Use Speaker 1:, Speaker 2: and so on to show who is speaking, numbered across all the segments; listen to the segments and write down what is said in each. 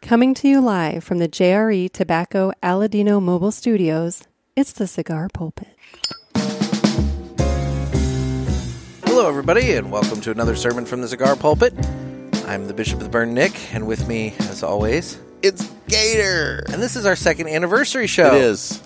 Speaker 1: Coming to you live from the JRE Tobacco Aladino Mobile Studios, it's the Cigar Pulpit.
Speaker 2: Hello, everybody, and welcome to another sermon from the Cigar Pulpit. I'm the Bishop of the Burn, Nick, and with me, as always,
Speaker 3: It's Gator.
Speaker 2: and this is our second anniversary show.
Speaker 3: It is.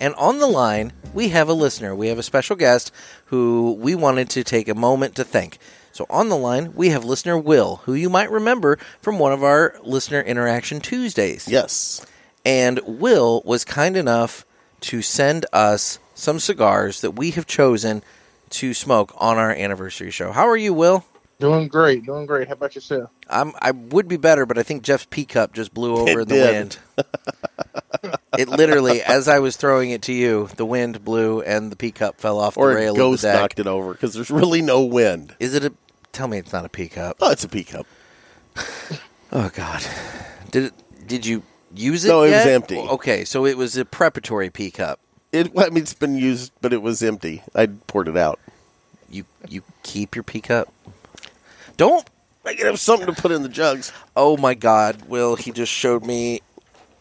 Speaker 2: And on the line, we have a listener. We have a special guest who we wanted to take a moment to thank. So on the line, we have listener Will, who you might remember from one of our listener interaction Tuesdays.
Speaker 3: Yes.
Speaker 2: And Will was kind enough to send us some cigars that we have chosen to smoke on our anniversary show. How are you, Will?
Speaker 4: Doing great, doing great. How about yourself?
Speaker 2: I'm, I would be better, but I think Jeff's pea cup just blew over
Speaker 3: It
Speaker 2: in the
Speaker 3: did.
Speaker 2: wind. it literally, as I was throwing it to you, the wind blew and the pea cup fell off
Speaker 3: Or
Speaker 2: the
Speaker 3: a
Speaker 2: rail
Speaker 3: ghost
Speaker 2: of the deck.
Speaker 3: knocked it over because there's really no wind.
Speaker 2: Is it a? Tell me it's not a pea cup.
Speaker 3: Oh, it's a pea cup.
Speaker 2: Oh God, did it? Did you use it?
Speaker 3: No, it was
Speaker 2: yet?
Speaker 3: empty.
Speaker 2: Okay, so it was a preparatory pea cup.
Speaker 3: It, well, I mean, it's been used, but it was empty. I poured it out.
Speaker 2: You you keep your pea cup. Don't
Speaker 3: I could have something to put in the jugs.
Speaker 2: Oh my God, Will! He just showed me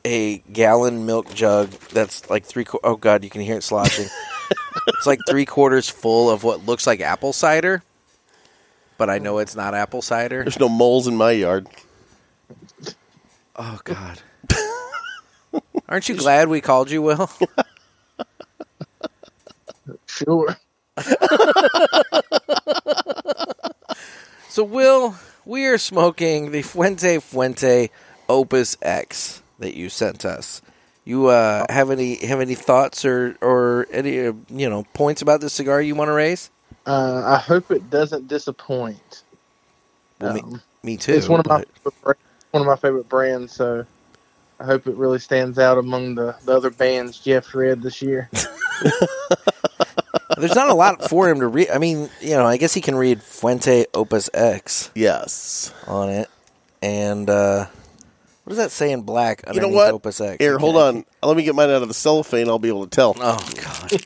Speaker 2: a gallon milk jug that's like three. Qu- oh God, you can hear it sloshing. it's like three quarters full of what looks like apple cider, but I know it's not apple cider.
Speaker 3: There's no moles in my yard.
Speaker 2: Oh God! Aren't you glad we called you, Will?
Speaker 4: Sure.
Speaker 2: So, Will, we are smoking the Fuente Fuente Opus X that you sent us. You uh, have any have any thoughts or or any uh, you know points about this cigar you want to raise?
Speaker 4: Uh, I hope it doesn't disappoint.
Speaker 2: Well, me-
Speaker 4: Um,
Speaker 2: me, too.
Speaker 4: it's one of my
Speaker 2: but-
Speaker 4: favorite bra- one of my favorite brands, so I hope it really stands out among the, the other bands Jeff read this year.
Speaker 2: There's not a lot for him to read. I mean, you know, I guess he can read Fuente Opus X
Speaker 3: Yes.
Speaker 2: on it, and uh, what does that say in black
Speaker 3: You
Speaker 2: underneath
Speaker 3: know what?
Speaker 2: Opus X?
Speaker 3: Here,
Speaker 2: I
Speaker 3: hold
Speaker 2: can't-
Speaker 3: on. Let me get mine out of the cellophane. I'll be able to tell.
Speaker 2: Oh God.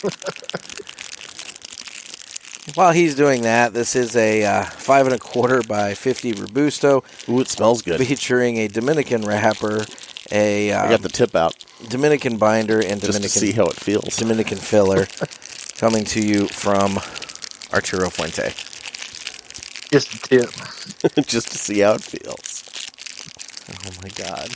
Speaker 2: While he's doing that, this is a uh, five and a quarter by fifty robusto,
Speaker 3: Ooh, it smells good.
Speaker 2: featuring a Dominican wrapper, a
Speaker 3: I
Speaker 2: uh,
Speaker 3: got the tip out
Speaker 2: Dominican binder, and
Speaker 3: just
Speaker 2: Dominican
Speaker 3: to see how it feels.
Speaker 2: Dominican filler, coming to you from Arturo Fuente.
Speaker 4: Just a tip.
Speaker 3: just to see how it feels.
Speaker 2: Oh my god.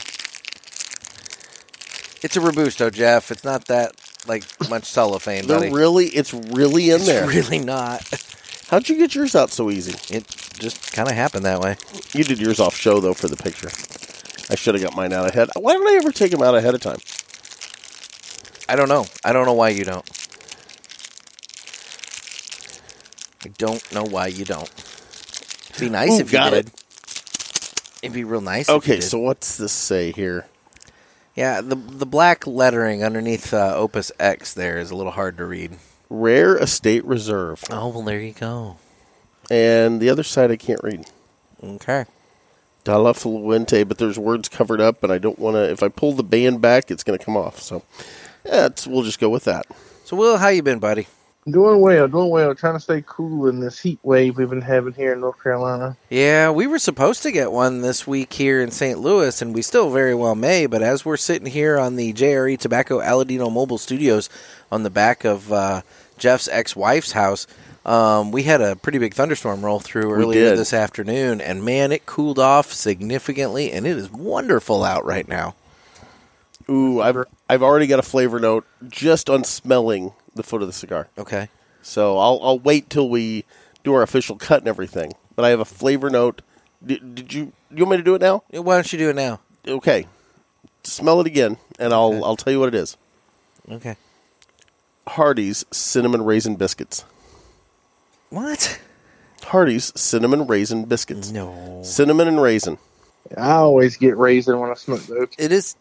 Speaker 2: It's a robusto, Jeff. It's not that like much cellophane,
Speaker 3: They're
Speaker 2: buddy.
Speaker 3: really, it's really in
Speaker 2: it's
Speaker 3: there.
Speaker 2: really not.
Speaker 3: How'd you get yours out so easy?
Speaker 2: It just kind of happened that way.
Speaker 3: You did yours off show though for the picture. I should have got mine out ahead. Why don't I ever take them out ahead of time?
Speaker 2: I don't know. I don't know why you don't. I don't know why you don't. It'd be nice
Speaker 3: Ooh,
Speaker 2: if you
Speaker 3: got
Speaker 2: did.
Speaker 3: it.
Speaker 2: would be real nice. if you
Speaker 3: Okay,
Speaker 2: did.
Speaker 3: so what's this say here?
Speaker 2: yeah, the the black lettering underneath uh, Opus X there is a little hard to read.
Speaker 3: Rare Estate Reserve,
Speaker 2: Oh well, there you go.
Speaker 3: and the other side I can't read.
Speaker 2: Okay.
Speaker 3: Dala Fluente, but there's words covered up, and I don't want to. If I pull the band back, it's going to come off. So yeah, it's, we'll just go with that.
Speaker 2: So, Will, how you been, buddy?
Speaker 4: Doing well, doing well. Trying to stay cool in this heat wave we've been having here in North Carolina.
Speaker 2: Yeah, we were supposed to get one this week here in St. Louis, and we still very well may. But as we're sitting here on the JRE Tobacco Aladino Mobile Studios on the back of uh, Jeff's ex wife's house, um, we had a pretty big thunderstorm roll through earlier
Speaker 3: did.
Speaker 2: this afternoon, and man, it cooled off significantly, and it is wonderful out right now.
Speaker 3: Ooh, I've I've already got a flavor note just on smelling the foot of the cigar.
Speaker 2: Okay.
Speaker 3: So I'll I'll wait till we do our official cut and everything. But I have a flavor note. Did, did you you want me to do it now?
Speaker 2: Why don't you do it now?
Speaker 3: Okay, smell it again, and I'll I'll tell you what it is.
Speaker 2: Okay.
Speaker 3: Hardee's cinnamon raisin biscuits.
Speaker 2: What?
Speaker 3: Hardee's cinnamon raisin biscuits.
Speaker 2: No.
Speaker 3: Cinnamon and raisin.
Speaker 4: I always get raisin when I smoke those.
Speaker 2: It is.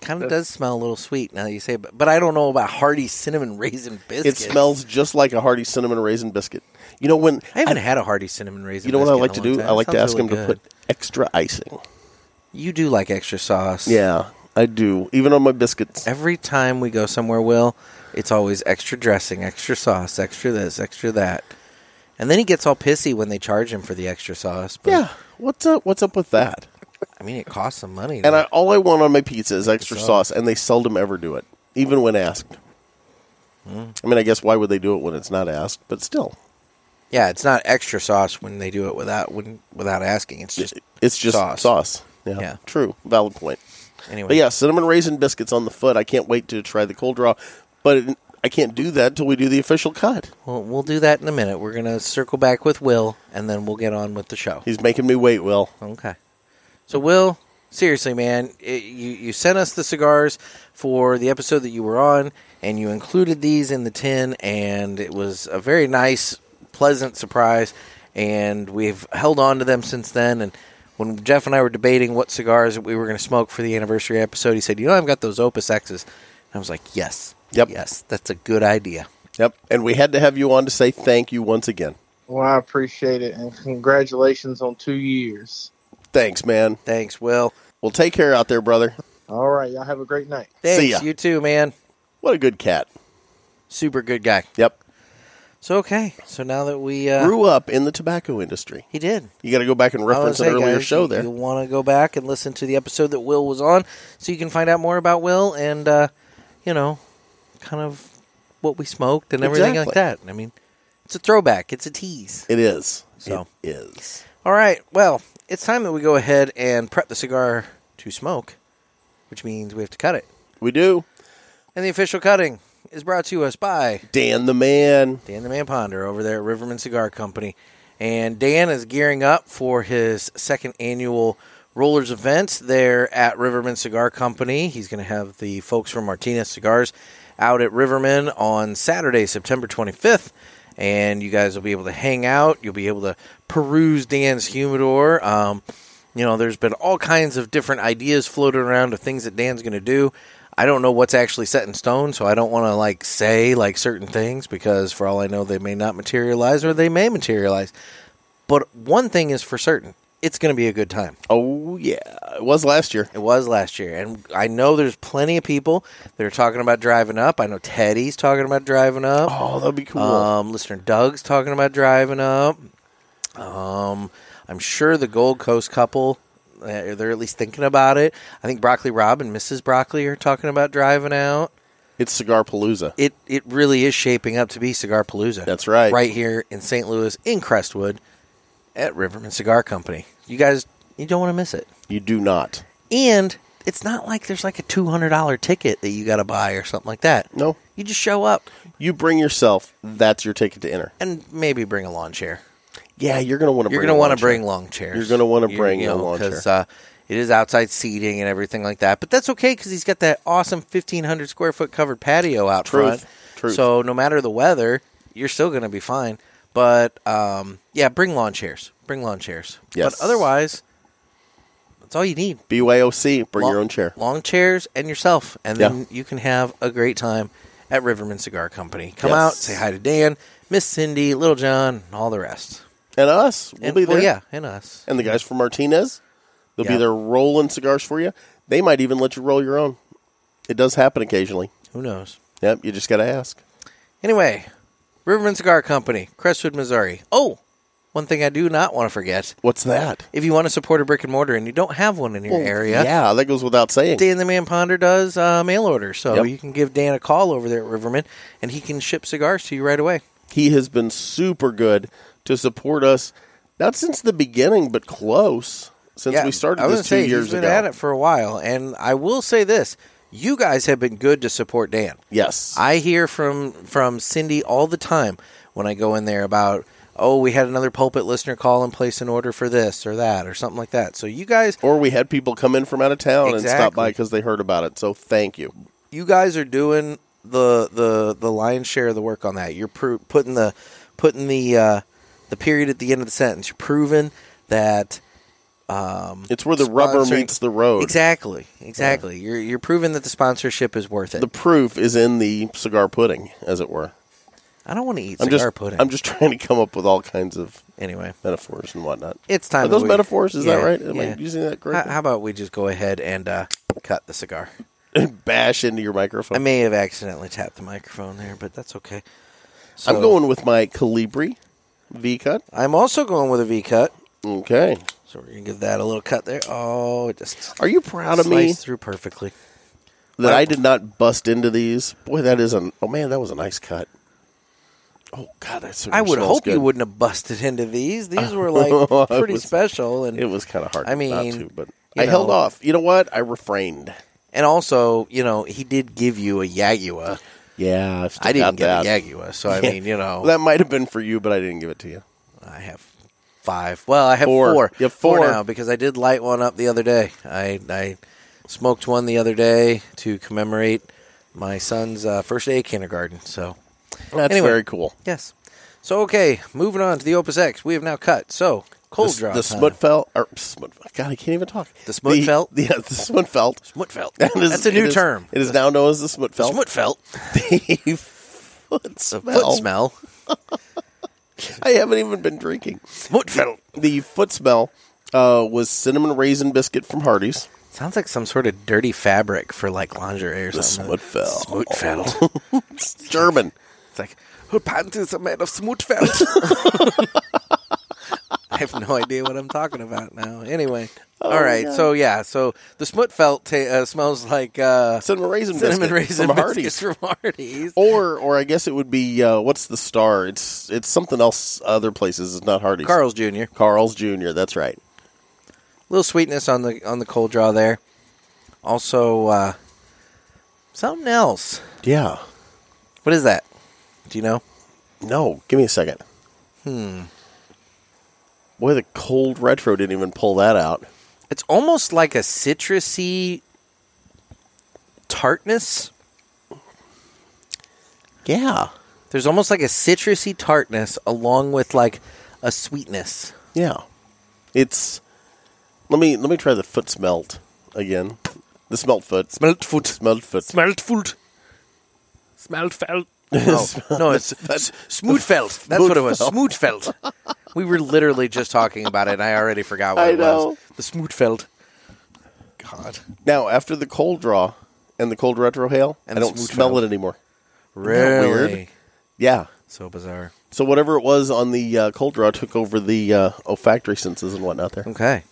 Speaker 2: Kind of does smell a little sweet now that you say it, but, but I don't know about Hardy cinnamon raisin
Speaker 3: It
Speaker 2: biscuits.
Speaker 3: smells just like a Hardee's cinnamon raisin biscuit. You know when
Speaker 2: I haven't had a hearty cinnamon raisin.
Speaker 3: you know what I
Speaker 2: biscuit in
Speaker 3: like
Speaker 2: a
Speaker 3: to
Speaker 2: long
Speaker 3: do?
Speaker 2: time.
Speaker 3: I like to
Speaker 2: Sounds
Speaker 3: ask
Speaker 2: really
Speaker 3: them to
Speaker 2: good.
Speaker 3: put extra icing.
Speaker 2: You do like extra sauce.
Speaker 3: Yeah, I do. Even on my biscuits.
Speaker 2: Every time we go somewhere, Will, it's always extra dressing, extra sauce, extra this, extra that, and then he gets all pissy when they charge him for the extra sauce. But
Speaker 3: Yeah. What's up? What's up with that?
Speaker 2: I mean, it costs some money.
Speaker 3: And
Speaker 2: though.
Speaker 3: I, all I want on my pizza is extra
Speaker 2: So-
Speaker 3: sauce, and they seldom ever do it, even when asked.
Speaker 2: Mm.
Speaker 3: I mean, I guess why would they do it when it's not asked? But still,
Speaker 2: yeah, it's not extra sauce when they do it without when, without asking. It's just
Speaker 3: it's just sauce.
Speaker 2: Sauce.
Speaker 3: Yeah,
Speaker 2: Yeah.
Speaker 3: true, valid point.
Speaker 2: anyway.
Speaker 3: But yeah, cinnamon raisin biscuits on the foot. I can't wait to try the cold draw, but it, I can't do that until we do the official cut.
Speaker 2: Well, we'll do that in a minute. We're gonna circle back with Will, and then we'll get on with the show.
Speaker 3: He's making me wait, Will.
Speaker 2: Okay. So, Will, seriously, man, it, you you sent us the cigars for the episode that you were on, and you included these in the tin, and it was a very nice, pleasant surprise. And we've held on to them since then. And when Jeff and I were debating what cigars we were going to smoke for the anniversary episode, he said, "You know, I've got those Opus X's." And I was like, "Yes,
Speaker 3: Yep.
Speaker 2: yes, that's a good idea."
Speaker 3: Yep, and we had to have you on to say thank you once again.
Speaker 4: Well, I appreciate it, and congratulations on two years.
Speaker 3: Thanks, man.
Speaker 2: Thanks, Will.
Speaker 3: Well, take care out there, brother.
Speaker 4: All right, y'all have a great night.
Speaker 2: Thanks,
Speaker 3: See ya.
Speaker 2: you too, man.
Speaker 3: What a good cat.
Speaker 2: Super good guy.
Speaker 3: Yep,
Speaker 2: So okay, so now that we uh,
Speaker 3: grew up in the tobacco industry.
Speaker 2: he did.
Speaker 3: You got to go back and
Speaker 2: I was
Speaker 3: reference an
Speaker 2: gonna Oh, say,
Speaker 3: earlier
Speaker 2: guys,
Speaker 3: show
Speaker 2: you-
Speaker 3: there.
Speaker 2: You want to go back and listen to the episode that Will was on, so you can find out more about Will and uh, you know, kind of what we smoked and everything like that.
Speaker 3: Exactly.
Speaker 2: I mean, it's a throwback. It's a tease.
Speaker 3: It is.
Speaker 2: So.
Speaker 3: It is.
Speaker 2: All right. Well, it's time that we go ahead and prep the cigar to smoke, which means we have to cut it.
Speaker 3: We do.
Speaker 2: And the official cutting is brought to us by
Speaker 3: Dan the man.
Speaker 2: Dan the Man Ponder over there at Riverman Cigar Company. And Dan is gearing up for his second annual Rollers event there at Riverman Cigar Company. He's going to have the folks from Martinez Cigars out at Riverman on Saturday, September 25th. And you guys will be able to hang out. You'll be able to peruse Dan's humidor. Um, you know, there's been all kinds of different ideas floated around of things that Dan's going to do. I don't know what's actually set in stone, so I don't want to like say like certain things because for all I know they may not materialize or they may materialize. But one thing is for certain, it's going to be a good time.
Speaker 3: Oh yeah, it was last year.
Speaker 2: It was last year, and I know there's plenty of people that are talking about driving up. I know Teddy's talking about driving up.
Speaker 3: Oh, that'd be cool.
Speaker 2: Um, listener Doug's talking about driving up. Um, I'm sure the Gold Coast couple, uh, they're at least thinking about it. I think Broccoli Rob and Mrs. Broccoli are talking about driving out.
Speaker 3: it's Cigar Palooza.
Speaker 2: It it really is shaping up to be Cigar Palooza.
Speaker 3: That's right.
Speaker 2: Right here in St. Louis, in Crestwood, at Riverman Cigar Company. You guys, you don't want to miss it.
Speaker 3: You do not.
Speaker 2: And it's not like there's like a two hundred dollar ticket that you got to buy or something like that.
Speaker 3: No,
Speaker 2: You just show up
Speaker 3: you bring yourself. That's your ticket to enter.
Speaker 2: and maybe bring a lawn chair.
Speaker 3: Yeah, you're gonna want to.
Speaker 2: You're
Speaker 3: bring
Speaker 2: going to
Speaker 3: a
Speaker 2: want
Speaker 3: lawn
Speaker 2: to bring
Speaker 3: chair.
Speaker 2: long chairs.
Speaker 3: You're gonna wanna bring a lawn
Speaker 2: because uh, it is outside seating and everything like that. But that's okay because he's got that awesome 1,500 square foot covered patio out
Speaker 3: Truth.
Speaker 2: front.
Speaker 3: Truth.
Speaker 2: So no matter the weather, you're still going to be fine. But um, yeah, bring lawn chairs. Bring lawn chairs.
Speaker 3: Yes.
Speaker 2: But otherwise, that's all you need.
Speaker 3: BYOC. Bring
Speaker 2: Long-
Speaker 3: your own chair.
Speaker 2: Long chairs and yourself. And
Speaker 3: Yeah.
Speaker 2: then you can have a great time at Riverman Cigar Company. Come
Speaker 3: Yes.
Speaker 2: out, say hi to Dan, Miss Cindy, Little John, all the rest.
Speaker 3: And us, we'll
Speaker 2: And,
Speaker 3: be there.
Speaker 2: well, yeah, and us.
Speaker 3: And the guys from Martinez, they'll be
Speaker 2: Yeah.
Speaker 3: there rolling cigars for you. They might even let you roll your own. It does happen occasionally.
Speaker 2: Who knows?
Speaker 3: Yep, you just gotta ask.
Speaker 2: Anyway, Riverman Cigar Company, Crestwood, Missouri. Oh, one thing I do not want to forget.
Speaker 3: What's that?
Speaker 2: If you want to support a brick and mortar and you don't have one in your area,
Speaker 3: Oh, Yeah, that goes without saying.
Speaker 2: Dan the Man Ponder does uh, mail order. So
Speaker 3: Yep.
Speaker 2: you can give Dan a call over there at Riverman and he can ship cigars to you right away.
Speaker 3: He has been super good to support us, not since the beginning, but close since we started
Speaker 2: I was
Speaker 3: this two
Speaker 2: gonna say,
Speaker 3: years
Speaker 2: he's been
Speaker 3: ago.
Speaker 2: at it for a while. And I will say this you guys have been good to support Dan.
Speaker 3: Yes,
Speaker 2: I hear from from Cindy all the time when I go in there about oh we had another pulpit listener call and place an order for this or that or something like that. So you guys
Speaker 3: or we had people come in from out of town and stop
Speaker 2: Exactly.
Speaker 3: by because they heard about it. So thank you.
Speaker 2: you guys are doing the the the lion's share of the work on that. You're pro- putting the putting the uh, the period at the end of the sentence. You're proving that
Speaker 3: It's where the rubber
Speaker 2: sponsoring-
Speaker 3: meets the road.
Speaker 2: exactly exactly. You're you're proving that the sponsorship is worth it.
Speaker 3: The proof is in the cigar pudding, as it were.
Speaker 2: I don't want to eat
Speaker 3: I'm
Speaker 2: cigar
Speaker 3: just
Speaker 2: pudding.
Speaker 3: I'm just trying to come up with all kinds of
Speaker 2: anyway.
Speaker 3: metaphors and whatnot.
Speaker 2: It's time.
Speaker 3: Are
Speaker 2: that
Speaker 3: those
Speaker 2: we-
Speaker 3: metaphors? Is that
Speaker 2: Yeah,
Speaker 3: right? Am
Speaker 2: yeah.
Speaker 3: I using that
Speaker 2: How,
Speaker 3: correctly?
Speaker 2: how about we just go ahead and uh, cut the cigar?
Speaker 3: Bash into your microphone.
Speaker 2: I may have accidentally tapped the microphone there, but that's okay.
Speaker 3: I'm
Speaker 2: So,
Speaker 3: going with my Calibri V cut.
Speaker 2: I'm also going with a V cut.
Speaker 3: Okay.
Speaker 2: So So we're gonna give that a little cut there. Oh, it just
Speaker 3: Are you proud of me
Speaker 2: sliced through perfectly.
Speaker 3: that I did not bust into these? Boy, that is an oh man, that was a nice cut. Oh god, that certainly
Speaker 2: I would
Speaker 3: smells
Speaker 2: hope you
Speaker 3: good.
Speaker 2: wouldn't have busted into these. These were like
Speaker 3: It
Speaker 2: pretty
Speaker 3: was-
Speaker 2: special, and
Speaker 3: It was kind of hard.
Speaker 2: I
Speaker 3: not
Speaker 2: mean,
Speaker 3: to, but
Speaker 2: you
Speaker 3: I held
Speaker 2: know.
Speaker 3: off. You know what? I refrained.
Speaker 2: and also you know he did give you a Yagua.
Speaker 3: Yeah, I've still
Speaker 2: I didn't
Speaker 3: got
Speaker 2: get
Speaker 3: that.
Speaker 2: a Yagua, so I
Speaker 3: Yeah.
Speaker 2: mean you know
Speaker 3: That might have been for you, but I didn't give it to you.
Speaker 2: I have five. Well, I have
Speaker 3: Four.
Speaker 2: four.
Speaker 3: You have four.
Speaker 2: four now because I did light one up the other day. I I smoked one the other day to commemorate my son's uh, first day of kindergarten. So
Speaker 3: That's
Speaker 2: Anyway.
Speaker 3: very cool.
Speaker 2: yes. So okay, moving on to the Opus X. We have now cut. So cold
Speaker 3: the,
Speaker 2: draw.
Speaker 3: the
Speaker 2: time.
Speaker 3: smut felt. Or smut, God, I can't even talk.
Speaker 2: The smut felt?
Speaker 3: The, yeah, the smut felt.
Speaker 2: Smutfelt.
Speaker 3: That is-
Speaker 2: That's a new
Speaker 3: it is-
Speaker 2: term.
Speaker 3: It is now known as the smut felt.
Speaker 2: Smutfelt.
Speaker 3: The foot
Speaker 2: The
Speaker 3: smell.
Speaker 2: foot smell.
Speaker 3: I haven't even been drinking.
Speaker 2: Smutfelt.
Speaker 3: The foot smell uh, was cinnamon raisin biscuit from Hardee's.
Speaker 2: Sounds like some sort of dirty fabric for like lingerie or
Speaker 3: The
Speaker 2: something.
Speaker 3: smut felt.
Speaker 2: Smutfelt.
Speaker 3: It's German.
Speaker 2: It's like, her panties are made of smutfeld. I have no idea what I'm talking about now. Anyway.
Speaker 3: Oh,
Speaker 2: All right. So, yeah. So the smutfelt ta- uh, smells like uh,
Speaker 3: Cinnamon raisin
Speaker 2: cinnamon
Speaker 3: biscuit
Speaker 2: raisin
Speaker 3: from
Speaker 2: biscuits
Speaker 3: Hardee's.
Speaker 2: from Hardee's.
Speaker 3: Or, or I guess it would be uh, what's the star? It's it's something else. Other places. It's not Hardee's.
Speaker 2: Carl's Jr.
Speaker 3: Carl's Jr. That's right.
Speaker 2: little sweetness on the on the cold draw there. Also, uh, something else.
Speaker 3: Yeah.
Speaker 2: What is that? Do you know?
Speaker 3: No. Give me a second. Hmm. Boy, the cold retro didn't even pull that out.
Speaker 2: It's almost like a citrusy tartness.
Speaker 3: Yeah.
Speaker 2: There's almost like a citrusy tartness along with like a sweetness.
Speaker 3: Yeah. It's let me let me try the foot smelt again. The smelt foot. Smelt foot. Smelt foot.
Speaker 2: Smelt food. No, no, it's s- Smootfelt. That's what it was. Smootfelt. We were literally just talking about it, and I already forgot what
Speaker 3: I
Speaker 2: it
Speaker 3: know.
Speaker 2: was. The Smootfelt. God.
Speaker 3: Now after the cold draw and the cold retro hail,
Speaker 2: And
Speaker 3: I
Speaker 2: the
Speaker 3: don't
Speaker 2: smooth
Speaker 3: smell
Speaker 2: trail.
Speaker 3: it anymore.
Speaker 2: Really?
Speaker 3: weird? Yeah.
Speaker 2: So bizarre.
Speaker 3: So whatever it was on the uh, cold draw took over the uh, olfactory senses and whatnot there.
Speaker 2: Okay.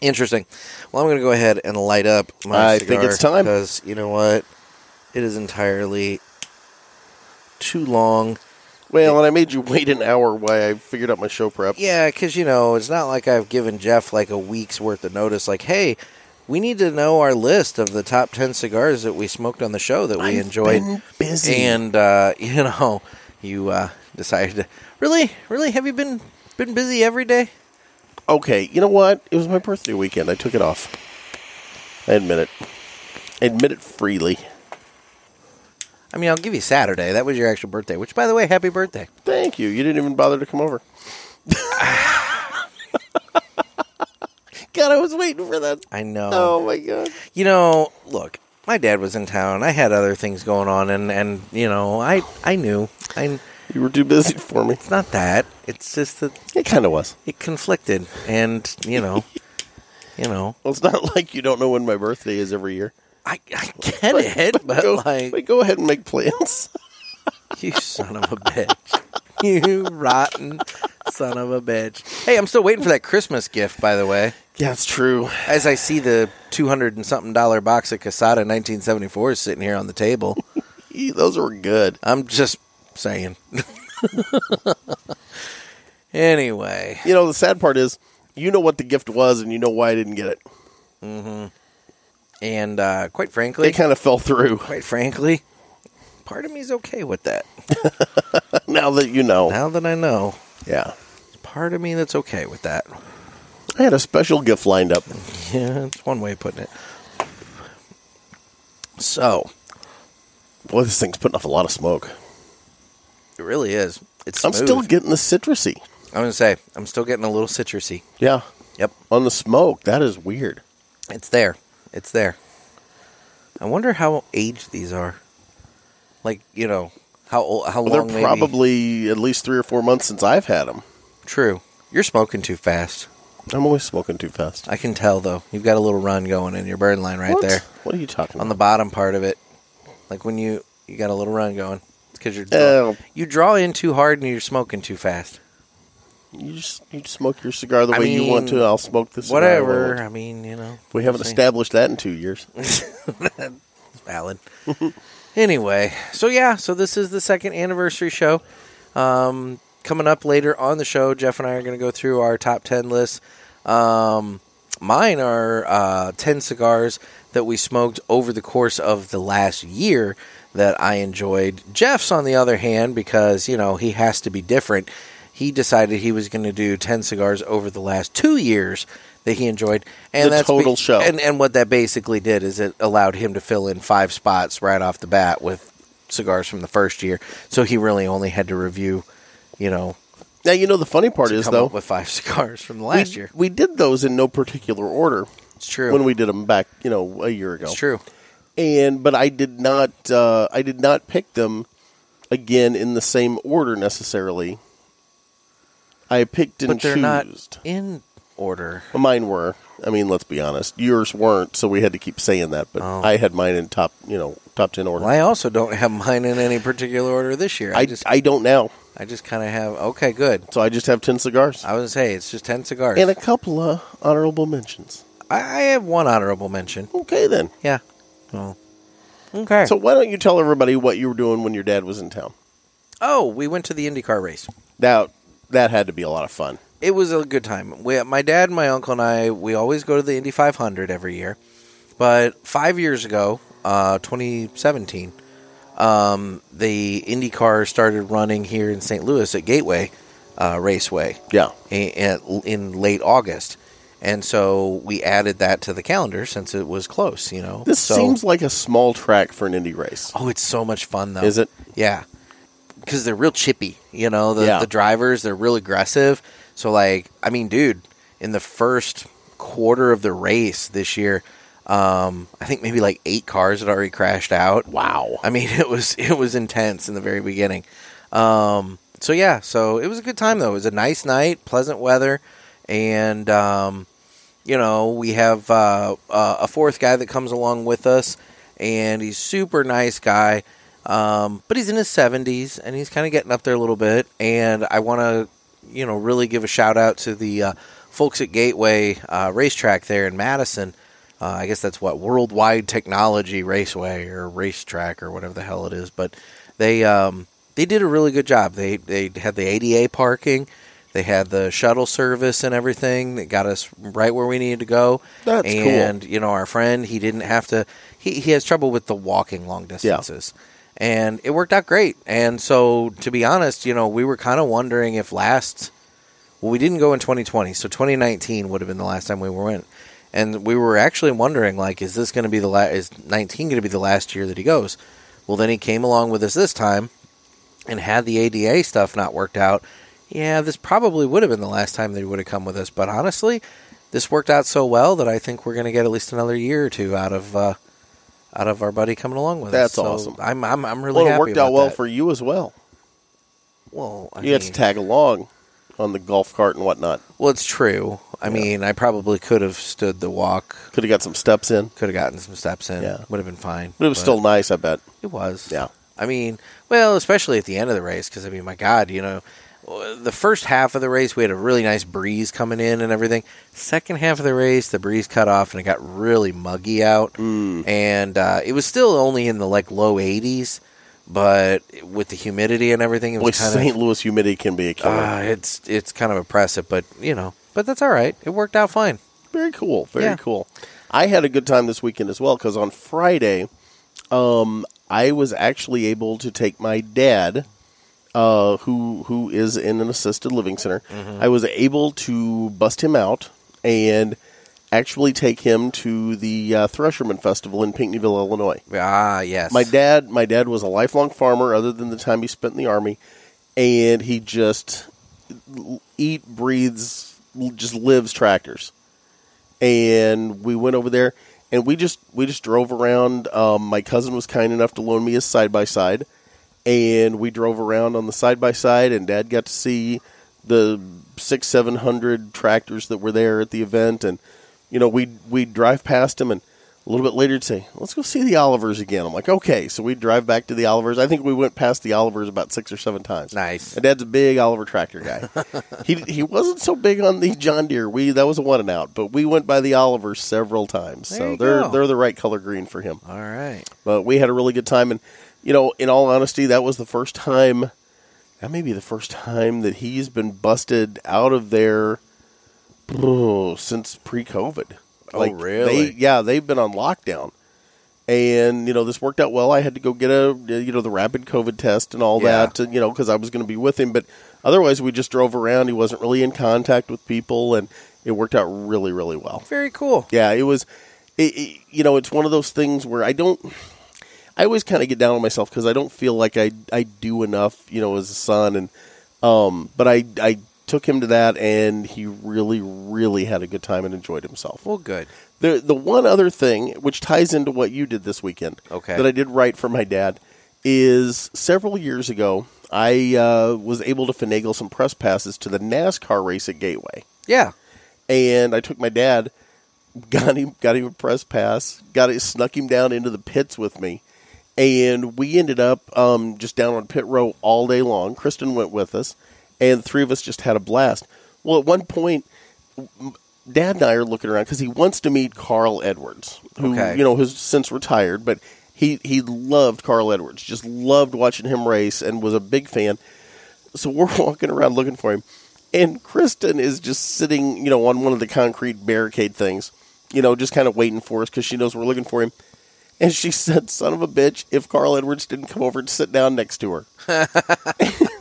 Speaker 2: Interesting. Well, I'm going to go ahead and light up my
Speaker 3: I think it's time.
Speaker 2: Because, you know what? It is entirely too long.
Speaker 3: Well, and I made you wait an hour while I figured out my show prep.
Speaker 2: Yeah, because you know it's not like I've given Jeff like a week's worth of notice. Like, hey, we need to know our list of the top ten cigars that we smoked on the show that we
Speaker 3: I've
Speaker 2: enjoyed.
Speaker 3: been busy.
Speaker 2: and uh, you know, you uh, decided to really, really have you been been busy every day?
Speaker 3: Okay, you know what? It was my birthday weekend. I took it off. I admit it. Admit it freely.
Speaker 2: I mean, I'll give you Saturday. That was your actual birthday. Which, by the way, happy birthday.
Speaker 3: Thank you. You didn't even bother to come over. God, I was waiting for that.
Speaker 2: I know.
Speaker 3: Oh my god.
Speaker 2: You know, look, my dad was in town. I had other things going on, and and you know, I I knew. I
Speaker 3: You were too busy for me.
Speaker 2: it's not that. It's just that
Speaker 3: It kind of was.
Speaker 2: it conflicted and you know you know
Speaker 3: Well, it's not like you don't know when my birthday is every year.
Speaker 2: i, I get it but
Speaker 3: go,
Speaker 2: like
Speaker 3: but go ahead and make plans.
Speaker 2: you son of a bitch you rotten son of a bitch hey i'm still waiting for that christmas gift by the way
Speaker 3: yeah, it's true.
Speaker 2: as i see the 200 and something dollar box of casada 1974 sitting here on the table
Speaker 3: Ee, Those were good.
Speaker 2: i'm just saying anyway
Speaker 3: You know, the sad part is, you know what the gift was, and you know why I didn't get it.
Speaker 2: and uh quite frankly
Speaker 3: It kind of fell through.
Speaker 2: quite frankly part of me's okay with that
Speaker 3: Now that you know.
Speaker 2: now that i know
Speaker 3: Yeah.
Speaker 2: part of me that's okay with that.
Speaker 3: I had a special gift lined up.
Speaker 2: Yeah, that's one way of putting it. So
Speaker 3: Boy, this thing's putting off a lot of smoke.
Speaker 2: it really is. It's.
Speaker 3: I'm
Speaker 2: smooth.
Speaker 3: still getting the citrusy.
Speaker 2: I'm gonna say I'm still getting a little citrusy.
Speaker 3: Yeah.
Speaker 2: Yep,
Speaker 3: On the smoke. That is weird.
Speaker 2: it's there. It's there. I wonder how aged these are. Like you know how old, how
Speaker 3: Well,
Speaker 2: long?
Speaker 3: they're
Speaker 2: maybe.
Speaker 3: probably at least three or four months since I've had them.
Speaker 2: true. You're smoking too fast.
Speaker 3: I'm always smoking too fast.
Speaker 2: I can tell though. You've got a little run going in your burn line right
Speaker 3: What?
Speaker 2: there
Speaker 3: What are you talking
Speaker 2: on
Speaker 3: about?
Speaker 2: the bottom part of it. Like when you you got a little run going because you're
Speaker 3: Oh.
Speaker 2: you draw in too hard and you're smoking too fast.
Speaker 3: You just you just smoke your cigar the
Speaker 2: I
Speaker 3: way you want
Speaker 2: mean,
Speaker 3: to. I'll smoke this. cigar the way I want
Speaker 2: Whatever.
Speaker 3: to.
Speaker 2: I mean, you know,
Speaker 3: We haven't
Speaker 2: See.
Speaker 3: established that in two years.
Speaker 2: valid. anyway, so yeah, so this is the second anniversary show. Um, coming up later on the show, Jeff and I are going to go through our top 10 lists. Um, mine are uh, 10 cigars that we smoked over the course of the last year that I enjoyed. Jeff's, on the other hand, because, you know, he has to be different, he decided he was going to do 10 cigars over the last two years that he enjoyed. And
Speaker 3: The
Speaker 2: that's
Speaker 3: total show.
Speaker 2: And, and what that basically did is it allowed him to fill in five spots right off the bat with cigars from the first year. So he really only had to review, you know,
Speaker 3: Now you know the funny part
Speaker 2: to
Speaker 3: is
Speaker 2: come
Speaker 3: though
Speaker 2: up with five cigars from the
Speaker 3: we-
Speaker 2: last year.
Speaker 3: we did those in no particular order
Speaker 2: It's true.
Speaker 3: when we did them back you know a year ago.
Speaker 2: it's true.
Speaker 3: and but I did not uh, I did not pick them again in the same order necessarily. I picked and
Speaker 2: But they're
Speaker 3: choosed.
Speaker 2: not in order.
Speaker 3: Well, Mine were. I mean, let's be honest. Yours weren't, so we had to keep saying that. But
Speaker 2: Oh.
Speaker 3: I had mine in top, you know, top ten order.
Speaker 2: Well, I also don't have mine in any particular order this year. I,
Speaker 3: I,
Speaker 2: just I,
Speaker 3: I don't now,
Speaker 2: just kind of have okay, good.
Speaker 3: so I just have ten cigars
Speaker 2: I was say it's just 10 cigars.
Speaker 3: and a couple of honorable mentions.
Speaker 2: I, I have one honorable mention.
Speaker 3: Okay, then.
Speaker 2: Yeah. Oh. Okay.
Speaker 3: So why don't you tell everybody what you were doing when your dad was in town?
Speaker 2: oh, we went to the IndyCar race.
Speaker 3: That that had to be a lot of fun.
Speaker 2: it was a good time. We, my dad, my uncle, and I, we always go to the Indy 500 every year. But five years ago, uh, 2017, um, the IndyCar started running here in St. Louis at Gateway uh, Raceway
Speaker 3: Yeah,
Speaker 2: in, in late August. And so we added that to the calendar since it was close, you know.
Speaker 3: this
Speaker 2: so,
Speaker 3: seems like a small track for an indie race.
Speaker 2: Oh, it's so much fun though.
Speaker 3: Is it?
Speaker 2: Yeah, because they're real chippy. You know, the,
Speaker 3: Yeah.
Speaker 2: the drivers they're real aggressive. So like, I mean, dude, in the first quarter of the race this year, um, I think maybe like eight cars had already crashed out.
Speaker 3: Wow.
Speaker 2: I mean, it was it was intense in the very beginning. Um, so yeah, so it was a good time though. It was a nice night, pleasant weather, and um, you know we have uh, uh, a fourth guy that comes along with us, and he's super nice guy, um, but he's in his seventies and he's kind of getting up there a little bit. And I want to, you know, really give a shout out to the uh, folks at Gateway uh, Racetrack there in Madison. Uh, I guess that's what Worldwide Technology Raceway or racetrack or whatever the hell it is. But they um, they did a really good job. They they had the ADA parking, they had the shuttle service and everything that got us right where we needed to go.
Speaker 3: That's cool.
Speaker 2: and you know our friend he didn't have to. He he has trouble with the walking long distances. And it worked out great. And so, to be honest, you know, we were kind of wondering if last well, we didn't go in 2020, so 2019 would have been the last time we went. And we were actually wondering, like, is this going to be the last? Is 19 going to be the last year that he goes? Well, then he came along with us this time, and had the ADA stuff not worked out, yeah, this probably would have been the last time they would have come with us. But honestly, this worked out so well that I think we're going to get at least another year or two out of uh, out of our buddy coming along with
Speaker 3: That's
Speaker 2: us. So
Speaker 3: awesome.
Speaker 2: I'm I'm, I'm really
Speaker 3: Well, it
Speaker 2: happy
Speaker 3: worked
Speaker 2: about
Speaker 3: out well
Speaker 2: that.
Speaker 3: for you as well.
Speaker 2: well, I
Speaker 3: you had to
Speaker 2: mean-
Speaker 3: tag along on the golf cart and whatnot.
Speaker 2: Well, it's true. I
Speaker 3: Yeah.
Speaker 2: mean, I probably could have stood the walk,
Speaker 3: Could have got some steps in.
Speaker 2: could have gotten some steps in.
Speaker 3: Yeah.
Speaker 2: Would have been fine.
Speaker 3: But it was still nice, I bet.
Speaker 2: It was.
Speaker 3: Yeah.
Speaker 2: I mean, well, especially at the end of the race, because, I mean, my God, you know, the first half of the race, we had a really nice breeze coming in and everything. Second half of the race, the breeze cut off and it got really muggy out.
Speaker 3: Mm.
Speaker 2: And uh, it was still only in the, like, low 80s, but with the humidity and everything, it
Speaker 3: Boy,
Speaker 2: was kind of.
Speaker 3: St. Louis humidity can be a killer.
Speaker 2: Uh, it's it's kind of oppressive, but you know, but that's all right. It worked out fine.
Speaker 3: very cool. Very
Speaker 2: yeah.
Speaker 3: cool. I had a good time this weekend as well because on Friday, um, I was actually able to take my dad, uh, who who is in an assisted living center. I was able to bust him out and actually take him to the uh, Thresherman Festival in Pinckneyville, Illinois.
Speaker 2: Ah, yes.
Speaker 3: my dad my dad was a lifelong farmer other than the time he spent in the army and he just l- eat breathes l- just lives tractors and we went over there and we just we just drove around um, my cousin was kind enough to loan me his side by side and we drove around on the side by side and dad got to see the six seven hundred tractors that were there at the event and you know we we drive past him and A little bit later, to say, let's go see the Olivers again. I'm like, okay. So we drive back to the Olivers. I think we went past the Olivers about six or seven times.
Speaker 2: Nice.
Speaker 3: My dad's a big Oliver tractor guy. he he wasn't so big on the John Deere. We that was a one and out, but we went by the Olivers several times.
Speaker 2: There
Speaker 3: so
Speaker 2: you
Speaker 3: they're
Speaker 2: go.
Speaker 3: they're the right color green for him.
Speaker 2: All right.
Speaker 3: But Uh, we had a really good time, and you know, in all honesty, that was the first time. That may be the first time that he's been busted out of there oh, since pre-COVID.
Speaker 2: Oh,
Speaker 3: they-
Speaker 2: really?
Speaker 3: yeah, they've been on lockdown, and you know this worked out well. I had to go get a you know the rapid COVID test and all
Speaker 2: Yeah.
Speaker 3: that, and, you know, because I was going to be with him. But otherwise, we just drove around. He wasn't really in contact with people, and it worked out really, really well.
Speaker 2: Very cool.
Speaker 3: Yeah, it was. It, it- you know, it's one of those things where I don't. I always kind of get down on myself because I don't feel like I I do enough. You know, as a son, and um, but I I took him to that, and he really really had a good time and enjoyed himself.
Speaker 2: Well, good.
Speaker 3: The the one other thing which ties into what you did this weekend,
Speaker 2: Okay.
Speaker 3: that I did right for my dad, is several years ago I uh, was able to finagle some press passes to the NASCAR race at Gateway
Speaker 2: Yeah.
Speaker 3: and I took my dad, got him, got him a press pass, got it, snuck him down into the pits with me, and we ended up um, just down on pit row all day long. Kristen went with us, and the three of us just had a blast. Well, at one point, m- Dad and I are looking around because he wants to meet Carl Edwards, who
Speaker 2: Okay.
Speaker 3: you know has since retired, but he he loved Carl Edwards, just loved watching him race, and was a big fan so we're walking around looking for him and kristen is just sitting you know on one of the concrete barricade things you know just kind of waiting for us because she knows we're looking for him and she said son of a bitch if carl edwards didn't come over and sit down next to her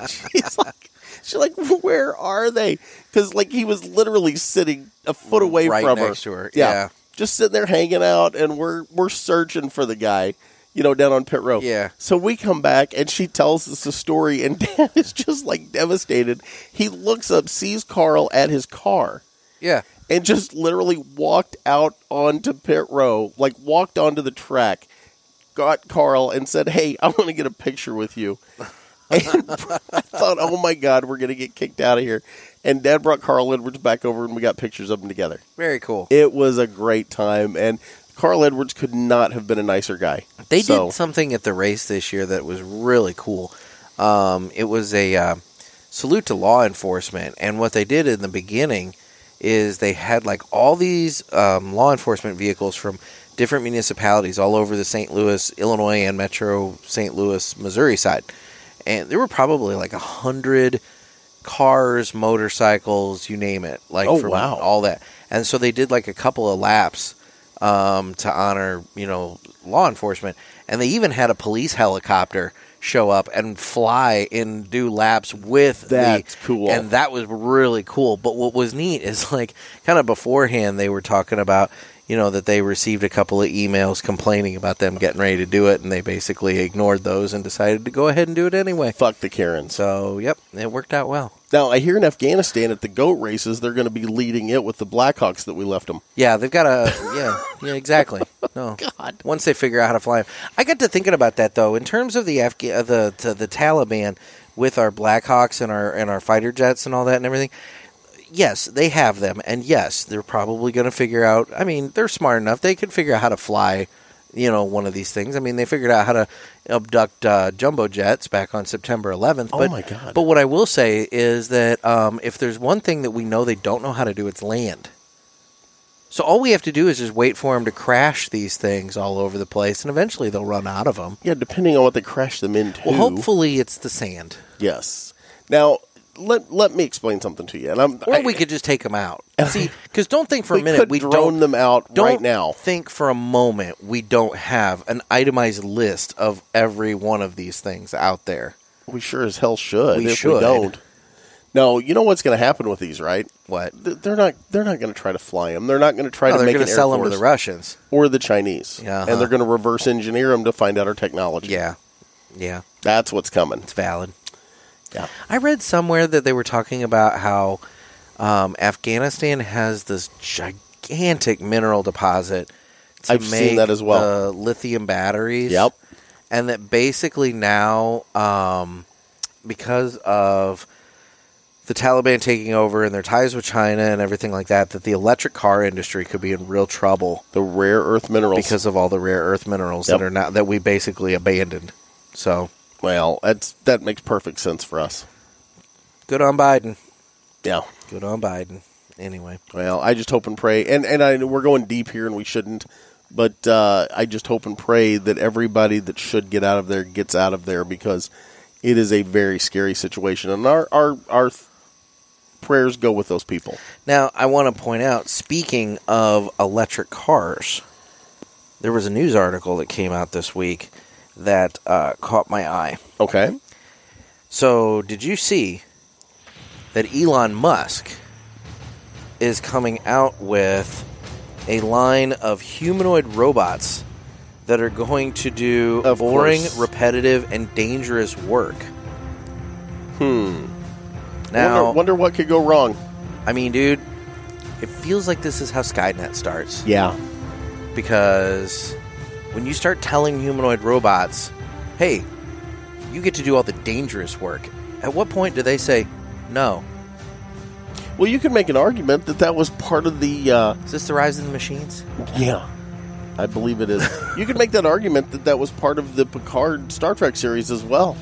Speaker 3: she's like she's like where are they because like he was literally sitting a foot away
Speaker 2: Right
Speaker 3: from
Speaker 2: next
Speaker 3: her
Speaker 2: to her, yeah.
Speaker 3: just sitting there hanging out and we're we're searching for the guy you know down on pit row
Speaker 2: Yeah.
Speaker 3: so we come back and she tells us the story, and Dad is just like devastated. He looks up, sees Carl at his car,
Speaker 2: Yeah.
Speaker 3: and just literally walked out onto pit row, like walked onto the track, got Carl, and said, Hey, I want to get a picture with you. And I thought, Oh my God, we're going to get kicked out of here. And Dad brought Carl Edwards back over, and we got pictures of them together.
Speaker 2: Very cool.
Speaker 3: It was a great time, and Carl Edwards could not have been a nicer guy.
Speaker 2: They
Speaker 3: So-
Speaker 2: did something at the race this year that was really cool. Um, it was a uh, salute to law enforcement, and what they did in the beginning is they had like all these um, law enforcement vehicles from different municipalities all over the St. Louis, Illinois, and Metro St. Louis, Missouri side, and there were probably like a hundred cars, motorcycles, you name it, like
Speaker 3: Oh,
Speaker 2: from
Speaker 3: wow.
Speaker 2: all that. And so they did like a couple of laps um, to honor, you know, law enforcement. And they even had a police helicopter show up and fly and do laps with the-
Speaker 3: That's cool.
Speaker 2: And that was really cool. But what was neat is like kind of beforehand they were talking about, you know, that they received a couple of emails complaining about them getting ready to do it and they basically ignored those and decided to go ahead and do it anyway.
Speaker 3: Fuck the Karens.
Speaker 2: So, yep, it worked out well.
Speaker 3: Now I hear in Afghanistan at the goat races they're going to be leading it with the Blackhawks that we left them.
Speaker 2: Yeah, they've got a yeah, yeah, exactly.
Speaker 3: Oh,
Speaker 2: No, God. Once they figure out how to fly 'em. I got to thinking about that though, in terms of the Afga- uh, the to the Taliban with our Blackhawks and our and our fighter jets and all that and everything. Yes, they have them, and yes, they're probably going to figure out. I mean, they're smart enough; they can figure out how to fly. You know, one of these things. I mean, they figured out how to abduct uh, jumbo jets back on September 11th.
Speaker 3: Oh,
Speaker 2: but,
Speaker 3: my God.
Speaker 2: But what I will say is that um, if there's one thing that we know they don't know how to do, it's land. So all we have to do is just wait for them to crash these things all over the place, and eventually they'll run out of them.
Speaker 3: Yeah, depending on what they crash them into.
Speaker 2: Well, hopefully it's the sand,
Speaker 3: yes. Now let let me explain something to you, and I'm
Speaker 2: or
Speaker 3: I-
Speaker 2: we could just take them out. See, because don't think for a
Speaker 3: we
Speaker 2: minute
Speaker 3: could
Speaker 2: we
Speaker 3: drone
Speaker 2: don't
Speaker 3: them out
Speaker 2: don't
Speaker 3: right now.
Speaker 2: Think for a moment we don't have an itemized list of every one of these things out there.
Speaker 3: We sure as hell should.
Speaker 2: We
Speaker 3: if
Speaker 2: should.
Speaker 3: we don't. No, you know what's going to happen with these, right?
Speaker 2: What?
Speaker 3: Th- They're not. They're not going to try to fly them. They're not going to try
Speaker 2: No,
Speaker 3: to
Speaker 2: they're
Speaker 3: make
Speaker 2: going
Speaker 3: an
Speaker 2: to sell
Speaker 3: Air
Speaker 2: them to
Speaker 3: Force
Speaker 2: the Russians.
Speaker 3: or the Chinese,
Speaker 2: Yeah, uh-huh.
Speaker 3: and they're going to reverse engineer them to find out our technology.
Speaker 2: Yeah, yeah,
Speaker 3: that's what's coming.
Speaker 2: it's valid.
Speaker 3: Yeah,
Speaker 2: I read somewhere that they were talking about how um, Afghanistan has this gigantic mineral deposit to
Speaker 3: I've
Speaker 2: make
Speaker 3: seen that as well.
Speaker 2: the lithium batteries.
Speaker 3: Yep.
Speaker 2: And that basically now, um, because of the Taliban taking over and their ties with China and everything like that, that the electric car industry could be in real trouble
Speaker 3: The rare earth minerals.
Speaker 2: because of all the rare earth minerals
Speaker 3: Yep.
Speaker 2: that are not that we basically abandoned. So
Speaker 3: well, that's that makes perfect sense for us.
Speaker 2: good on Biden.
Speaker 3: Yeah.
Speaker 2: Good on Biden. Anyway,
Speaker 3: Well, I just hope and pray, and and I we're going deep here, and we shouldn't, but uh, I just hope and pray that everybody that should get out of there gets out of there because it is a very scary situation, and our our our th- prayers go with those people.
Speaker 2: now I want to point out. Speaking of electric cars, there was a news article that came out this week that uh, caught my eye.
Speaker 3: Okay,
Speaker 2: So, did you see that Elon Musk is coming out with a line of humanoid robots that are going to do
Speaker 3: Of
Speaker 2: boring,
Speaker 3: course.
Speaker 2: repetitive, and dangerous work? Hmm. Now,
Speaker 3: Hmm. wonder, wonder what could go wrong.
Speaker 2: I mean, dude, it feels like this is how Skynet starts
Speaker 3: Yeah,
Speaker 2: because when you start telling humanoid robots, hey, you get to do all the dangerous work, at what point do they say, no?
Speaker 3: well, you can make an argument that that was part of the. Uh,
Speaker 2: Is this the rise of the machines?
Speaker 3: Yeah. I believe it is. you could make that argument that that was part of the Picard Star Trek series as well.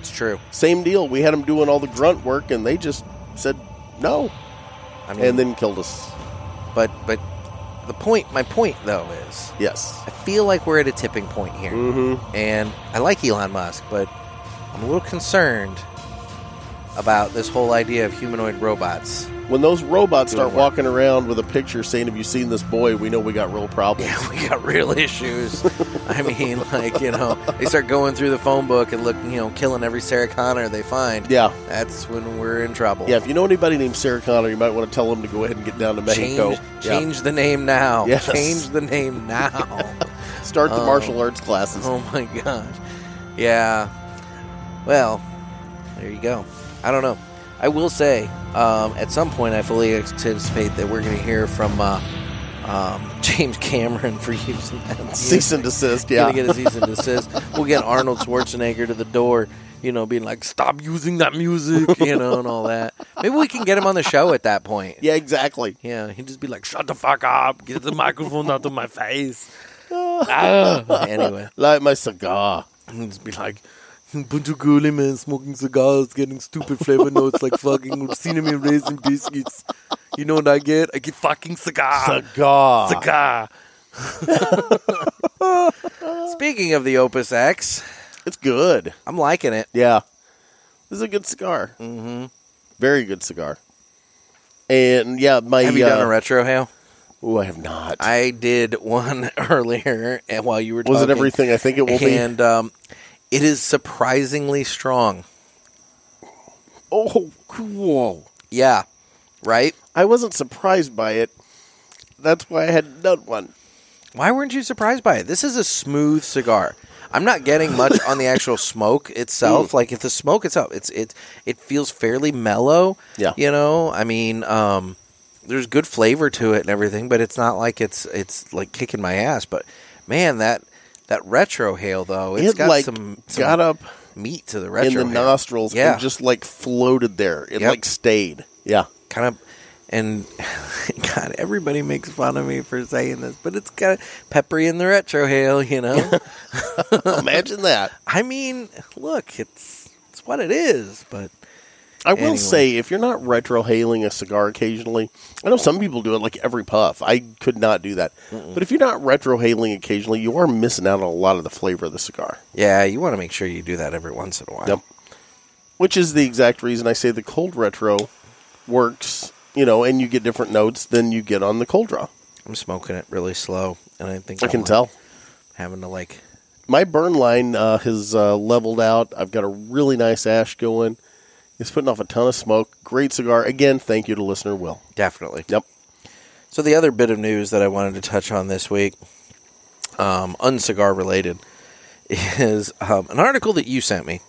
Speaker 2: It's true.
Speaker 3: Same deal. We had them doing all the grunt work, and they just said no,
Speaker 2: I mean,
Speaker 3: and then killed us.
Speaker 2: but but the point, my point though is,
Speaker 3: Yes.
Speaker 2: I feel like we're at a tipping point here,
Speaker 3: Mm-hmm.
Speaker 2: and I like Elon Musk, but I'm a little concerned about this whole idea of humanoid robots.
Speaker 3: When those robots
Speaker 2: Doing
Speaker 3: start
Speaker 2: work.
Speaker 3: walking around with a picture saying, "Have you seen this boy?" We know we got real problems.
Speaker 2: Yeah, we got real issues. I mean, like, you know, they start going through the phone book and look, you know, killing every Sarah Connor they find.
Speaker 3: Yeah.
Speaker 2: That's when we're in trouble.
Speaker 3: Yeah, If you know anybody named Sarah Connor, you might want to tell them to go ahead and get down to Mexico.
Speaker 2: Change,
Speaker 3: Yeah.
Speaker 2: change the name now.
Speaker 3: Yes.
Speaker 2: Change the name now.
Speaker 3: Start the
Speaker 2: Oh.
Speaker 3: martial arts classes.
Speaker 2: oh my gosh. Yeah. Well, there you go. I don't know. I will say, um, at some point, I fully anticipate that we're going to hear from uh, um, James Cameron for using that.
Speaker 3: Cease and desist.
Speaker 2: You're
Speaker 3: Yeah.
Speaker 2: gonna get a cease and desist. We'll get Arnold Schwarzenegger to the door, you know, being like, "Stop using that music," you know, and all that. Maybe we can get him on the show at that point.
Speaker 3: yeah. Exactly.
Speaker 2: Yeah, he'd just be like, "Shut the fuck up! Get the microphone out of my face." Ah. Anyway,
Speaker 3: Light my cigar.
Speaker 2: he'd just be like. Bunch of girly men smoking cigars, getting stupid flavor notes like fucking cinnamon raisin biscuits. You know what I get? I get fucking cigar.
Speaker 3: Cigar.
Speaker 2: Ah. Cigar. Speaking of the Opus X,
Speaker 3: It's good.
Speaker 2: I'm liking it.
Speaker 3: Yeah. This is a good cigar. Mm-hmm. Very good cigar. And yeah, my
Speaker 2: Have you
Speaker 3: uh,
Speaker 2: done a retro hail?
Speaker 3: Oh, I have not.
Speaker 2: I did one earlier, and while you were
Speaker 3: was it
Speaker 2: talking,
Speaker 3: everything I think it will be?
Speaker 2: and um, it is surprisingly strong.
Speaker 3: Oh, cool.
Speaker 2: Yeah, right.
Speaker 3: I wasn't surprised by it. That's why I hadn't done one.
Speaker 2: Why weren't you surprised by it? This is a smooth cigar. I'm not getting much on the actual smoke itself. Like if the smoke itself, it's it it feels fairly mellow.
Speaker 3: Yeah.
Speaker 2: you know, I mean, um, there's good flavor to it and everything, but it's not like it's it's like kicking my ass. But man, that that retro hail though, it's
Speaker 3: it
Speaker 2: got
Speaker 3: like
Speaker 2: some, some
Speaker 3: got up
Speaker 2: meat to the retro
Speaker 3: in the
Speaker 2: hail.
Speaker 3: nostrils
Speaker 2: Yeah.
Speaker 3: and just like floated there. It
Speaker 2: Yep.
Speaker 3: like stayed. Yeah.
Speaker 2: kind of and God, everybody makes fun of me for saying this, but it's kind of peppery in the retro hail, you know.
Speaker 3: Imagine that.
Speaker 2: I mean, look, it's it's what it is, but
Speaker 3: I will
Speaker 2: Anyway.
Speaker 3: say, if you're not retrohaling a cigar occasionally, I know some people do it like every puff. I could not do that. But if you're not retrohaling occasionally, you are missing out on a lot of the flavor of the cigar.
Speaker 2: yeah, you want to make sure you do that every once in a while.
Speaker 3: Yep. Which is the exact reason I say the cold retro works, you know, and you get different notes than you get on the cold draw.
Speaker 2: I'm smoking it really slow, and I think
Speaker 3: I
Speaker 2: I'm,
Speaker 3: can
Speaker 2: like,
Speaker 3: tell.
Speaker 2: having to like
Speaker 3: My burn line uh, has uh, leveled out. I've got a really nice ash going. It's putting off a ton of smoke. Great cigar. Again, thank you to listener Will.
Speaker 2: definitely.
Speaker 3: Yep.
Speaker 2: So the other bit of news that I wanted to touch on this week, um, uncigar related, is um, an article that you sent me.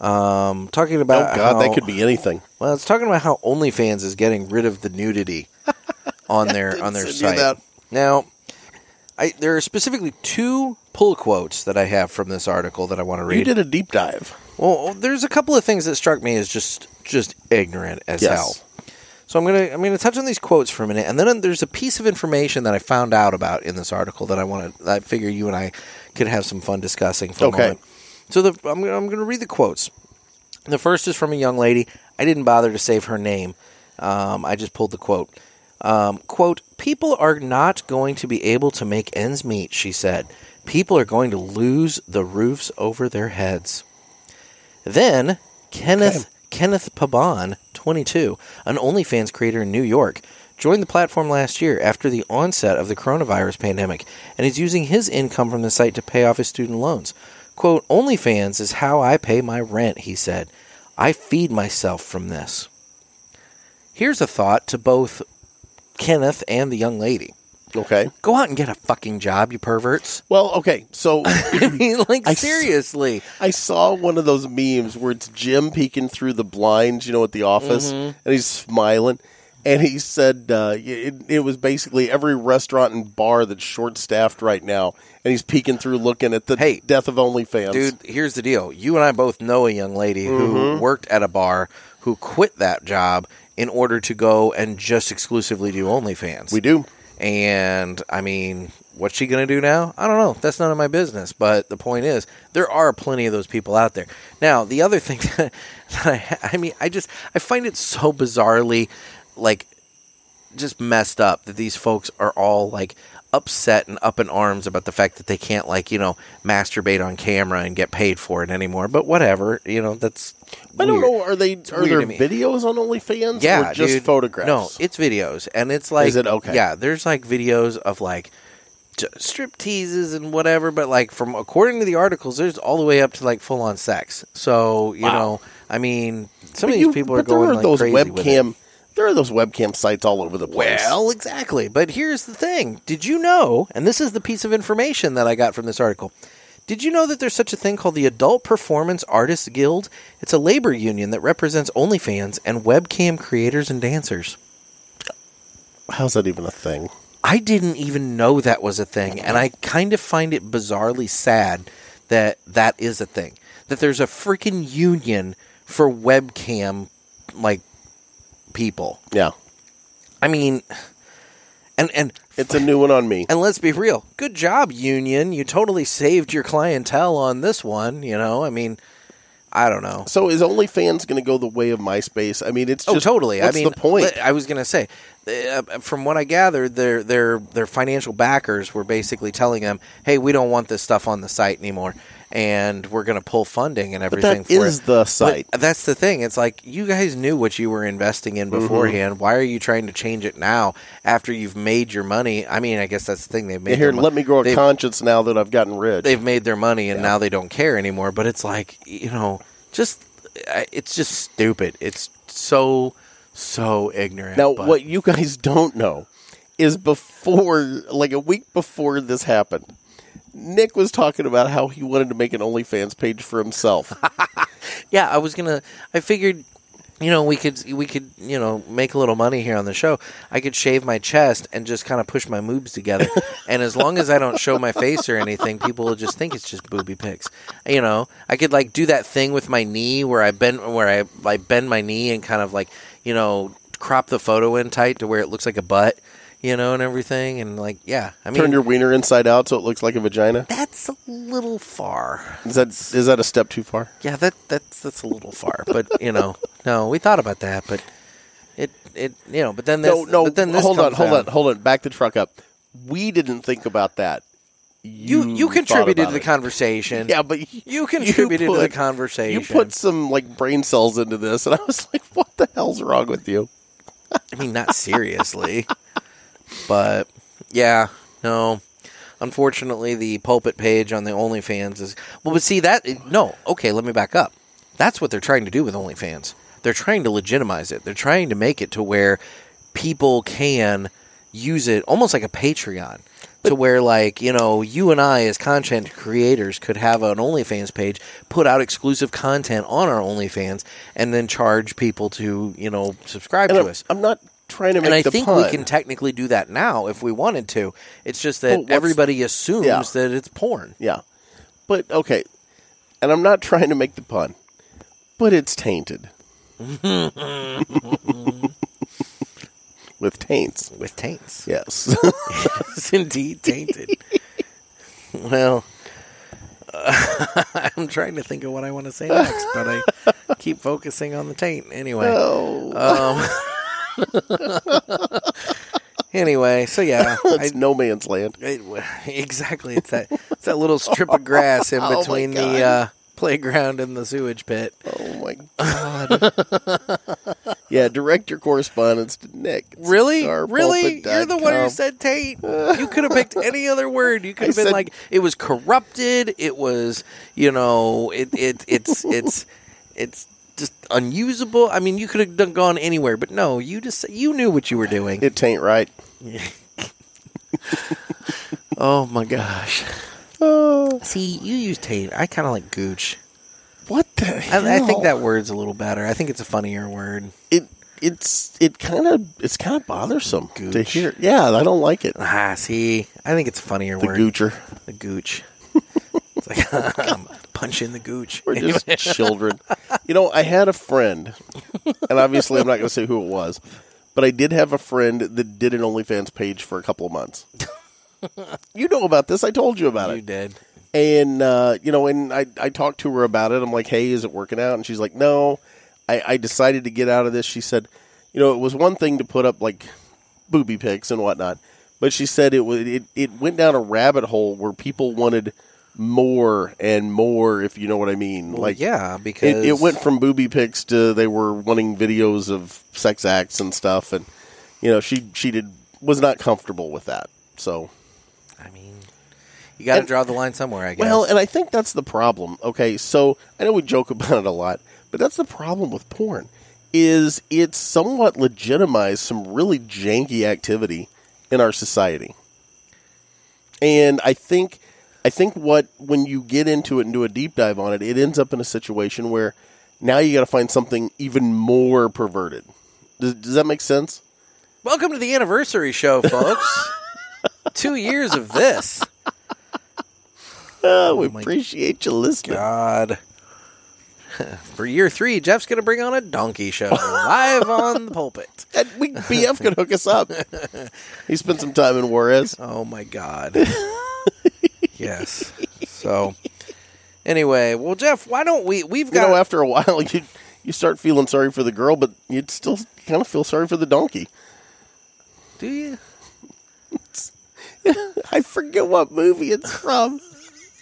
Speaker 2: Um, talking
Speaker 3: Oh,
Speaker 2: about
Speaker 3: God,
Speaker 2: how-
Speaker 3: that could be anything.
Speaker 2: Well, it's talking about how OnlyFans is getting rid of the nudity on their
Speaker 3: didn't
Speaker 2: on their
Speaker 3: send you
Speaker 2: site.
Speaker 3: that.
Speaker 2: Now, I there are specifically two pull quotes that I have from this article that I want to read.
Speaker 3: You did a deep dive.
Speaker 2: Well, there's a couple of things that struck me as just just ignorant as
Speaker 3: Yes.
Speaker 2: hell. So I'm gonna I'm gonna touch on these quotes for a minute, and then there's a piece of information that I found out about in this article that I want to. I figure you and I could have some fun discussing for
Speaker 3: Okay.
Speaker 2: a moment. So the, I'm gonna, I'm gonna read the quotes. The first is from a young lady. I didn't bother to save her name. Um, I just pulled the quote. Um, quote: People are not going to be able to make ends meet. She said. People are going to lose the roofs over their heads. Then Kenneth Kenneth Paban, 22, an OnlyFans creator in New York, joined the platform last year after the onset of the coronavirus pandemic and is using his income from the site to pay off his student loans. "Quote, OnlyFans is how I pay my rent," he said. "I feed myself from this." Here's a thought to both Kenneth and the young lady.
Speaker 3: Okay.
Speaker 2: Go out and get a fucking job, you perverts.
Speaker 3: Well, okay. So
Speaker 2: I mean, like
Speaker 3: I s-
Speaker 2: seriously.
Speaker 3: I saw one of those memes where it's Jim peeking through the blinds, you know, at the office, and he's smiling. And he said uh, it, it was basically every restaurant and bar that's short staffed right now. And he's peeking through looking at the
Speaker 2: Hey,
Speaker 3: death of OnlyFans.
Speaker 2: Dude, here's the deal. You and I both know a young lady who worked at a bar who quit that job in order to go and just exclusively do OnlyFans.
Speaker 3: We do.
Speaker 2: And I mean, what's she going to do now? I don't know. That's none of my business. But the point is, there are plenty of those people out there. Now, the other thing that I, I mean, I just I find it so bizarrely like just messed up that these folks are all like upset and up in arms about the fact that they can't like you know masturbate on camera and get paid for it anymore but whatever you know that's
Speaker 3: I don't
Speaker 2: weird.
Speaker 3: know. Are they are
Speaker 2: weird
Speaker 3: there
Speaker 2: to me.
Speaker 3: videos on OnlyFans?
Speaker 2: yeah
Speaker 3: or just
Speaker 2: dude.
Speaker 3: photographs.
Speaker 2: no it's videos and it's like
Speaker 3: Is it okay?
Speaker 2: yeah there's like videos of like j- strip teases and whatever but like from according to the articles there's all the way up to like full on sex so you know i mean some of
Speaker 3: But
Speaker 2: these
Speaker 3: you-
Speaker 2: people are
Speaker 3: but
Speaker 2: going
Speaker 3: there are
Speaker 2: like
Speaker 3: those
Speaker 2: crazy with it.
Speaker 3: webcam. There are those webcam sites all over the place.
Speaker 2: Well, exactly. But here's the thing. Did you know, and this is the piece of information that I got from this article. Did you know that there's such a thing called the Adult Performance Artists Guild? It's a labor union that represents OnlyFans and webcam creators and dancers.
Speaker 3: how's that even a thing?
Speaker 2: I didn't even know that was a thing, and I kind of find it bizarrely sad that that is a thing. That there's a freaking union for webcam like people.
Speaker 3: Yeah,
Speaker 2: I mean, and and
Speaker 3: it's a new one on me.
Speaker 2: And let's be real. Good job, union. You totally saved your clientele on this one. You know, I mean, I don't know.
Speaker 3: So is OnlyFans going to go the way of MySpace? I mean, it's
Speaker 2: Oh,
Speaker 3: just,
Speaker 2: totally.
Speaker 3: What's
Speaker 2: I mean,
Speaker 3: the point?
Speaker 2: I was gonna say, uh, from what I gathered, their their their financial backers were basically telling them, "Hey, we don't want this stuff on the site anymore, and we're gonna pull funding and
Speaker 3: But
Speaker 2: everything
Speaker 3: that
Speaker 2: for
Speaker 3: is
Speaker 2: it."
Speaker 3: the
Speaker 2: But
Speaker 3: site.
Speaker 2: that's the thing. It's like you guys knew what you were investing in
Speaker 3: Mm-hmm.
Speaker 2: beforehand. Why are you trying to change it now after you've made your money? I mean, I guess that's the thing they've made.
Speaker 3: Here,
Speaker 2: their mon-
Speaker 3: let me grow a
Speaker 2: they've-
Speaker 3: conscience now that I've gotten rich.
Speaker 2: they've made their money and now they don't care anymore. But it's like you know, just I- it's just stupid. It's so so ignorant.
Speaker 3: Now,
Speaker 2: but-
Speaker 3: what you guys don't know is before, like a week before this happened, Nick was talking about how he wanted to make an OnlyFans page for himself.
Speaker 2: Yeah, I was gonna. I figured, you know, we could we could you know make a little money here on the show. I could shave my chest and just kind of push my moobs together, and as long as I don't show my face or anything, people will just think it's just booby pics. You know, I could like do that thing with my knee where I bend where I I bend my knee and kind of like you know crop the photo in tight to where it looks like a butt. You know, and everything, and like, yeah, I mean,
Speaker 3: Turn your wiener inside out so it looks like a vagina.
Speaker 2: that's a little far.
Speaker 3: Is that is that a step too far?
Speaker 2: Yeah, that that's that's a little far, but you know, no, we thought about that, but it it you know, but then this,
Speaker 3: no, no.
Speaker 2: but then this
Speaker 3: hold on,
Speaker 2: comes
Speaker 3: hold
Speaker 2: down.
Speaker 3: on, hold on. Back the truck up. We didn't think about that. You
Speaker 2: You you
Speaker 3: thought
Speaker 2: contributed
Speaker 3: about
Speaker 2: to the
Speaker 3: it.
Speaker 2: conversation.
Speaker 3: Yeah, but y-
Speaker 2: You contributed to the
Speaker 3: put-
Speaker 2: conversation.
Speaker 3: You put some like brain cells into this, and I was like, "What the hell's wrong with you?"
Speaker 2: I mean, not seriously, but yeah, no. Unfortunately, the pulpit page on the OnlyFans is well. But see that no. Okay, let me back up. That's what they're trying to do with OnlyFans. They're trying to legitimize it. They're trying to make it to where people can use it almost like a Patreon. To where, like, you know, you and I as content creators could have an OnlyFans page, put out exclusive content on our OnlyFans, and then charge people to, you know, subscribe
Speaker 3: And
Speaker 2: to
Speaker 3: I'm,
Speaker 2: us
Speaker 3: I'm not trying to make
Speaker 2: and I
Speaker 3: the
Speaker 2: think
Speaker 3: pun.
Speaker 2: we can technically do that now if we wanted to. It's just
Speaker 3: Well,
Speaker 2: that
Speaker 3: what's-
Speaker 2: everybody assumes
Speaker 3: Yeah.
Speaker 2: that it's porn.
Speaker 3: yeah, but okay. And I'm not trying to make the pun, but it's tainted with taints.
Speaker 2: with taints.
Speaker 3: Yes.
Speaker 2: It's indeed tainted. well, uh, I'm trying to think of what I want to say next, but I keep focusing on the taint anyway.
Speaker 3: oh,
Speaker 2: Um, anyway, so yeah, I,
Speaker 3: it's no man's land.
Speaker 2: it, exactly. It's that it's that little strip of grass in
Speaker 3: Oh my
Speaker 2: between
Speaker 3: God.
Speaker 2: the uh, playground and the sewage pit.
Speaker 3: Oh my god. yeah, direct your correspondence to Nick. It's
Speaker 2: Really?
Speaker 3: starpulpit.com.
Speaker 2: Really? You're the one who said taint. You could have picked any other word. You could have
Speaker 3: I
Speaker 2: been
Speaker 3: said-
Speaker 2: like it was corrupted, it was, you know, it it it's it's it's just unusable. I mean, you could have done gone anywhere, but no, you just you knew what you were doing.
Speaker 3: it taint right.
Speaker 2: oh my gosh.
Speaker 3: Oh,
Speaker 2: See, you use taint. I kind of like gooch.
Speaker 3: what the hell?
Speaker 2: I, I think that word's a little better. I think it's a funnier word.
Speaker 3: it it's it kind of it's kind of bothersome to
Speaker 2: Gooch.
Speaker 3: hear. Yeah, I don't like it.
Speaker 2: Ah, see, I think it's a funnier
Speaker 3: The
Speaker 2: word.
Speaker 3: goocher.
Speaker 2: The gooch. it's like I'm punching the gooch.
Speaker 3: We're just children. You know, I had a friend, and obviously I'm not going to say who it was, but I did have a friend that did an OnlyFans page for a couple of months. you know about this. I told you about
Speaker 2: you
Speaker 3: it.
Speaker 2: did.
Speaker 3: and uh, you know, and I I talked to her about it. I'm like, hey, is it working out? And she's like, no, I, I decided to get out of this. She said, you know, it was one thing to put up like booby pics and whatnot, but she said it was it, it went down a rabbit hole where people wanted more and more, if you know what I mean. like,
Speaker 2: yeah, because
Speaker 3: It, it went from booby pics to they were wanting videos of sex acts and stuff, and you know she she did was not comfortable with that. So
Speaker 2: I mean, you got to
Speaker 3: And-
Speaker 2: draw the line somewhere, I guess.
Speaker 3: Well, and I think that's the problem. Okay, so I know we joke about it a lot, but that's the problem with porn is it's somewhat legitimized some really janky activity in our society. And I think I think what when you get into it and do a deep dive on it, it ends up in a situation where now you got to find something even more perverted. Does, does that make sense?
Speaker 2: welcome to the anniversary show, folks. Two years of this.
Speaker 3: Oh, we
Speaker 2: my
Speaker 3: appreciate you listening.
Speaker 2: God. For year three, Jeff's going to bring on a donkey show live on the pulpit.
Speaker 3: And we BF could hook us up. he spent some time in Juarez.
Speaker 2: Oh my God. yes. So, anyway, well, Jeff, why don't we? We've
Speaker 3: you
Speaker 2: got.
Speaker 3: know, after a while, you you start feeling sorry for the girl, but you'd still kind of feel sorry for the donkey.
Speaker 2: do you?
Speaker 3: I forget what movie it's from,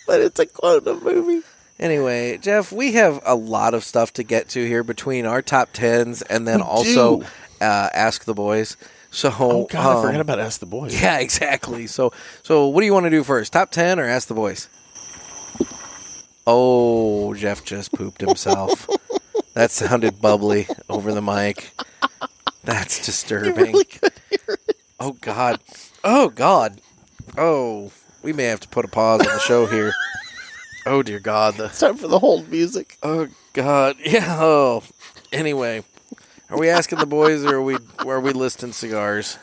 Speaker 3: but it's a quote of movie.
Speaker 2: Anyway, Jeff, we have a lot of stuff to get to here between our top tens and then
Speaker 3: We
Speaker 2: also
Speaker 3: do.
Speaker 2: uh, ask the boys. So,
Speaker 3: Oh
Speaker 2: um,
Speaker 3: God, I forgot about Ask the Boy.
Speaker 2: yeah, exactly. So, so what do you want to do first? Top ten or ask the boys? Oh, Jeff just pooped himself. that sounded bubbly over the mic. That's disturbing. Oh God. Oh God. Oh, we may have to put a pause on the show here. Oh dear God. The
Speaker 3: It's time for the hold music.
Speaker 2: Oh God, yeah. Oh. Anyway, are we asking the boys, or are we or are we listing cigars?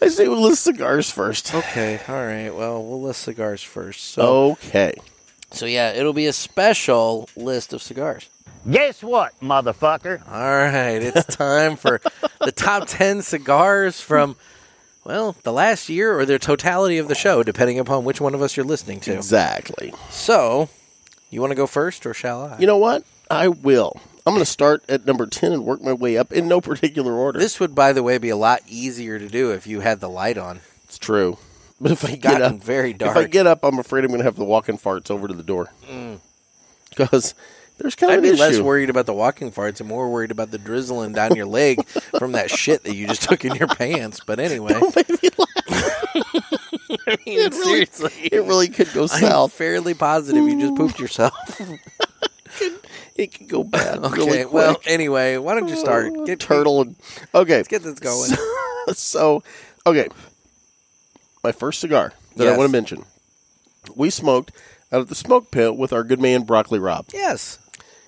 Speaker 3: I say we list cigars first.
Speaker 2: Okay, all right. Well, we'll list cigars first.
Speaker 3: Oh.
Speaker 2: So,
Speaker 3: Okay.
Speaker 2: so yeah, it'll be a special list of cigars.
Speaker 5: Guess what, motherfucker?
Speaker 2: All right, it's time for the top ten cigars from. Well, the last year or the totality of the show, depending upon which one of us you're listening to.
Speaker 3: Exactly.
Speaker 2: So, you want to go first, or shall I?
Speaker 3: You know what? I will. I'm going to start at number ten and work my way up in no particular order.
Speaker 2: this would, by the way, be a lot easier to do if you had the light on.
Speaker 3: It's true. But if I get
Speaker 2: Gotten
Speaker 3: up,
Speaker 2: very dark.
Speaker 3: If I get up, I'm afraid I'm going to have the walking farts over to the door. Because there's kind of
Speaker 2: I'd be
Speaker 3: an
Speaker 2: less
Speaker 3: issue.
Speaker 2: worried about the walking farts and more worried about the drizzling down your leg from that shit that you just took in your pants. But anyway, I mean, seriously,
Speaker 3: It really could go
Speaker 2: I'm
Speaker 3: south.
Speaker 2: fairly positive you just pooped yourself.
Speaker 3: it could go bad.
Speaker 2: Okay,
Speaker 3: really quick. Oh,
Speaker 2: well, anyway, why don't you start? Get
Speaker 3: turtle. And, okay,
Speaker 2: Get this going.
Speaker 3: so okay, my first cigar that I
Speaker 2: Yes.
Speaker 3: want to mention. We smoked out of the smoke pit with our good man Broccoli Rob.
Speaker 2: yes.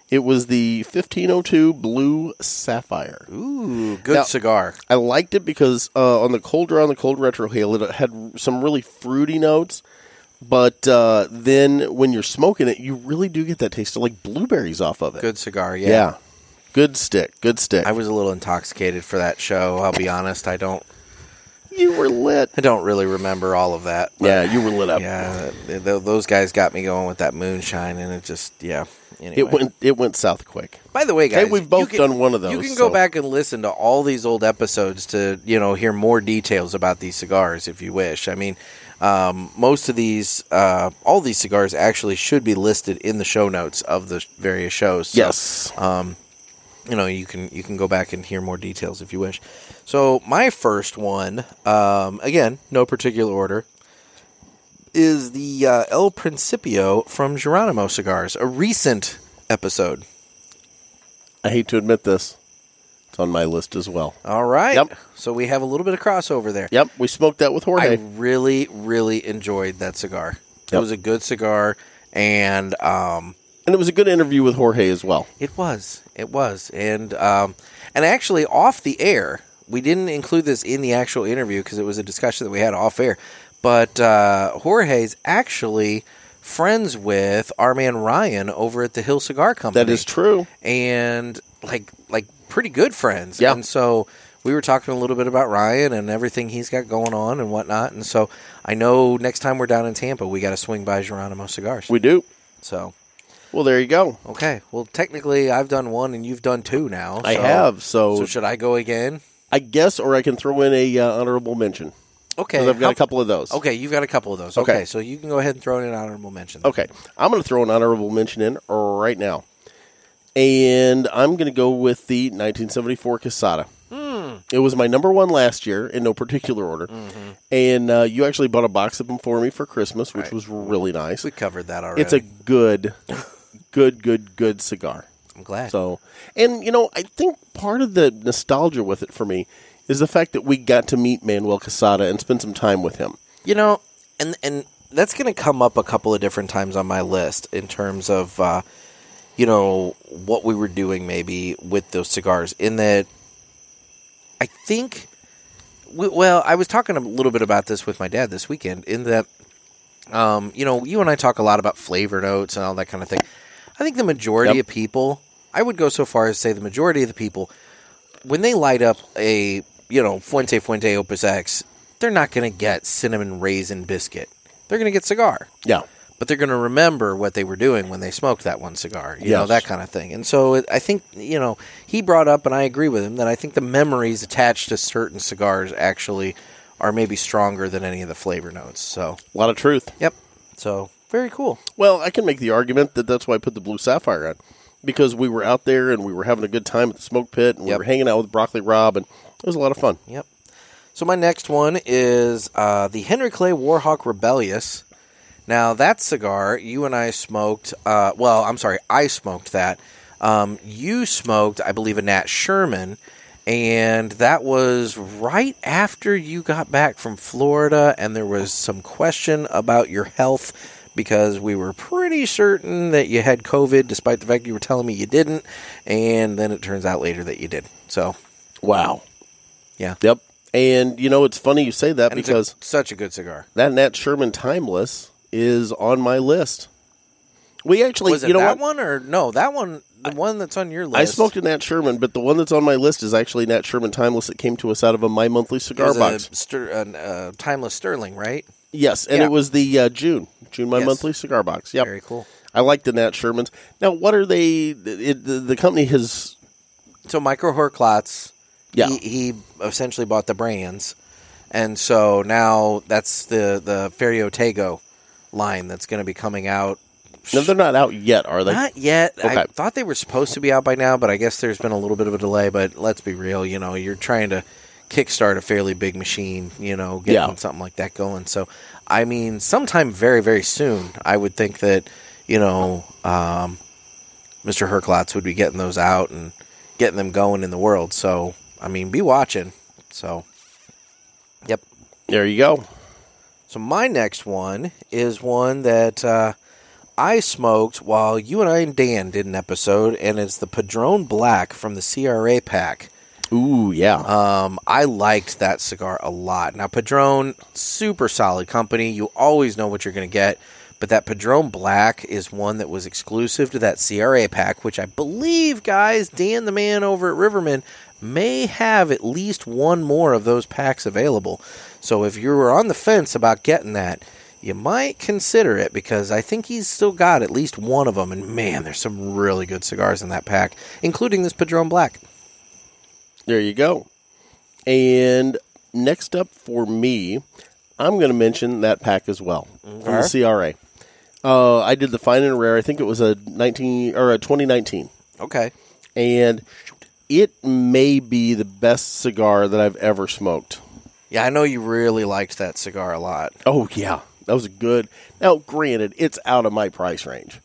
Speaker 3: It was the 1502 Blue Sapphire.
Speaker 2: Ooh, good
Speaker 3: Now-
Speaker 2: cigar.
Speaker 3: I liked it because uh, on the cold draw on the cold retrohale, it had some really fruity notes, But uh, then when you're smoking it, you really do get that taste of like blueberries off of it.
Speaker 2: Good cigar,
Speaker 3: Yeah. Good stick. Good stick.
Speaker 2: I was a little intoxicated for that show. I'll be honest. I don't.
Speaker 3: you were lit.
Speaker 2: I don't really remember all of that. but-
Speaker 3: Yeah, you were lit up.
Speaker 2: yeah. th- th- those guys got me going with that moonshine, and it just yeah. Anyway.
Speaker 3: It went it went south quick.
Speaker 2: By the way, guys,
Speaker 3: we've
Speaker 2: you
Speaker 3: both
Speaker 2: can-
Speaker 3: done one of
Speaker 2: You
Speaker 3: those,
Speaker 2: can go
Speaker 3: so-
Speaker 2: back and listen to all these old episodes to you know hear more details about these cigars if you wish. I mean, um, most of these, uh, all these cigars actually should be listed in the show notes of the various shows. So,
Speaker 3: Yes.
Speaker 2: you know you can you can go back and hear more details if you wish. So my first one, um, again, no particular order, is the uh, El Principio from Geronimo Cigars, a recent episode.
Speaker 3: I hate to admit this. It's on my list as well.
Speaker 2: All right.
Speaker 3: Yep.
Speaker 2: So we have a little bit of crossover there.
Speaker 3: Yep, we smoked that with
Speaker 2: I
Speaker 3: Jorge.
Speaker 2: really, really enjoyed that cigar. It
Speaker 3: Yep.
Speaker 2: was a good cigar, and um,
Speaker 3: and it was a good interview with Jorge as well.
Speaker 2: it was, it was, and um, and actually off the air, we didn't include this in the actual interview because it was a discussion that we had off air. But uh, Jorge's actually friends with our man Ryan over at the Hill Cigar Company.
Speaker 3: That is true.
Speaker 2: and like like pretty good friends.
Speaker 3: Yeah.
Speaker 2: And so we were talking a little bit about Ryan and everything he's got going on and whatnot. And so I know next time we're down in Tampa, we got to swing by Geronimo Cigars.
Speaker 3: We do.
Speaker 2: so
Speaker 3: Well, there you go.
Speaker 2: okay, well technically I've done one and you've done two now.
Speaker 3: I
Speaker 2: so-
Speaker 3: have. So,
Speaker 2: So should I go again?
Speaker 3: I guess, or I can throw in a uh, honorable mention
Speaker 2: Okay,
Speaker 3: 'Cause I've got
Speaker 2: how-
Speaker 3: a couple of those.
Speaker 2: Okay, you've got a couple of those. Okay,
Speaker 3: Okay.
Speaker 2: so you can go ahead and throw in an honorable mention.
Speaker 3: Okay, I'm going to throw an honorable mention in right now, and I'm going to go with the 1974 Casada. It was my number one last year in no particular order, and uh, you actually bought a box of them for me for Christmas, which
Speaker 2: Right.
Speaker 3: was really nice.
Speaker 2: We covered that already.
Speaker 3: It's a good, good, good, good cigar.
Speaker 2: I'm glad.
Speaker 3: So, and you know, I think part of the nostalgia with it for me is the fact that we got to meet Manuel Casada and spend some time with him.
Speaker 2: You know, and and that's going to come up a couple of different times on my list in terms of, uh, you know, what we were doing maybe with those cigars. In that, I think, we, well, I was talking a little bit about this with my dad this weekend. In that, um, you know, you and I talk a lot about flavor notes and all that kind of thing. I think the majority
Speaker 3: Yep.
Speaker 2: of people, I would go so far as to say the majority of the people when they light up a you know Fuente Fuente Opus X, they're not going to get cinnamon raisin biscuit. They're going to get cigar,
Speaker 3: Yeah,
Speaker 2: but they're going to remember what they were doing when they smoked that one cigar. You know
Speaker 3: Yes.
Speaker 2: that kind of thing. And so it, I think you know he brought up, and I agree with him that I think the memories attached to certain cigars actually are maybe stronger than any of the flavor notes. So
Speaker 3: a lot of truth.
Speaker 2: yep, so very cool.
Speaker 3: Well, I can make the argument that that's why I put the blue sapphire on because we were out there and we were having a good time at the smoke pit and we
Speaker 2: Yep.
Speaker 3: were hanging out with Broccoli Rob and it was a lot of fun.
Speaker 2: Yep. So my next one is uh, the Henry Clay Warhawk Rebellious. Now that cigar you and I smoked. Uh, well, I'm sorry, I smoked that. Um, you smoked, I believe, a Nat Sherman, and that was right after you got back from Florida, and there was some question about your health because we were pretty certain that you had COVID, despite the fact you were telling me you didn't, and then it turns out later that you did. So
Speaker 3: Wow.
Speaker 2: Yeah.
Speaker 3: Yep. And you know, it's funny you say that
Speaker 2: and it's a-
Speaker 3: because
Speaker 2: such a good cigar.
Speaker 3: that Nat Sherman Timeless is on my list. We actually,
Speaker 2: was it
Speaker 3: you know
Speaker 2: that
Speaker 3: what?
Speaker 2: one or no? That one, the one that's on your list.
Speaker 3: I smoked a Nat Sherman, but the one that's on my list is actually Nat Sherman Timeless that came to us out of a My Monthly
Speaker 2: It
Speaker 3: cigar
Speaker 2: was
Speaker 3: box.
Speaker 2: a Ster- an, uh, timeless Sterling, right?
Speaker 3: yes, and
Speaker 2: yeah.
Speaker 3: it was the uh, June June My
Speaker 2: Yes.
Speaker 3: Monthly cigar box. Yep.
Speaker 2: Very cool.
Speaker 3: I like the Nat Shermans. Now, what are they? It, the, the company has
Speaker 2: So Michael Horklotz,
Speaker 3: Yeah.
Speaker 2: he, he essentially bought the brands, and so now that's the the Ferriotego line that's going to be coming out.
Speaker 3: no, they're not out yet, are they?
Speaker 2: Not yet. I
Speaker 3: Okay.
Speaker 2: thought they were supposed to be out by now, but I guess there's been a little bit of a delay. But let's be real, you know, you're trying to kickstart a fairly big machine, you know, getting
Speaker 3: Yeah.
Speaker 2: something like that going. So, I mean, sometime very, very soon, I would think that, you know, um, Mr. Herklotz would be getting those out and getting them going in the world. So, I mean, be watching. So, yep.
Speaker 3: There you go.
Speaker 2: So my next one is one that uh, I smoked while you and I and Dan did an episode, and it's the Padrone Black from the CRA pack.
Speaker 3: Ooh, yeah.
Speaker 2: Um, I liked that cigar a lot. Now Padron, super solid company. You always know what you're going to get. But that Padron Black is one that was exclusive to that CRA pack, which I believe, guys, Dan the man over at Riverman may have at least one more of those packs available. So if you were on the fence about getting that, you might consider it because I think he's still got at least one of them. And man, there's some really good cigars in that pack, including this Padron Black.
Speaker 3: There you go. And next up for me, I'm going to mention that pack as well from the CRA. Uh, I did the fine and rare. I think it was a 19 or a 2019,
Speaker 2: Okay.
Speaker 3: and it may be the best cigar that I've ever smoked.
Speaker 2: Yeah, I know you really liked that cigar a lot.
Speaker 3: Oh yeah, that was a good. Now, granted, it's out of my price range,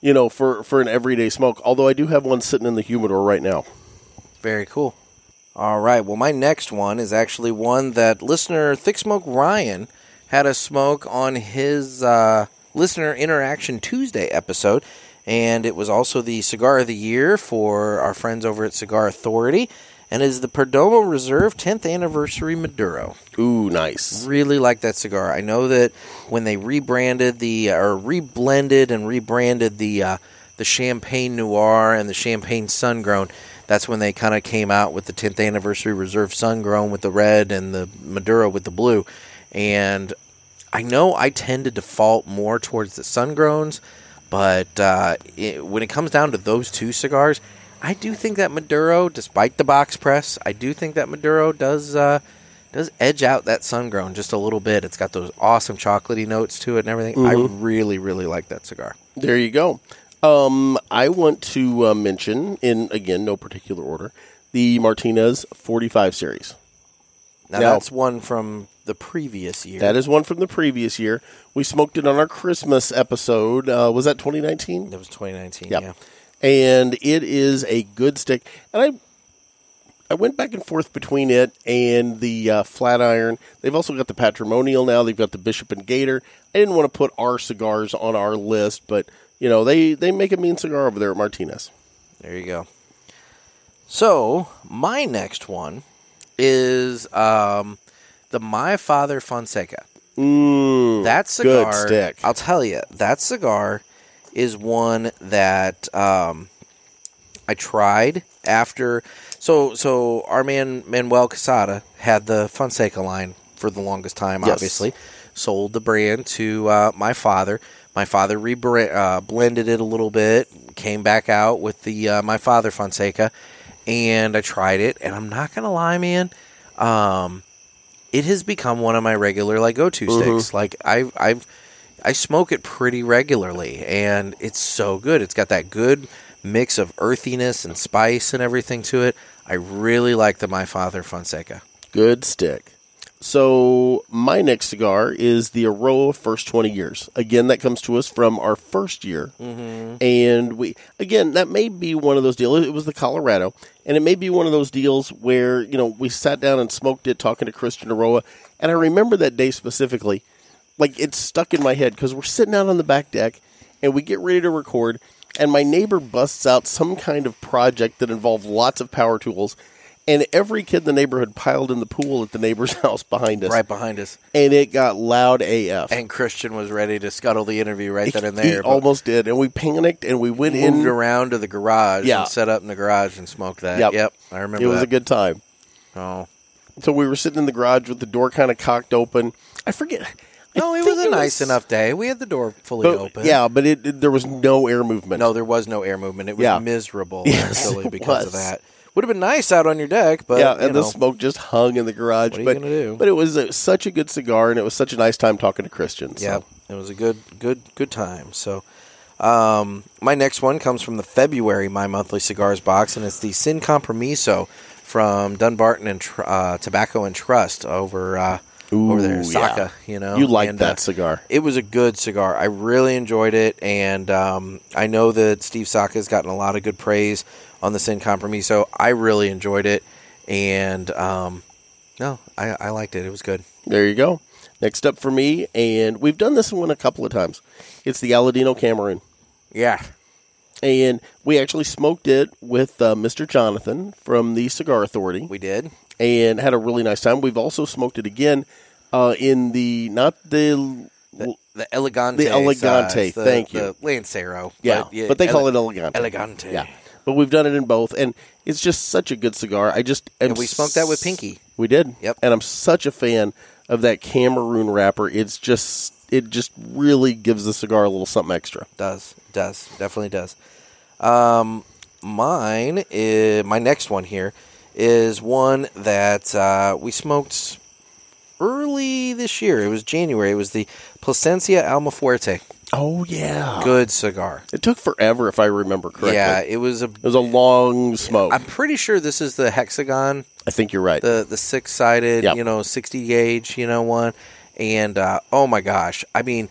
Speaker 3: you know, for for an everyday smoke. Although I do have one sitting in the humidor right now.
Speaker 2: Very cool. All right. Well, my next one is actually one that listener Thick Smoke Ryan had a smoke on his uh, listener interaction Tuesday episode, and it was also the cigar of the year for our friends over at Cigar Authority, and is the Perdomo Reserve 10th Anniversary Maduro.
Speaker 3: Ooh, nice.
Speaker 2: Really like that cigar. I know that when they rebranded the uh, or reblended and rebranded the uh, the Champagne Noir and the Champagne Sun Grown, that's when they kind of came out with the 10th anniversary Reserve Sun Grown with the red and the Maduro with the blue. And I know I tend to default more towards the sun growns, but uh, it, when it comes down to those two cigars, I do think that Maduro, despite the box press, I do think that Maduro does uh, does edge out that sun grown just a little bit. It's got those awesome chocolatey notes to it and everything.
Speaker 3: Mm-hmm.
Speaker 2: I really, really like that cigar.
Speaker 3: There you go. Um, I want to uh, mention, in again, no particular order, the Martinez 45 series.
Speaker 2: Now,
Speaker 3: Now-
Speaker 2: that's one from the previous year.
Speaker 3: That is one from the previous year. We smoked it on our Christmas episode. Uh, was that 2019?
Speaker 2: that was 2019.
Speaker 3: Yeah.
Speaker 2: Yeah.
Speaker 3: And it is a good stick. And I I went back and forth between it and the uh, flat iron. They've also got the patrimonial now. They've got the bishop and gator. I didn't want to put our cigars on our list, but you know they they make a mean cigar over there at Martinez.
Speaker 2: There you go. So my next one is um, the My Father Fonseca.
Speaker 3: Mm,
Speaker 2: That
Speaker 3: good
Speaker 2: cigar,
Speaker 3: stick.
Speaker 2: I'll tell you, that cigar is one that um, I tried after. So, so our man Manuel Casada had the Fonseca line for the longest time.
Speaker 3: Yes.
Speaker 2: Obviously, sold the brand to uh, my father. My father rebrand, uh, blended it a little bit, came back out with the uh, my father Fonseca, and I tried it. And I'm not gonna lie, man. Um, it has become one of my regular like go to sticks. Like I I've I smoke it pretty regularly and it's so good. It's got that good mix of earthiness and spice and everything to it. I really like the My Father Fonseca.
Speaker 3: Good stick. So my next cigar is the Aroa First Twenty Years. Again, that comes to us from our first year, and we again that may be one of those deals. It was the Colorado, and it may be one of those deals where you know we sat down and smoked it, talking to Christian Aroa, and I remember that day specifically. Like it's stuck in my head because we're sitting out on the back deck, and we get ready to record, and my neighbor busts out some kind of project that involved lots of power tools. And every kid in the neighborhood piled in the pool at the neighbor's house behind us
Speaker 2: Right behind us.
Speaker 3: and it got loud AF.
Speaker 2: And Christian was ready to scuttle the interview right then and
Speaker 3: He
Speaker 2: there. but
Speaker 3: almost did, and we panicked, and we went in.
Speaker 2: moved around to the garage
Speaker 3: Yeah.
Speaker 2: and set up in the garage and smoked that.
Speaker 3: Yep.
Speaker 2: Yep. I remember
Speaker 3: It was
Speaker 2: that.
Speaker 3: a good time.
Speaker 2: oh.
Speaker 3: So we were sitting in the garage with the door kind of cocked open. I forget. I
Speaker 2: No, it
Speaker 3: think
Speaker 2: was a nice enough day. We had the door fully
Speaker 3: but-
Speaker 2: open.
Speaker 3: Yeah, but it, it- there was no air movement.
Speaker 2: No, there was no air movement. It was
Speaker 3: Yeah.
Speaker 2: miserable
Speaker 3: Yes,
Speaker 2: actually
Speaker 3: it
Speaker 2: because of
Speaker 3: was.
Speaker 2: that. Would have been nice out on your deck, but
Speaker 3: yeah,
Speaker 2: you
Speaker 3: and the
Speaker 2: know.
Speaker 3: smoke just hung in the garage.
Speaker 2: What are you
Speaker 3: but
Speaker 2: gonna do?
Speaker 3: but it was a, such a good cigar, and it was such a nice time talking to Christian. So.
Speaker 2: Yeah, it was a good, good, good time. So, um, my next one comes from the February My Monthly Cigars box, and it's the Sin Compromiso from Dunbarton and Tr- uh, Tobacco and Trust over uh,
Speaker 3: Ooh,
Speaker 2: over there,
Speaker 3: yeah.
Speaker 2: Saka. You know,
Speaker 3: you liked
Speaker 2: And,
Speaker 3: that
Speaker 2: uh,
Speaker 3: cigar.
Speaker 2: it was a good cigar. I really enjoyed it, and um, I know that Steve Saka's gotten a lot of good praise on the Sin Compromiso. I really enjoyed it, and um, no, I, I liked it. It was good.
Speaker 3: There you go. Next up for me, and we've done this one a couple of times. It's the Aladino Cameroon.
Speaker 2: Yeah,
Speaker 3: and we actually smoked it with uh, Mr. Jonathan from the Cigar Authority,
Speaker 2: We did.
Speaker 3: and had a really nice time. We've also smoked it again uh, in the not the,
Speaker 2: The elegante,
Speaker 3: The Elegante,
Speaker 2: size, the-
Speaker 3: thank you.
Speaker 2: the Lancero.
Speaker 3: yeah, but, they call it elegante.
Speaker 2: elegante.
Speaker 3: Yeah, but we've done it in both, and it's just such a good cigar. I just am
Speaker 2: And we smoked that with
Speaker 3: s-
Speaker 2: Pinky.
Speaker 3: We did.
Speaker 2: Yep.
Speaker 3: And I'm such a fan of that Cameroon wrapper. It's just it just really gives the cigar a little something extra.
Speaker 2: Does does definitely does. Um, mine is my next one here is one that uh, we smoked early this year. It was January. It was the Placencia Almafuerte.
Speaker 3: Oh yeah.
Speaker 2: Good cigar.
Speaker 3: It took forever, if I remember correctly.
Speaker 2: Yeah, it was a.
Speaker 3: It was a long smoke.
Speaker 2: I'm pretty sure this is the hexagon,
Speaker 3: I think you're right.
Speaker 2: the the six sided,
Speaker 3: Yep.
Speaker 2: you know, sixty gauge, you know, one. And uh, oh my gosh, I mean,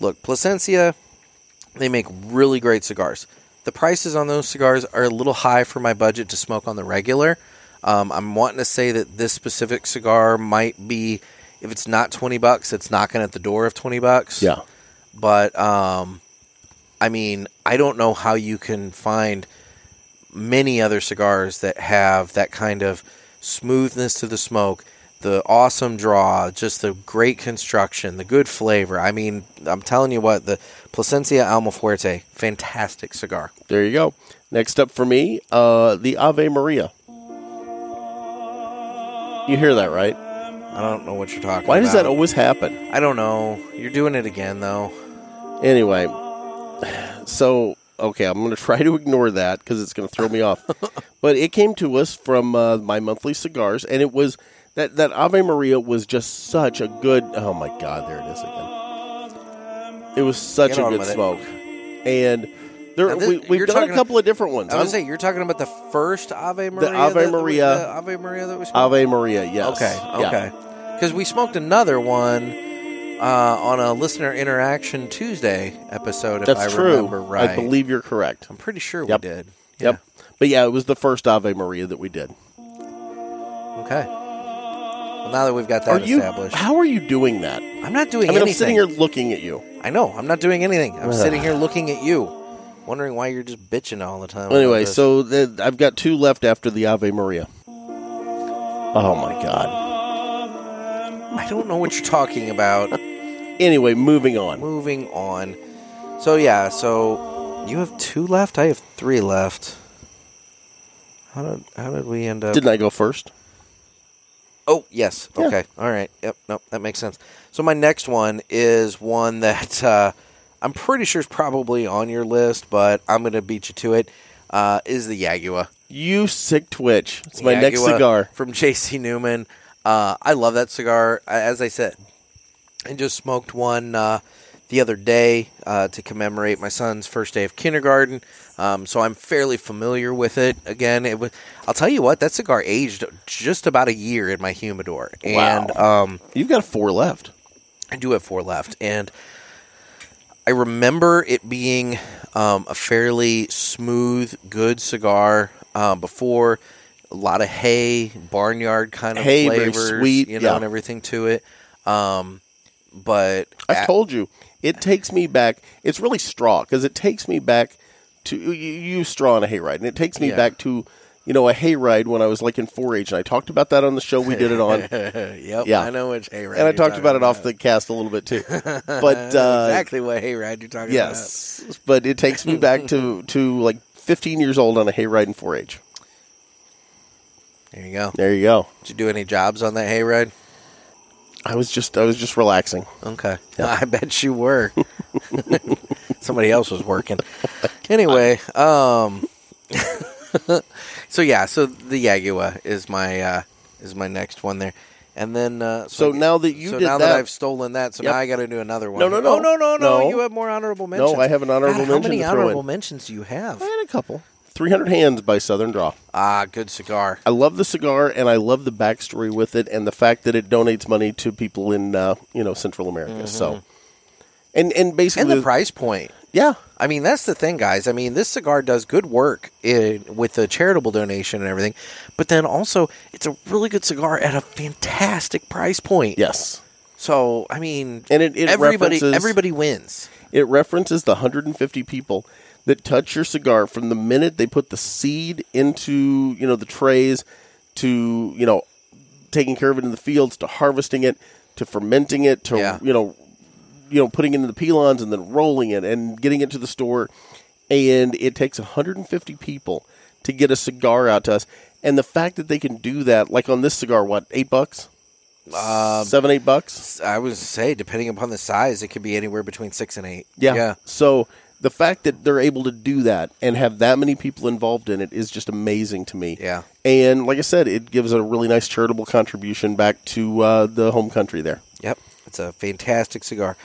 Speaker 2: look, Placencia, they make really great cigars. The prices on those cigars are a little high for my budget to smoke on the regular. Um, I'm wanting to say that this specific cigar might be, if it's not twenty bucks, it's knocking at the door of twenty bucks
Speaker 3: yeah.
Speaker 2: but um, I mean, I don't know how you can find many other cigars that have that kind of smoothness to the smoke, the awesome draw, just the great construction, the good flavor. I mean, I'm telling you what, the Placencia Almafuerte, fantastic cigar.
Speaker 3: There you go. Next up for me, uh, the Ave Maria. You hear that, right?
Speaker 2: I don't know what you're talking
Speaker 3: Why
Speaker 2: about.
Speaker 3: does that always happen?
Speaker 2: I don't know. You're doing it again, though.
Speaker 3: Anyway, so okay, I'm going to try to ignore that because it's going to throw me off. But it came to us from uh, my monthly cigars, and it was that that Ave Maria was just such a good. Oh my God, there it is again. It was such
Speaker 2: Get
Speaker 3: a
Speaker 2: on
Speaker 3: good
Speaker 2: with it.
Speaker 3: smoke, and there
Speaker 2: Now, this-
Speaker 3: we, we've
Speaker 2: you're
Speaker 3: done a
Speaker 2: talking-
Speaker 3: couple of different ones.
Speaker 2: I was
Speaker 3: I'm-
Speaker 2: saying you're talking about the first Ave Maria.
Speaker 3: Ave
Speaker 2: that- that-
Speaker 3: Maria.
Speaker 2: the Ave Maria that was.
Speaker 3: Ave Maria, yes.
Speaker 2: Okay,
Speaker 3: Yeah.
Speaker 2: okay. Because we smoked another one uh, on a listener interaction Tuesday episode, if
Speaker 3: That's
Speaker 2: I
Speaker 3: true.
Speaker 2: remember right.
Speaker 3: I believe you're correct.
Speaker 2: I'm pretty sure
Speaker 3: Yep.
Speaker 2: we did.
Speaker 3: Yep. But yeah, it was the first Ave Maria that we did.
Speaker 2: Yeah, Okay. Well, now that we've got
Speaker 3: Are
Speaker 2: that
Speaker 3: you?
Speaker 2: established,
Speaker 3: How are you doing that?
Speaker 2: I'm not doing
Speaker 3: I mean,
Speaker 2: anything.
Speaker 3: I'm sitting here looking at you.
Speaker 2: I know. I'm not doing anything. I'm
Speaker 3: Ugh.
Speaker 2: sitting here looking at you, wondering why you're just bitching all the time. about
Speaker 3: Anyway,
Speaker 2: this.
Speaker 3: so the, I've got two left after the Ave Maria. Oh my God.
Speaker 2: I don't know what you're talking about.
Speaker 3: Anyway, moving on.
Speaker 2: Moving on. So yeah, so you have two left. I have three left. How did how did we end up?
Speaker 3: Didn't I go first?
Speaker 2: Oh yes.
Speaker 3: Yeah.
Speaker 2: Okay. All right. Yep. Nope. That makes sense. So my next one is one that uh, I'm pretty sure is probably on your list, but I'm going to beat you to it. Uh, is the Yagua?
Speaker 3: You sick twitch. It's my next
Speaker 2: Yagua
Speaker 3: cigar.
Speaker 2: from J.C. Newman. Uh, I love that cigar. I- As I said, I just smoked one uh, the other day uh, to commemorate my son's first day of kindergarten. Um, so I'm fairly familiar with it. Again, it was. I'll tell you what, that cigar aged just about a year in my humidor, and um,
Speaker 3: You've got four left.
Speaker 2: I do have four left, and I remember it being um, a fairly smooth, good cigar um, before. A lot of hay, barnyard kind of
Speaker 3: Hay, very
Speaker 2: flavors,
Speaker 3: sweet,
Speaker 2: you know,
Speaker 3: yeah.
Speaker 2: and everything to it. Um, but
Speaker 3: I've told you, it takes me back. It's really straw because it takes me back to you, you use straw on a hayride, and it takes me
Speaker 2: Yeah.
Speaker 3: back to you know a hayride when I was like in 4-H, and I talked about that on the show we did it on, and
Speaker 2: yep,
Speaker 3: Yeah.
Speaker 2: I know which hay ride.
Speaker 3: I
Speaker 2: you're
Speaker 3: talked
Speaker 2: talking
Speaker 3: about it off the cast a little bit too. But uh,
Speaker 2: exactly what hay ride you're talking about.
Speaker 3: yes, but it takes me back to to like 15 years old on a hayride in 4-H.
Speaker 2: There you go.
Speaker 3: There you go.
Speaker 2: Did you do any jobs on that hay ride?
Speaker 3: I was just I was just relaxing.
Speaker 2: Okay. I bet you were. Somebody else was working. Anyway, um So yeah, so the Yagua is my uh is my next one there. And then uh
Speaker 3: So now that you
Speaker 2: so
Speaker 3: did
Speaker 2: now
Speaker 3: that-
Speaker 2: I've stolen that, so
Speaker 3: Yep.
Speaker 2: now I got to do another one.
Speaker 3: No, no, no.
Speaker 2: Oh, no, no, no,
Speaker 3: No.
Speaker 2: You have more honorable mentions.
Speaker 3: I have an honorable
Speaker 2: God,
Speaker 3: mention
Speaker 2: How many
Speaker 3: to throw in.
Speaker 2: honorable mentions do you have?
Speaker 3: I had a couple. 300 Hands by Southern Draw.
Speaker 2: Ah, good cigar.
Speaker 3: I love the cigar, and I love the backstory with it, and the fact that it donates money to people in uh, you know Central America. So, and and basically,
Speaker 2: Mm-hmm. And the price point.
Speaker 3: yeah,
Speaker 2: I mean, that's the thing, guys. I mean, this cigar does good work in, with the charitable donation and everything, but then also it's a really good cigar at a fantastic price point.
Speaker 3: yes,
Speaker 2: So, I mean,
Speaker 3: And it- it
Speaker 2: everybody
Speaker 3: references-
Speaker 2: everybody wins.
Speaker 3: it references the 150 people that touch your cigar from the minute they put the seed into you know the trays to you know taking care of it in the fields to harvesting it to fermenting it to
Speaker 2: Yeah.
Speaker 3: you know you know putting it in the pelons and then rolling it and getting it to the store and it takes 150 people to get a cigar out to us and the fact that they can do that like on this cigar what eight bucks
Speaker 2: Um,
Speaker 3: seven eight bucks
Speaker 2: I would say, depending upon the size, it could be anywhere between six and eight.
Speaker 3: Yeah.
Speaker 2: yeah.
Speaker 3: So the fact that they're able to do that and have that many people involved in it is just amazing to me.
Speaker 2: Yeah.
Speaker 3: And like I said, it gives a really nice charitable contribution back to uh, the home country there.
Speaker 2: Yep, it's a fantastic cigar.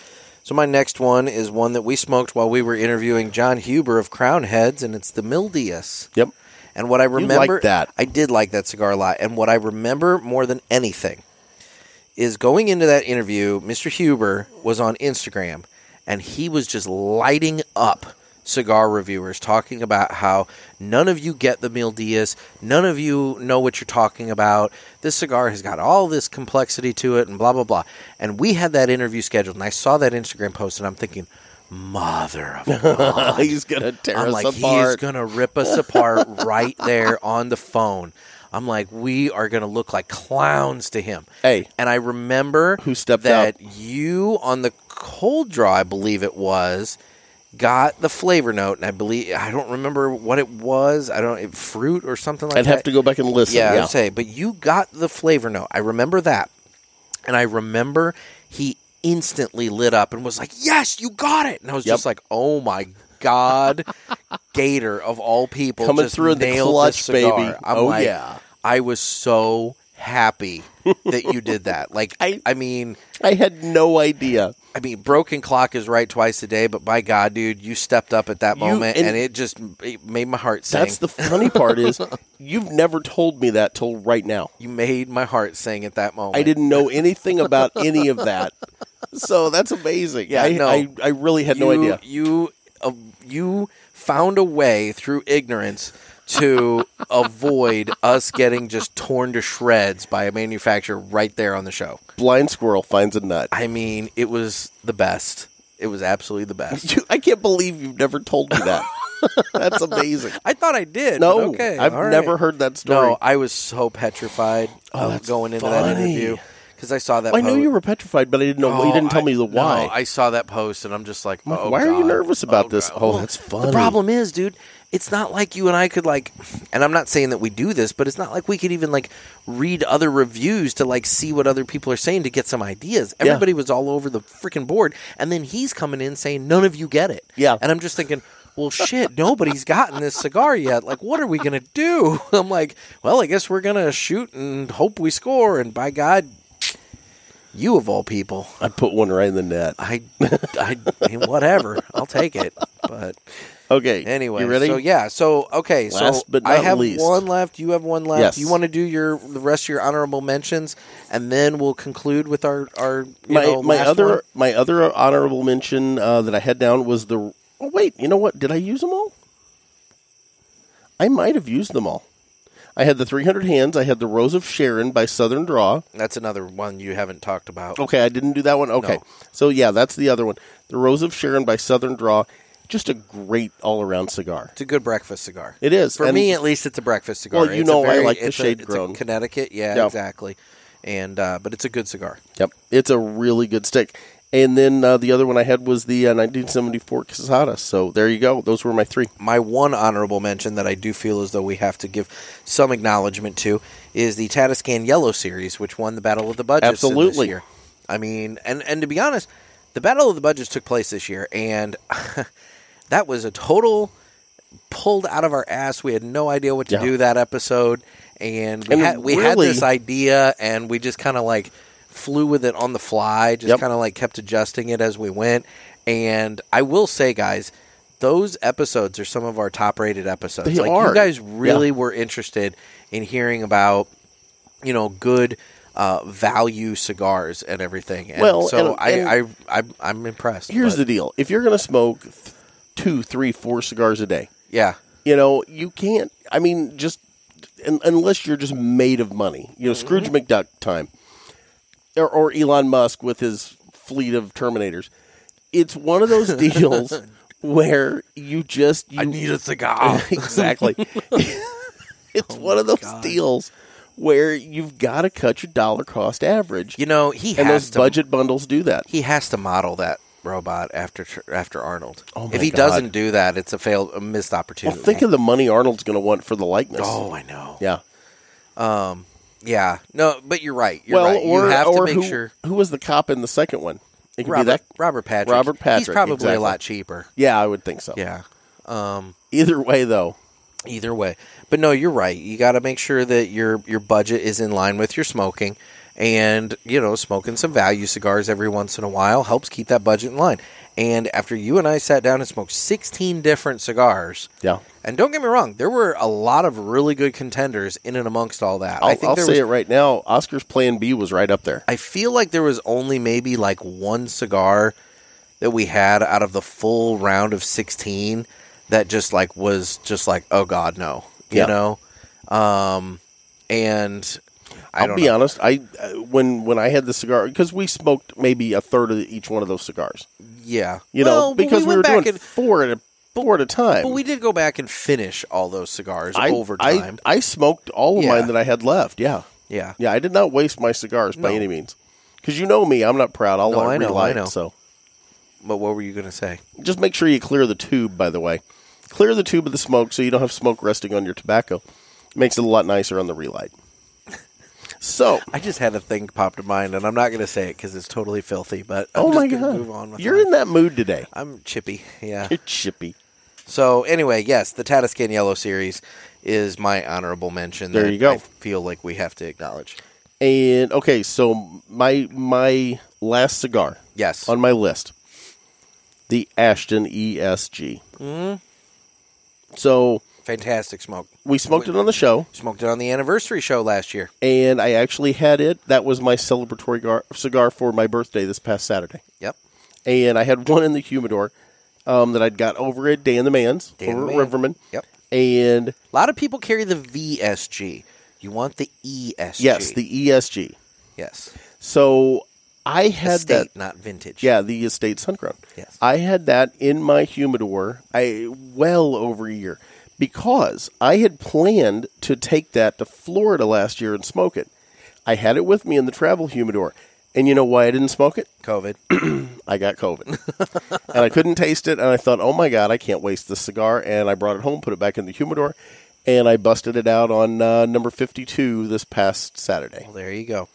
Speaker 2: So my next one is one that we smoked while we were interviewing John Huber of Crown Heads, and it's the Mildius.
Speaker 3: Yep.
Speaker 2: And what I
Speaker 3: liked
Speaker 2: remember,
Speaker 3: that.
Speaker 2: I did like that cigar a lot. And what I remember more than anything is going into that interview, Mr. Huber was on Instagram, and he was just lighting up cigar reviewers talking about how none of you get the Mildias, none of you know what you're talking about. This cigar has got all this complexity to it, and blah blah blah. And we had that interview scheduled, and I saw that Instagram post, and I'm thinking, mother of God.
Speaker 3: He's gonna tear
Speaker 2: I'm
Speaker 3: us
Speaker 2: like, he's
Speaker 3: apart.
Speaker 2: gonna rip us apart right there on the phone. I'm like, we are gonna look like clowns to him.
Speaker 3: Hey.
Speaker 2: and I remember
Speaker 3: Who stepped
Speaker 2: that
Speaker 3: up?
Speaker 2: you on the cold draw, I believe it was, got the flavor note, and I believe I don't remember what it was. I don't fruit or something like
Speaker 3: I'd
Speaker 2: that.
Speaker 3: have to go back and listen.
Speaker 2: Yeah,
Speaker 3: Yeah.
Speaker 2: I'd say, but you got the flavor note. I remember that. And I remember he instantly lit up and was like, Yes, you got it. And I was
Speaker 3: Yep.
Speaker 2: just like, Oh my God, Gator of all people.
Speaker 3: Coming
Speaker 2: just
Speaker 3: through in the
Speaker 2: nailed
Speaker 3: clutch,
Speaker 2: this cigar.
Speaker 3: baby.
Speaker 2: I'm
Speaker 3: Oh,
Speaker 2: like,
Speaker 3: yeah.
Speaker 2: I was so happy that you did that. Like
Speaker 3: I-
Speaker 2: I mean
Speaker 3: I had no idea.
Speaker 2: I mean, broken clock is right twice a day, but by God, dude, you stepped up at that
Speaker 3: You-
Speaker 2: moment,
Speaker 3: and-
Speaker 2: and, it just it made my heart sing.
Speaker 3: That's the funny part is you've never told me that till right now.
Speaker 2: you made my heart sing at that moment.
Speaker 3: I didn't know anything about any of that. So that's amazing.
Speaker 2: Yeah,
Speaker 3: I,
Speaker 2: no.
Speaker 3: I, I really had no
Speaker 2: you,
Speaker 3: idea.
Speaker 2: You uh, you found a way through ignorance to avoid us getting just torn to shreds by a manufacturer right there on the show.
Speaker 3: Blind squirrel finds a nut.
Speaker 2: I mean, it was the best. It was absolutely the best.
Speaker 3: You, I can't believe you've never told me that. That's amazing.
Speaker 2: I thought I did.
Speaker 3: No,
Speaker 2: but okay,
Speaker 3: I've
Speaker 2: all right.
Speaker 3: never heard that story.
Speaker 2: No, I was so petrified
Speaker 3: Oh,
Speaker 2: of
Speaker 3: that's
Speaker 2: going into that
Speaker 3: funny.
Speaker 2: interview because I saw that.
Speaker 3: I, know
Speaker 2: post-
Speaker 3: you were petrified, but I didn't know. you
Speaker 2: Oh,
Speaker 3: didn't tell
Speaker 2: I-
Speaker 3: me the
Speaker 2: no,
Speaker 3: why.
Speaker 2: I saw that post and I'm just like,
Speaker 3: I'm like,
Speaker 2: oh,
Speaker 3: why are you
Speaker 2: God.
Speaker 3: nervous about this?
Speaker 2: God.
Speaker 3: Oh,
Speaker 2: Well,
Speaker 3: that's funny.
Speaker 2: The problem is, dude, it's not like you and I could like, and I'm not saying that we do this, but it's not like we could even like read other reviews to like see what other people are saying to get some ideas.
Speaker 3: Yeah.
Speaker 2: Everybody was all over the freaking board, and then he's coming in saying none of you get it.
Speaker 3: Yeah.
Speaker 2: and I'm just thinking. Well, shit, nobody's gotten this cigar yet. Like, what are we going to do? I'm like, well, I guess we're going to shoot and hope we score. And by God, you of all people.
Speaker 3: I put one right in the net.
Speaker 2: I, I, I mean, whatever. I'll take it. But
Speaker 3: Okay.
Speaker 2: anyway,
Speaker 3: you ready?
Speaker 2: So yeah. So okay. so
Speaker 3: Last but
Speaker 2: I
Speaker 3: not
Speaker 2: have
Speaker 3: least.
Speaker 2: one left. You have one left.
Speaker 3: Yes.
Speaker 2: You want to do your the rest of your honorable mentions, and then we'll conclude with our our you
Speaker 3: my
Speaker 2: know,
Speaker 3: my
Speaker 2: last
Speaker 3: other
Speaker 2: one?
Speaker 3: my other honorable mention uh, that I had down was the. Oh wait, you know what? Did I use them all? I might have used them all. I had the 300 hands. I had the Rose of Sharon by Southern Draw.
Speaker 2: That's another one you haven't talked about.
Speaker 3: Okay, I didn't do that one. Okay.
Speaker 2: No.
Speaker 3: So yeah, that's the other one. The Rose of Sharon by Southern Draw. Just a great all around cigar.
Speaker 2: It's a good breakfast cigar.
Speaker 3: It is.
Speaker 2: for
Speaker 3: and
Speaker 2: me at least. It's a breakfast cigar.
Speaker 3: Well, you
Speaker 2: It's a
Speaker 3: know I
Speaker 2: very-
Speaker 3: like the
Speaker 2: it's a-
Speaker 3: shade
Speaker 2: it's a
Speaker 3: grown.
Speaker 2: Connecticut. Yeah,
Speaker 3: Yeah.
Speaker 2: exactly. And uh, but it's a good cigar.
Speaker 3: Yep. It's a really good stick. And then uh, the other one I had was the uh, 1974 Casada. So there you go. Those were my three.
Speaker 2: my one honorable mention that I do feel as though we have to give some acknowledgement to is the Tatiscan Yellow series, which won the Battle of the Budgets this
Speaker 3: Absolutely.
Speaker 2: year. I mean, and and to be honest, the Battle of the Budgets took place this year, and that was a total pulled out of our ass. We had no idea what to
Speaker 3: Yeah.
Speaker 2: do that episode, and we
Speaker 3: And
Speaker 2: had we had
Speaker 3: really-
Speaker 2: this idea, and we just kind of like flew with it on the fly, just
Speaker 3: Yep.
Speaker 2: kind of like kept adjusting it as we went. And I will say, guys, those episodes are some of our top rated episodes.
Speaker 3: They
Speaker 2: like you
Speaker 3: are.
Speaker 2: guys really were interested in hearing about, you know, good uh, value cigars and everything. And
Speaker 3: Well,
Speaker 2: so
Speaker 3: and- and-
Speaker 2: I, I, I I'm impressed.
Speaker 3: Here's
Speaker 2: but,
Speaker 3: the deal if you're going to smoke th- two, three, four cigars a day,
Speaker 2: yeah.
Speaker 3: you know, you can't, I mean, just un- unless you're just made of money, you know, Scrooge
Speaker 2: Mm-hmm.
Speaker 3: McDuck time or, or Elon Musk with his fleet of Terminators. It's one of those deals where you just you,
Speaker 2: I need a Oh cigar.
Speaker 3: exactly. it's one of those deals where you've got to cut your dollar cost average,
Speaker 2: you know he
Speaker 3: and
Speaker 2: has
Speaker 3: those
Speaker 2: to.
Speaker 3: budget bundles do that.
Speaker 2: He has to model that robot after Tr- after Arnold.
Speaker 3: Oh my
Speaker 2: if he
Speaker 3: God.
Speaker 2: doesn't do that, it's a failed, a missed
Speaker 3: Well,
Speaker 2: opportunity.
Speaker 3: think of the money Arnold's going to want for the likeness.
Speaker 2: oh, I know.
Speaker 3: yeah.
Speaker 2: Yeah. No, but you're right. You're
Speaker 3: well,
Speaker 2: right.
Speaker 3: or
Speaker 2: you have to
Speaker 3: or
Speaker 2: make
Speaker 3: who,
Speaker 2: sure.
Speaker 3: who was the cop in the second one? It could
Speaker 2: Robert,
Speaker 3: be that.
Speaker 2: Robert Patrick.
Speaker 3: Robert
Speaker 2: He's
Speaker 3: Patrick,
Speaker 2: probably
Speaker 3: exactly.
Speaker 2: a lot cheaper.
Speaker 3: Yeah, I would think so.
Speaker 2: Yeah. Um,
Speaker 3: Either way, though,
Speaker 2: either way. But no, you're right. You got to make sure that your your budget is in line with your smoking, and you know, smoking some value cigars every once in a while helps keep that budget in line. And after you and I sat down and smoked 16 different cigars,
Speaker 3: yeah.
Speaker 2: and don't get me wrong, there were a lot of really good contenders in and amongst all that.
Speaker 3: I'll,
Speaker 2: I think
Speaker 3: I'll
Speaker 2: there
Speaker 3: say
Speaker 2: was,
Speaker 3: it right now. Oscar's Plan B was right up there.
Speaker 2: I feel like there was only maybe like one cigar that we had out of the full round of 16 that just like was just like oh god no you
Speaker 3: Yeah.
Speaker 2: know um and I
Speaker 3: I'll
Speaker 2: don't
Speaker 3: be
Speaker 2: know.
Speaker 3: honest. I uh, when when I had the cigar because we smoked maybe a third of each one of those cigars.
Speaker 2: yeah
Speaker 3: You
Speaker 2: Well,
Speaker 3: know,
Speaker 2: but
Speaker 3: because we,
Speaker 2: went
Speaker 3: were
Speaker 2: back
Speaker 3: doing
Speaker 2: and,
Speaker 3: four at a four at a time.
Speaker 2: but we did go back and finish all those cigars
Speaker 3: I,
Speaker 2: over
Speaker 3: I-
Speaker 2: time
Speaker 3: I smoked all of
Speaker 2: Yeah.
Speaker 3: mine that I had left. Yeah,
Speaker 2: yeah
Speaker 3: yeah. I did not waste my cigars by
Speaker 2: No.
Speaker 3: any means. Because you know me, I'm not proud. I'll
Speaker 2: No,
Speaker 3: let
Speaker 2: I
Speaker 3: it
Speaker 2: know, I
Speaker 3: relight.
Speaker 2: know.
Speaker 3: So
Speaker 2: but what were you gonna say
Speaker 3: just make sure you clear the tube. By the way, clear the tube of the smoke so you don't have smoke resting on your tobacco. Makes it a lot nicer on the relight. So
Speaker 2: I just had a thing pop to mind and I'm not gonna say it because it's totally filthy but I'm
Speaker 3: Oh
Speaker 2: just
Speaker 3: my
Speaker 2: gonna
Speaker 3: god!
Speaker 2: move on with
Speaker 3: You're
Speaker 2: mine.
Speaker 3: in that mood today.
Speaker 2: I'm chippy yeah
Speaker 3: You're chippy.
Speaker 2: So anyway, yes, the Tatiscan Yellow series is my honorable mention.
Speaker 3: There
Speaker 2: that
Speaker 3: you go.
Speaker 2: I feel like we have to acknowledge.
Speaker 3: And okay, so my my last cigar
Speaker 2: Yes.
Speaker 3: on my list, the Ashton ESG. Mm-hmm. So
Speaker 2: Fantastic smoke.
Speaker 3: we smoked it on the show,
Speaker 2: Smoked it on the anniversary show last year.
Speaker 3: and I actually had it. That was my celebratory gar- cigar for my birthday this past Saturday,
Speaker 2: Yep.
Speaker 3: and I had one in the humidor um, that I'd got over at Dan the Man's
Speaker 2: Dan
Speaker 3: over
Speaker 2: the
Speaker 3: at
Speaker 2: Man.
Speaker 3: Riverman.
Speaker 2: Yep.
Speaker 3: And
Speaker 2: A lot of people carry the VSG. You want the ESG.
Speaker 3: yes, the ESG.
Speaker 2: yes.
Speaker 3: So I had
Speaker 2: Estate,
Speaker 3: that
Speaker 2: not vintage.
Speaker 3: Yeah, the estate Suncrown.
Speaker 2: Yes.
Speaker 3: I had that in my humidor I well over a year because I had planned to take that to Florida last year and smoke it. I had it with me in the travel humidor. And you know why I didn't smoke it?
Speaker 2: COVID.
Speaker 3: I got COVID. and I couldn't taste it and I thought, "Oh my god, I can't waste this cigar." And I brought it home, put it back in the humidor, and I busted it out on uh, number 52 this past Saturday.
Speaker 2: well, there you go.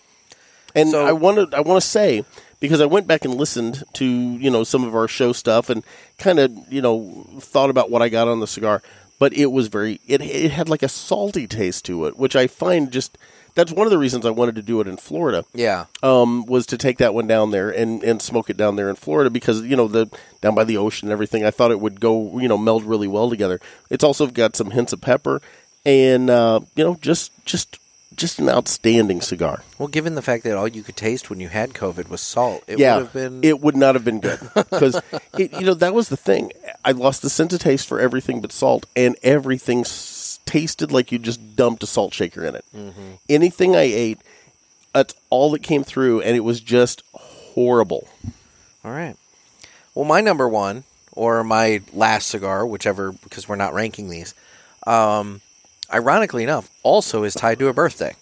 Speaker 3: And
Speaker 2: So-
Speaker 3: I wanted I want to say because I went back and listened to you know some of our show stuff and kind of you know thought about what I got on the cigar, but it was very it it had like a salty taste to it, which I find just that's one of the reasons I wanted to do it in Florida.
Speaker 2: Yeah.
Speaker 3: Um, was to take that one down there and, and smoke it down there in Florida because you know the down by the ocean and everything. I thought it would go you know meld really well together. It's also got some hints of pepper and uh, you know just just just an outstanding cigar
Speaker 2: Well, given the fact that all you could taste when you had COVID was salt, it
Speaker 3: yeah,
Speaker 2: would have been.
Speaker 3: it would not have been good because you know that was the thing. I lost the sense of taste for everything but salt, and everything s- tasted like you just dumped a salt shaker in it.
Speaker 2: Mm-hmm.
Speaker 3: Anything I ate, that's all that came through, and it was just horrible.
Speaker 2: All right. Well, my number one or my last cigar, whichever, because we're not ranking these, um, ironically enough, also is tied to a birthday.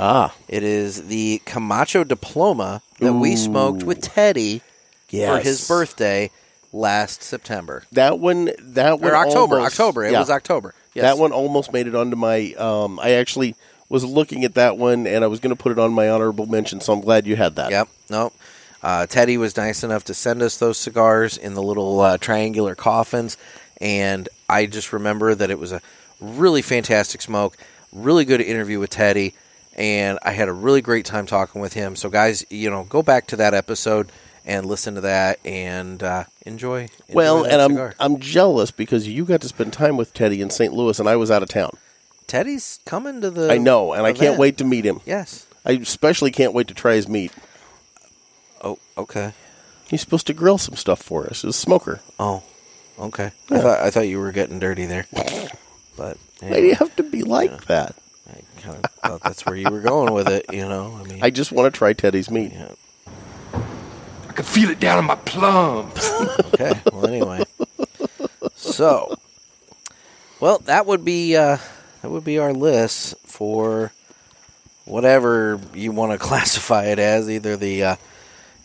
Speaker 3: Ah,
Speaker 2: It is the Camacho Diploma that we smoked with Teddy for his birthday last September
Speaker 3: That one, that one,
Speaker 2: or October.
Speaker 3: almost-
Speaker 2: October. It
Speaker 3: yeah.
Speaker 2: was October. Yes.
Speaker 3: That one almost made it onto my. Um, I actually was looking at that one, and I was going to put it on my honorable mention. So I'm glad you had that.
Speaker 2: Yep. Nope. Uh, Teddy was nice enough to send us those cigars in the little uh, triangular coffins, and I just remember that it was a really fantastic smoke, really good interview with Teddy, and I had a really great time talking with him. So, guys, you know, go back to that episode and listen to that and uh, enjoy. enjoy
Speaker 3: Well,
Speaker 2: that
Speaker 3: and I'm
Speaker 2: cigar.
Speaker 3: I'm jealous because you got to spend time with Teddy in St. Louis, and I was out of town.
Speaker 2: Teddy's coming to the.
Speaker 3: I know, and I can't
Speaker 2: event.
Speaker 3: wait to meet him.
Speaker 2: Yes.
Speaker 3: I especially can't wait to try his meat.
Speaker 2: Oh, okay.
Speaker 3: He's supposed to grill some stuff for us. He's a smoker.
Speaker 2: Oh, okay. I thought I thought you were getting dirty there, but
Speaker 3: Why do you have to be like that?
Speaker 2: I kind of thought that's where you were going with it, you know. I mean,
Speaker 3: I just want to try Teddy's meat.
Speaker 2: yeah.
Speaker 6: I can feel it down in my plums.
Speaker 2: okay. Well, anyway, So, well, that would be uh, that would be our list for whatever you want to classify it as, either the uh,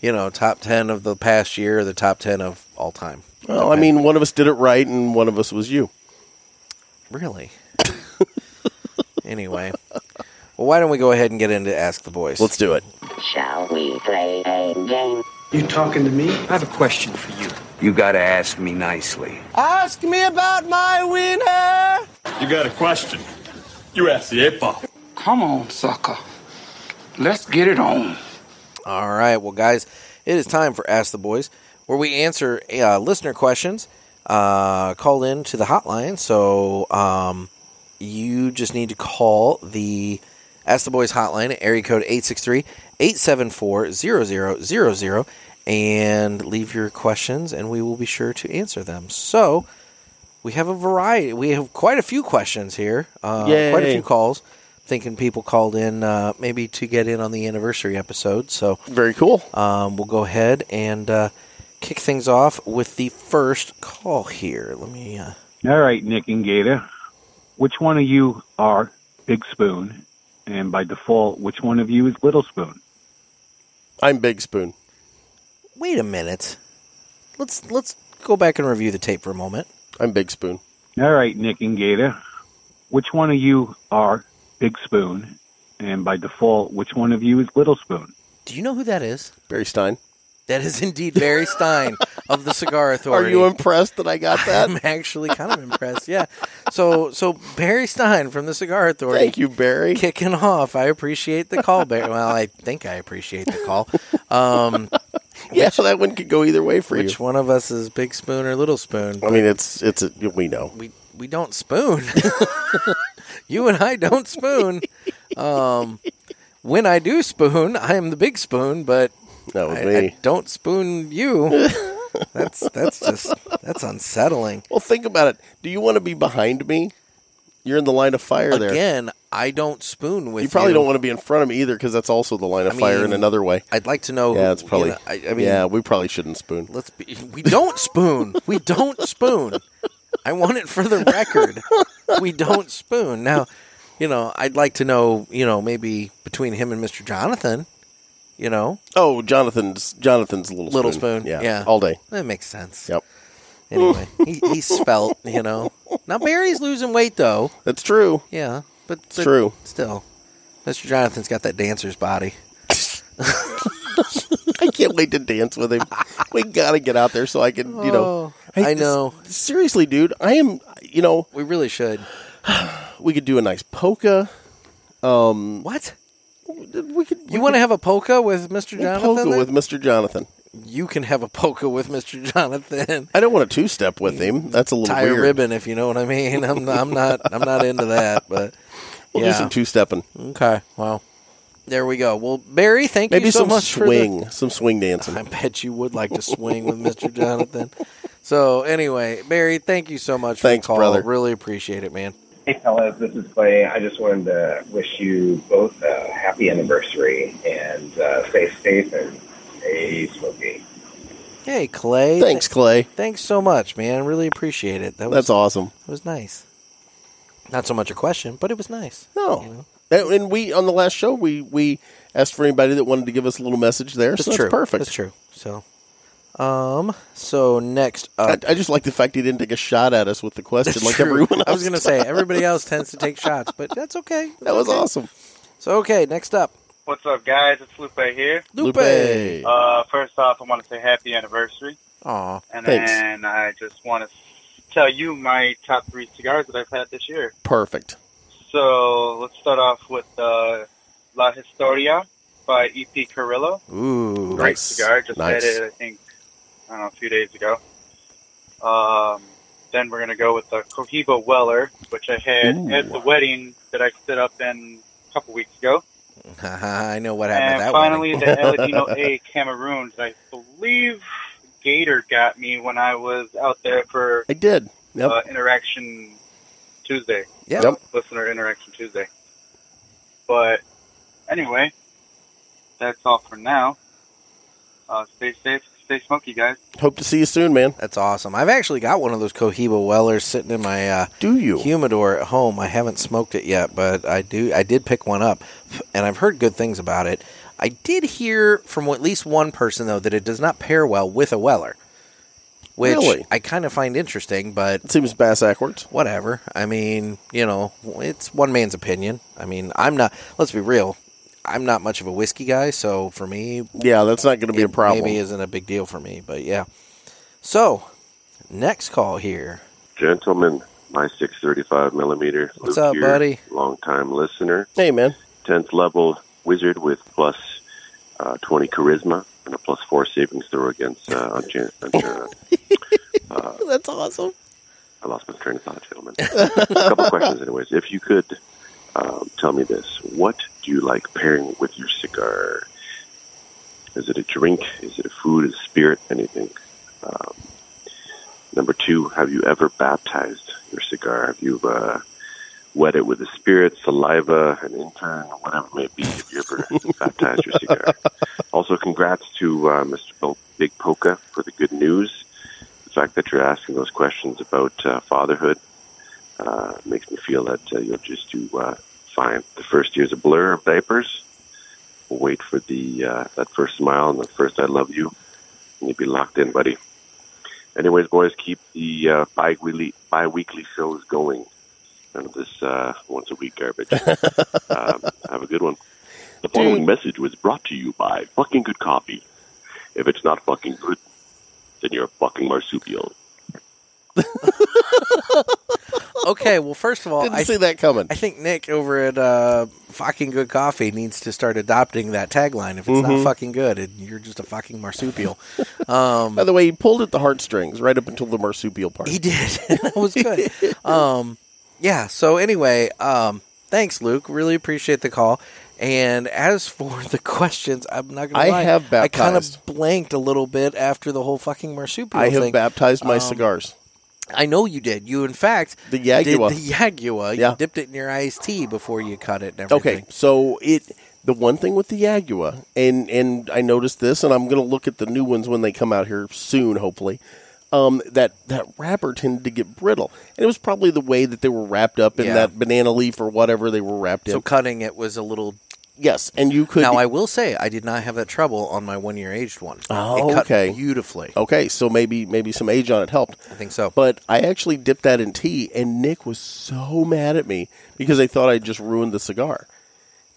Speaker 2: you know top ten of the past year or the top ten of all time.
Speaker 3: Well, I mean, one of us did it right, and one of us was you.
Speaker 2: Really? anyway, well, why don't we go ahead and get into Ask the Boys?
Speaker 3: Let's do it.
Speaker 6: Shall we play a game?
Speaker 7: You talking to me? I have a question for you.
Speaker 8: You gotta ask me nicely.
Speaker 2: ask me about my winner.
Speaker 9: You got a question? You ask the eight ball.
Speaker 7: Come on, sucker. Let's get it on.
Speaker 2: All right, well, guys, it is time for Ask the Boys, where we answer uh, listener questions. Uh, call in to the hotline. So um, you just need to call the Ask the Boys hotline at area code 863-874-0000 and leave your questions, and we will be sure to answer them. So we have a variety. We have quite a few questions here. Uh, quite a
Speaker 3: Yay.
Speaker 2: few calls. Thinking people called in uh, maybe to get in on the anniversary episode. So
Speaker 3: Very cool.
Speaker 2: um, we'll go ahead and uh, kick things off with the first call here. Let me. Uh,
Speaker 10: All right, Nick and Gator. Which one of you are Big Spoon? And by default, which one of you is Little Spoon?
Speaker 3: I'm Big Spoon.
Speaker 2: wait a minute. Let's let's go back and review the tape for a moment.
Speaker 3: I'm Big Spoon.
Speaker 10: All right, Nick and Gator. Which one of you are Big Spoon? And by default, which one of you is Little Spoon?
Speaker 2: Do you know who that is?
Speaker 3: Barry Stein.
Speaker 2: That is indeed Barry Stein of the Cigar Authority.
Speaker 3: Are you impressed that I got that?
Speaker 2: I'm actually kind of impressed. Yeah. So so Barry Stein from the Cigar Authority.
Speaker 3: Thank you, Barry.
Speaker 2: kicking off. I appreciate the call, Barry. Well, I think I appreciate the call. Um,
Speaker 3: yeah, so that one could go either way for you.
Speaker 2: which one of us is Big Spoon or Little Spoon?
Speaker 3: I mean, it's it's a, we know.
Speaker 2: we we don't spoon. you and I don't spoon. Um, when I do spoon, I am the big spoon, but
Speaker 3: That
Speaker 2: I,
Speaker 3: would be.
Speaker 2: I don't spoon you. that's that's just that's unsettling.
Speaker 3: well, think about it. Do you want to be behind me? You're in the line of fire there.
Speaker 2: Again, I don't spoon with
Speaker 3: you probably don't want to be in front of me either because that's also the line of
Speaker 2: I
Speaker 3: fire in
Speaker 2: mean,
Speaker 3: another way.
Speaker 2: I'd like to know. who-
Speaker 3: Yeah, that's probably.
Speaker 2: you know, I, I mean,
Speaker 3: yeah, we probably shouldn't spoon.
Speaker 2: let's be. We don't spoon. we don't spoon. I want it for the record. we don't spoon. Now, you know, I'd like to know. You know, maybe between him and Mister Jonathan. You know,
Speaker 3: Oh, Jonathan's Jonathan's little
Speaker 2: Little
Speaker 3: spoon.
Speaker 2: Spoon, yeah.
Speaker 3: all day.
Speaker 2: That makes sense.
Speaker 3: Yep,
Speaker 2: Anyway, he, he's svelte, you know. Now Barry's losing weight though.
Speaker 3: that's true.
Speaker 2: Yeah, but, but
Speaker 3: true.
Speaker 2: Still, Mr. Jonathan's got that dancer's body.
Speaker 3: I can't wait to dance with him. we gotta get out there so I can, you
Speaker 2: Oh,
Speaker 3: know.
Speaker 2: I know.
Speaker 3: seriously, dude. I am. You know,
Speaker 2: We really should.
Speaker 3: we could do a nice polka.
Speaker 2: What?
Speaker 3: We could.
Speaker 2: You want to have a polka with Mr.
Speaker 3: a
Speaker 2: Jonathan?
Speaker 3: polka
Speaker 2: there?
Speaker 3: with Mr. Jonathan?
Speaker 2: you can have a polka with Mr. Jonathan.
Speaker 3: I don't want a two-step with him. That's a little
Speaker 2: Tie
Speaker 3: weird.
Speaker 2: a ribbon if you know what I mean. I'm not, I'm not I'm not into that, but
Speaker 3: We'll
Speaker 2: yeah.
Speaker 3: do some two-stepping.
Speaker 2: okay. Well, there we go. Well, Barry, thank
Speaker 3: Maybe
Speaker 2: you so
Speaker 3: some
Speaker 2: much for the-
Speaker 3: swing, some swing dancing.
Speaker 2: I bet you would like to swing with Mr. Jonathan. So anyway, Barry, thank you so much
Speaker 3: Thanks,
Speaker 2: for the call.
Speaker 3: brother.
Speaker 2: Really appreciate it, man.
Speaker 8: Hey, fellas, this is Clay. I just wanted to wish you both a happy anniversary and uh, stay safe and stay smoky.
Speaker 2: Hey, Clay.
Speaker 3: Thanks, Clay.
Speaker 2: Th- thanks so much, man. Really appreciate it. That was
Speaker 3: That's awesome.
Speaker 2: that was nice. Not so much a question, but it was nice.
Speaker 3: No. And and we on the last show we we asked for anybody that wanted to give us a little message there. so
Speaker 2: true.
Speaker 3: that's perfect.
Speaker 2: That's true. So, um, so next
Speaker 3: I,
Speaker 2: up,
Speaker 3: I just like the fact he didn't take a shot at us with the question
Speaker 2: That's
Speaker 3: like
Speaker 2: true.
Speaker 3: everyone else.
Speaker 2: I was gonna say everybody else tends to take shots, but that's okay.
Speaker 3: that was
Speaker 2: okay.
Speaker 3: awesome.
Speaker 2: So okay, next up,
Speaker 11: What's up, guys? It's Lupe here.
Speaker 2: Lupe.
Speaker 11: Uh, first off, I want to say happy anniversary,
Speaker 2: Aw,
Speaker 11: and
Speaker 3: Thanks.
Speaker 11: then I just want to tell you my top three cigars that I've had this year.
Speaker 3: Perfect.
Speaker 11: So let's start off with uh, La Historia by E.P. Carrillo.
Speaker 2: ooh,
Speaker 11: Great
Speaker 3: Nice.
Speaker 11: cigar. Just
Speaker 3: Nice.
Speaker 11: had it, I think, I don't know, a few days ago. Um, then we're gonna go with the Cohiba Weller, which I had
Speaker 3: Ooh.
Speaker 11: at the wedding that I stood up in a couple weeks ago.
Speaker 2: I know what happened.
Speaker 11: And
Speaker 2: at that
Speaker 11: finally,
Speaker 2: wedding.
Speaker 11: the Aladino A Cameroon that I believe Gator got me when I was out there for
Speaker 3: I did. Yep.
Speaker 11: uh, Interaction Tuesday,
Speaker 2: yeah,
Speaker 3: Yep.
Speaker 11: Listener Interaction Tuesday. But anyway, that's all for now. Uh, stay safe, stay smoky, guys.
Speaker 3: Hope to see you soon, man.
Speaker 2: That's awesome. I've actually got one of those Cohiba Wellers sitting in my uh,
Speaker 3: do you
Speaker 2: humidor at home. I haven't smoked it yet, but I do. I did pick one up, and I've heard good things about it. I did hear from at least one person though that it does not pair well with a Weller, which
Speaker 3: Really?
Speaker 2: I kind of find interesting. But
Speaker 3: It seems bass backwards.
Speaker 2: whatever. I mean, you know, it's one man's opinion. I mean, I'm not. Let's be real. I'm not much of a whiskey guy, so for me,
Speaker 3: Yeah, that's not going to be a
Speaker 2: it
Speaker 3: problem.
Speaker 2: Maybe isn't a big deal for me, but yeah. So, next call here.
Speaker 8: Gentlemen, my 635 millimeter.
Speaker 2: What's up, buddy?
Speaker 8: Long time listener.
Speaker 3: Hey, man.
Speaker 8: 10th level wizard with plus uh, 20 charisma and a plus 4 savings throw against uh, uncha- uncha- uh,
Speaker 3: That's awesome.
Speaker 8: I lost my train of thought, gentlemen. a couple questions, anyways. If you could um, tell me this, what do you like pairing with your cigar? Is it a drink? Is it a food? Is it spirit? Anything? Um, number two, have you ever baptized your cigar? Have you uh, wet it with a spirit, saliva, an intern, whatever it may be? Have you ever baptized your cigar? Also, congrats to uh, Mr. Bo- Big Polka for the good news the fact that you're asking those questions about uh, fatherhood uh, makes me feel that uh, you'll just do uh, fine. The first year's a blur of diapers. We'll wait for the uh, that first smile and the first "I love you," and you'll be locked in, buddy. Anyways, boys, keep the uh, bi-weekly bi-weekly shows going. None of this uh, once a week garbage. um, have a good one. The following message was brought to you by fucking good coffee. If it's not fucking good, then you're a fucking marsupial.
Speaker 2: Okay, well, first of all,
Speaker 3: Didn't
Speaker 2: I
Speaker 3: see that coming.
Speaker 2: I think Nick over at uh, Fucking Good Coffee needs to start adopting that tagline. If it's
Speaker 3: Mhm.
Speaker 2: not fucking good, and you're just a fucking marsupial. Um,
Speaker 3: By the way, he pulled at the heartstrings right up until the marsupial part.
Speaker 2: He did. that was good. Um, yeah. So anyway, um, thanks, Luke. Really appreciate the call. And as for the questions, I'm not gonna.
Speaker 3: I
Speaker 2: lie,
Speaker 3: have
Speaker 2: I kind
Speaker 3: baptized.
Speaker 2: of blanked a little bit after the whole fucking marsupial
Speaker 3: I have
Speaker 2: thing.
Speaker 3: baptized my
Speaker 2: Um,
Speaker 3: cigars.
Speaker 2: I know you did. You, in fact,
Speaker 3: The
Speaker 2: did
Speaker 3: Yagua.
Speaker 2: the Yagua.
Speaker 3: Yeah.
Speaker 2: You dipped it in your iced tea before you cut it. And everything.
Speaker 3: Okay, so it the one thing with the Yagua, and and I noticed this, and I'm going to look at the new ones when they come out here soon, hopefully. Um, that that wrapper tended to get brittle, and it was probably the way that they were wrapped up in
Speaker 2: Yeah.
Speaker 3: that banana leaf or whatever they were wrapped
Speaker 2: So
Speaker 3: in.
Speaker 2: cutting it was a little.
Speaker 3: Yes, and you could
Speaker 2: Now I will say I did not have that trouble on my one year aged one.
Speaker 3: Oh,
Speaker 2: it cut
Speaker 3: okay.
Speaker 2: beautifully.
Speaker 3: Okay, so maybe maybe some age on it helped.
Speaker 2: I think so.
Speaker 3: But I actually dipped that in tea, and Nick was so mad at me because I thought I just ruined the cigar.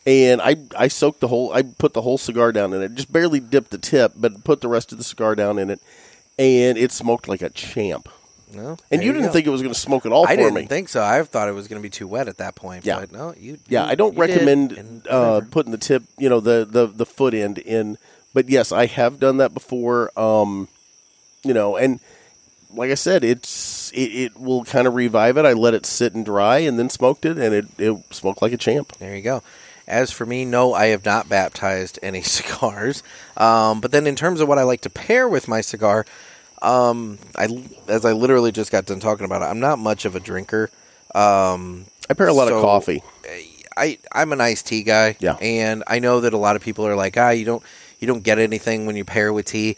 Speaker 3: And I, I soaked the whole, I put the whole cigar down in it. Just barely dipped the tip, but put the rest of the cigar down in it. And it smoked like a champ.
Speaker 2: No,
Speaker 3: And
Speaker 2: there
Speaker 3: you didn't
Speaker 2: go.
Speaker 3: think it was going to smoke at all
Speaker 2: I
Speaker 3: for
Speaker 2: didn't
Speaker 3: me.
Speaker 2: think so. I thought it was going to be too wet at that point.
Speaker 3: Yeah.
Speaker 2: But no, you.
Speaker 3: yeah,
Speaker 2: you-
Speaker 3: I don't
Speaker 2: you did,
Speaker 3: recommend
Speaker 2: and
Speaker 3: uh,
Speaker 2: whatever.
Speaker 3: putting the tip, you know, the, the, the foot end in. But yes, I have done that before. Um, you know, and like I said, it's it, it will kind of revive it. I let it sit and dry, and then smoked it, and it, it smoked like a champ.
Speaker 2: There you go. As for me, no, I have not baptized any cigars. Um, but then, in terms of what I like to pair with my cigar, um, I as I literally just got done talking about it, I'm not much of a drinker. Um,
Speaker 3: I pair a lot of
Speaker 2: So-
Speaker 3: coffee.
Speaker 2: I I'm an iced tea guy.
Speaker 3: Yeah.
Speaker 2: And I know that a lot of people are like, ah, you don't you don't get anything when you pair with tea.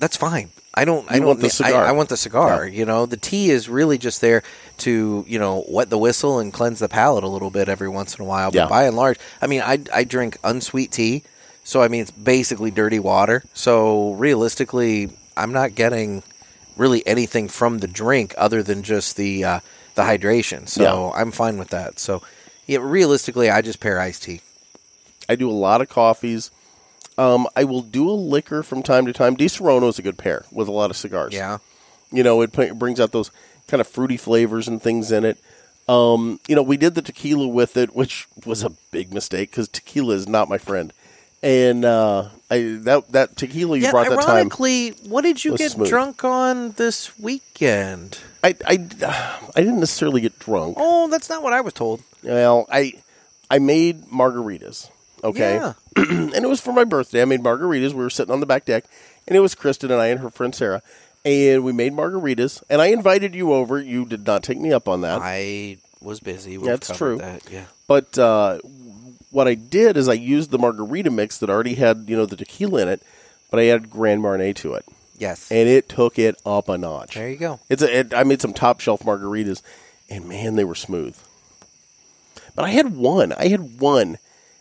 Speaker 2: That's fine. I don't. I
Speaker 3: You
Speaker 2: don't.
Speaker 3: want the
Speaker 2: need- I-
Speaker 3: cigar.
Speaker 2: I, want the cigar. You know, the tea is really just there to you know wet the whistle and cleanse the palate a little bit every once in a while. But
Speaker 3: Yeah.
Speaker 2: by and large, I mean, I I drink unsweet tea, so I mean it's basically dirty water. So realistically, I'm not getting really anything from the drink other than just the uh, the hydration. So I'm fine with that. So yeah, realistically, I just pair iced tea.
Speaker 3: I do a lot of coffees. Um, I will do a liquor from time to time. Di Serrano is a good pair with a lot of cigars.
Speaker 2: Yeah,
Speaker 3: You know, it p- brings out those kind of fruity flavors and things in it. Um, you know, we did the tequila with it, which was a big mistake because tequila is not my friend. And uh, I that that tequila you
Speaker 2: yeah.
Speaker 3: brought that time.
Speaker 2: Ironically, what did you
Speaker 3: was
Speaker 2: get
Speaker 3: smooth.
Speaker 2: drunk on this weekend?
Speaker 3: I, I, I didn't necessarily get drunk.
Speaker 2: Oh, that's not what I was told.
Speaker 3: Well, I I made margaritas. Okay.
Speaker 2: Yeah.
Speaker 3: and it was for my birthday. I made margaritas. We were sitting on the back deck, and it was Kristen and I and her friend Sarah, and we made margaritas. And I invited you over. You did not take me up on that.
Speaker 2: I was busy. We've
Speaker 3: That's
Speaker 2: covered
Speaker 3: Uh, true.
Speaker 2: That. Yeah.
Speaker 3: But uh, what I did is I used the margarita mix that already had you know the tequila in it, but I added Grand Marnier to it.
Speaker 2: Yes.
Speaker 3: And it took it up a notch.
Speaker 2: There you go.
Speaker 3: It's a, it, I made some top shelf margaritas, and man, they were smooth. But I had one. I had one,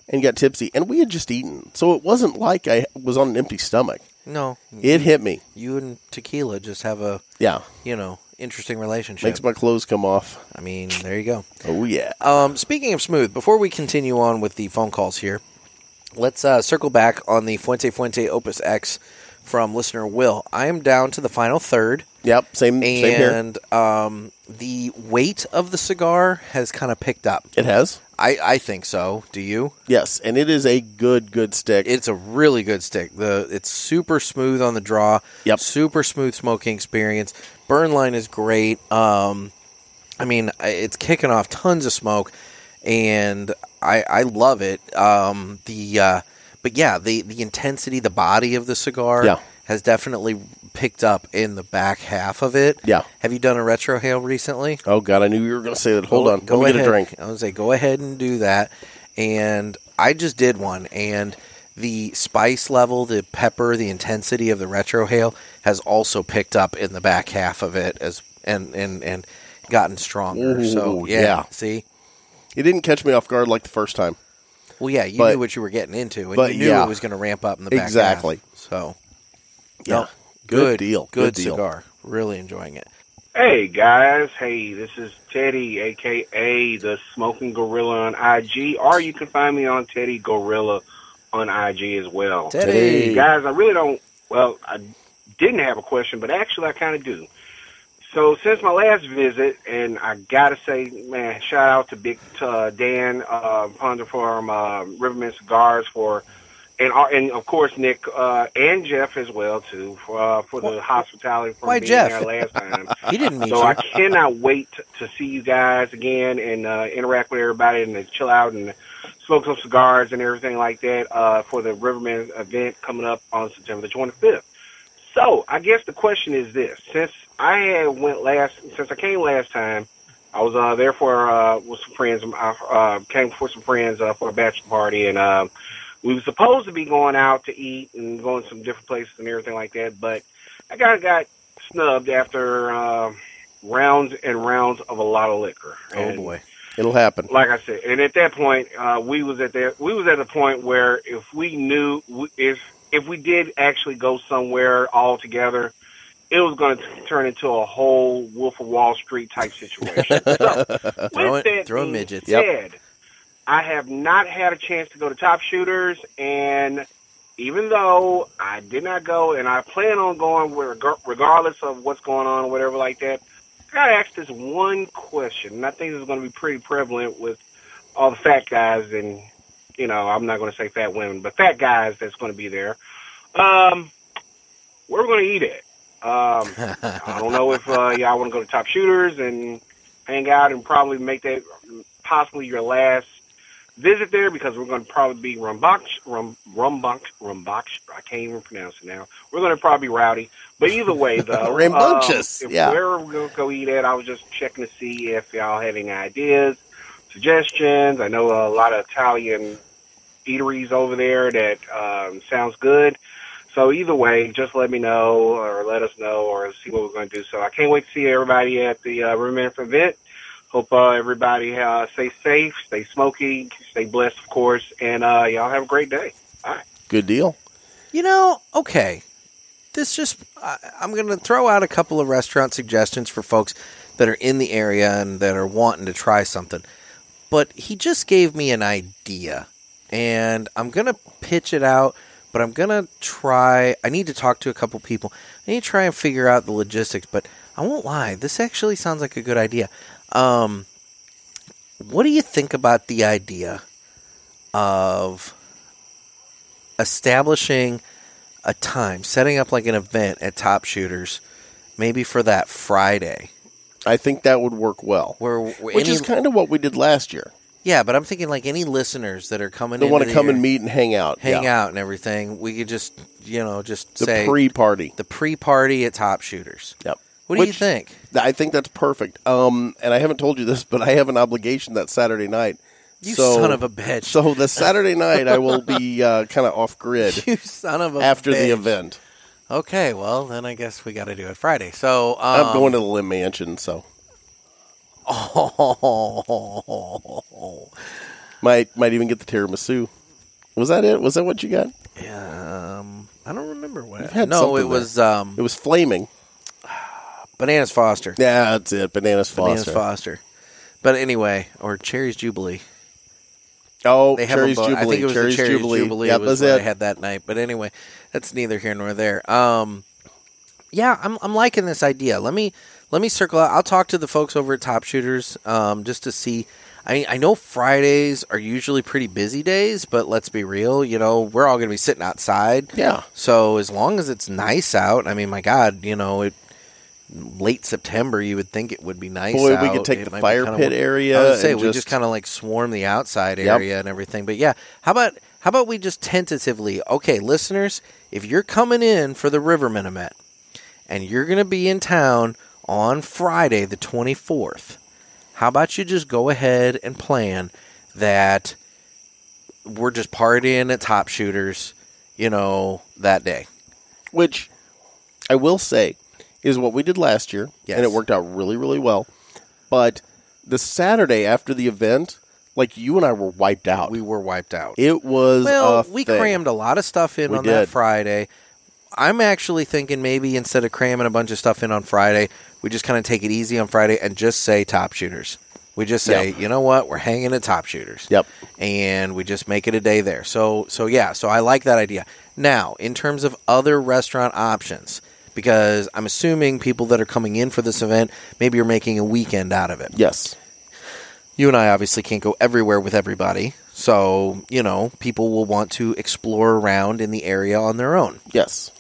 Speaker 3: and got tipsy, and we had just eaten, so it wasn't like I was on an empty stomach.
Speaker 2: No.
Speaker 3: It hit me.
Speaker 2: You and tequila just have a
Speaker 3: Yeah.
Speaker 2: you know interesting relationship.
Speaker 3: Makes my clothes come off.
Speaker 2: I mean, there you go.
Speaker 3: Oh yeah.
Speaker 2: Um, speaking of smooth, before we continue on with the phone calls here, let's uh, circle back on the Fuente Fuente Opus X from listener Will. I am down to the final third.
Speaker 3: Yep. Same. same here.
Speaker 2: and um, the weight of the cigar has kind of picked up.
Speaker 3: It has.
Speaker 2: I, I think so. Do you?
Speaker 3: Yes, and it is a good, good stick.
Speaker 2: It's a really good stick. The it's super smooth on the draw.
Speaker 3: Yep.
Speaker 2: Super smooth smoking experience. Burn line is great. Um, I mean, I- it's kicking off tons of smoke, and I I love it. Um, the uh, but yeah, the the intensity, the body of the cigar.
Speaker 3: Yeah.
Speaker 2: Has definitely picked up in the back half of it.
Speaker 3: Yeah.
Speaker 2: Have you done a retrohale recently?
Speaker 3: Oh God, I knew you were going to say that. Hold
Speaker 2: Go-
Speaker 3: on.
Speaker 2: go
Speaker 3: Go Let me
Speaker 2: ahead.
Speaker 3: get a drink.
Speaker 2: I was like, go ahead and do that. And I just did one, and the spice level, the pepper, the intensity of the retrohale has also picked up in the back half of it as and and and gotten stronger. so
Speaker 3: Ooh,
Speaker 2: yeah,
Speaker 3: yeah.
Speaker 2: see,
Speaker 3: It didn't catch me off guard like the first time.
Speaker 2: well, yeah, you
Speaker 3: But-
Speaker 2: knew what you were getting into, and
Speaker 3: but
Speaker 2: you knew
Speaker 3: yeah.
Speaker 2: it was going to ramp up in the back half.
Speaker 3: Exactly.
Speaker 2: So
Speaker 3: Yeah.
Speaker 2: no,
Speaker 3: Good deal.
Speaker 2: good,
Speaker 3: Good deal.
Speaker 2: cigar. Really enjoying it.
Speaker 11: Hey guys, hey, this is Teddy, aka the Smoking Gorilla on IG, or you can find me on Teddy Gorilla on IG as well.
Speaker 2: Teddy.
Speaker 11: guys, I really don't. Well, I didn't have a question, but actually, I kind of do. So since my last visit, and I gotta say, man, shout out to Big to, uh, Dan uh, Ponder from uh, Riverman Cigars for, and uh, and of course Nick uh, and Jeff as well too for uh, for the hospitality for
Speaker 2: why
Speaker 11: being
Speaker 2: Jeff?
Speaker 11: there last time.
Speaker 2: He didn't meet
Speaker 11: so
Speaker 2: you.
Speaker 11: I cannot wait to see you guys again and uh, interact with everybody and to chill out and smoke some cigars and everything like that uh, for the Riverman event coming up on September the 25th. So I guess the question is this: since I had went last, since I came last time, I was uh, there for uh, with some friends. I uh, came for some friends uh, for a bachelor party, and um we were supposed to be going out to eat and going to some different places and everything like that. But I kind of got snubbed after uh, rounds and rounds of a lot of liquor.
Speaker 3: Oh
Speaker 11: And
Speaker 3: boy, it'll happen.
Speaker 11: like I said, and at that point, uh, we was at that we was at the point where if we knew we- if if we did actually go somewhere all together, it was going to turn into a whole Wolf of Wall Street type situation. so,
Speaker 2: Throwing-
Speaker 11: with that
Speaker 2: throwing
Speaker 11: being
Speaker 2: midgets. Yep.
Speaker 11: said, I have not had a chance to go to Top Shooters, and even though I did not go, and I plan on going with- regardless of what's going on or whatever like that, I got to ask this one question, and I think this is going to be pretty prevalent with all the fat guys, and you know, I'm not going to say fat women, but fat guys that's going to be there. Um, where we're going to eat at? Um, I don't know if uh, y'all want to go to Top Shooters and hang out and probably make that possibly your last visit there because we're going to probably be rumbach, rum, rumbach, rumbach. I can't even pronounce it now. We're going to probably be rowdy. But either way, though,
Speaker 3: Rambunctious,
Speaker 11: um, if
Speaker 3: yeah.
Speaker 11: where we're going to go eat at, I was just checking to see if y'all had any ideas, suggestions. I know a lot of Italian eateries over there that um, sounds good. So either way, just let me know or let us know or see what we're going to do. So I can't wait to see everybody at the uh, Room Info event. Hope uh, everybody uh, stay safe, stay smoky, stay blessed, of course, and uh, y'all have a great day. All right.
Speaker 3: Good deal.
Speaker 2: You know, okay. This just, I, I'm going to throw out a couple of restaurant suggestions for folks that are in the area and that are wanting to try something. But he just gave me an idea, and I'm going to pitch it out, but I'm going to try. I need to talk to a couple people. I need to try and figure out the logistics, but I won't lie. This actually sounds like a good idea. Um, what do you think about the idea of establishing a time, setting up like an event at Top Shooters, maybe for that Friday.
Speaker 3: I think that would work well.
Speaker 2: Where, where
Speaker 3: Which
Speaker 2: any-
Speaker 3: is kind of what we did last year.
Speaker 2: yeah, but I'm thinking like any listeners that are coming,
Speaker 3: They
Speaker 2: into
Speaker 3: want to
Speaker 2: the
Speaker 3: come
Speaker 2: year,
Speaker 3: and meet and hang out.
Speaker 2: hang
Speaker 3: yeah.
Speaker 2: out, and everything. We could just you know just
Speaker 3: The
Speaker 2: say
Speaker 3: pre-party.
Speaker 2: the pre-party at Top Shooters.
Speaker 3: Yep.
Speaker 2: What do you
Speaker 3: Which-
Speaker 2: think?
Speaker 3: I think that's perfect. Um, and I haven't told you this, but I have an obligation that Saturday night.
Speaker 2: You
Speaker 3: So-
Speaker 2: son of a bitch!
Speaker 3: So the Saturday night, I will be uh, kind of off grid
Speaker 2: you son of a
Speaker 3: after
Speaker 2: bitch.
Speaker 3: the event.
Speaker 2: Okay, well then I guess we got to do it Friday. So um,
Speaker 3: I'm going to the Lim Mansion, so
Speaker 2: Oh,
Speaker 3: might might even get the tiramisu. Was that it? Was that what you got?
Speaker 2: yeah, um, I don't remember what.
Speaker 3: You've had
Speaker 2: no,
Speaker 3: something
Speaker 2: it
Speaker 3: there.
Speaker 2: was um,
Speaker 3: It was flaming.
Speaker 2: bananas Foster.
Speaker 3: Yeah, that's it. Bananas Foster.
Speaker 2: Bananas Foster. But anyway, or Cherry's Jubilee.
Speaker 3: Oh,
Speaker 2: They have
Speaker 3: Cherry's
Speaker 2: a bo-
Speaker 3: Jubilee.
Speaker 2: I think it was
Speaker 3: Cherry's
Speaker 2: the Cherry's Jubilee.
Speaker 3: Yep,
Speaker 2: was
Speaker 3: that's
Speaker 2: what
Speaker 3: it.
Speaker 2: I had that night. But anyway, that's neither here nor there. Um, yeah, I'm I'm liking this idea. Let me let me circle out. I'll talk to the folks over at Top Shooters um, just to see. I I know Fridays are usually pretty busy days, but let's be real. You know, we're all going to be sitting outside.
Speaker 3: Yeah.
Speaker 2: So as long as it's nice out, I mean, my God, you know it. Late September, you would think it would be nice.
Speaker 3: Boy, we
Speaker 2: out.
Speaker 3: could take
Speaker 2: It
Speaker 3: the
Speaker 2: might be
Speaker 3: fire
Speaker 2: kinda
Speaker 3: pit
Speaker 2: wa-
Speaker 3: area
Speaker 2: I was gonna say
Speaker 3: and
Speaker 2: we just
Speaker 3: just-
Speaker 2: kind of like swarm the outside
Speaker 3: Yep.
Speaker 2: area and everything. But yeah, how about how about we just tentatively? Okay, listeners, if you're coming in for the River Minute and you're going to be in town on Friday the 24th, how about you just go ahead and plan that we're just partying at Top Shooters, you know, that day.
Speaker 3: which I will say is what we did last year,
Speaker 2: Yes.
Speaker 3: and it worked out really, really well. But the Saturday after the event, like you and I were wiped out. We
Speaker 2: were wiped out.
Speaker 3: It was
Speaker 2: Well,
Speaker 3: a
Speaker 2: we
Speaker 3: thing.
Speaker 2: crammed a lot of stuff in
Speaker 3: We
Speaker 2: on that
Speaker 3: did.
Speaker 2: Friday. I'm actually thinking maybe instead of cramming a bunch of stuff in on Friday, we just kind of take it easy on Friday and just say top shooters. We just say,
Speaker 3: Yep.
Speaker 2: you know what, we're hanging at top shooters.
Speaker 3: Yep.
Speaker 2: And we just make it a day there. So so yeah, so I like that idea. Now, in terms of other restaurant options, because I'm assuming people that are coming in for this event, maybe you're making a weekend out of it
Speaker 3: Yes.
Speaker 2: you and I obviously can't go everywhere with everybody. So, you know, people will want to explore around in the area on their own.
Speaker 3: Yes.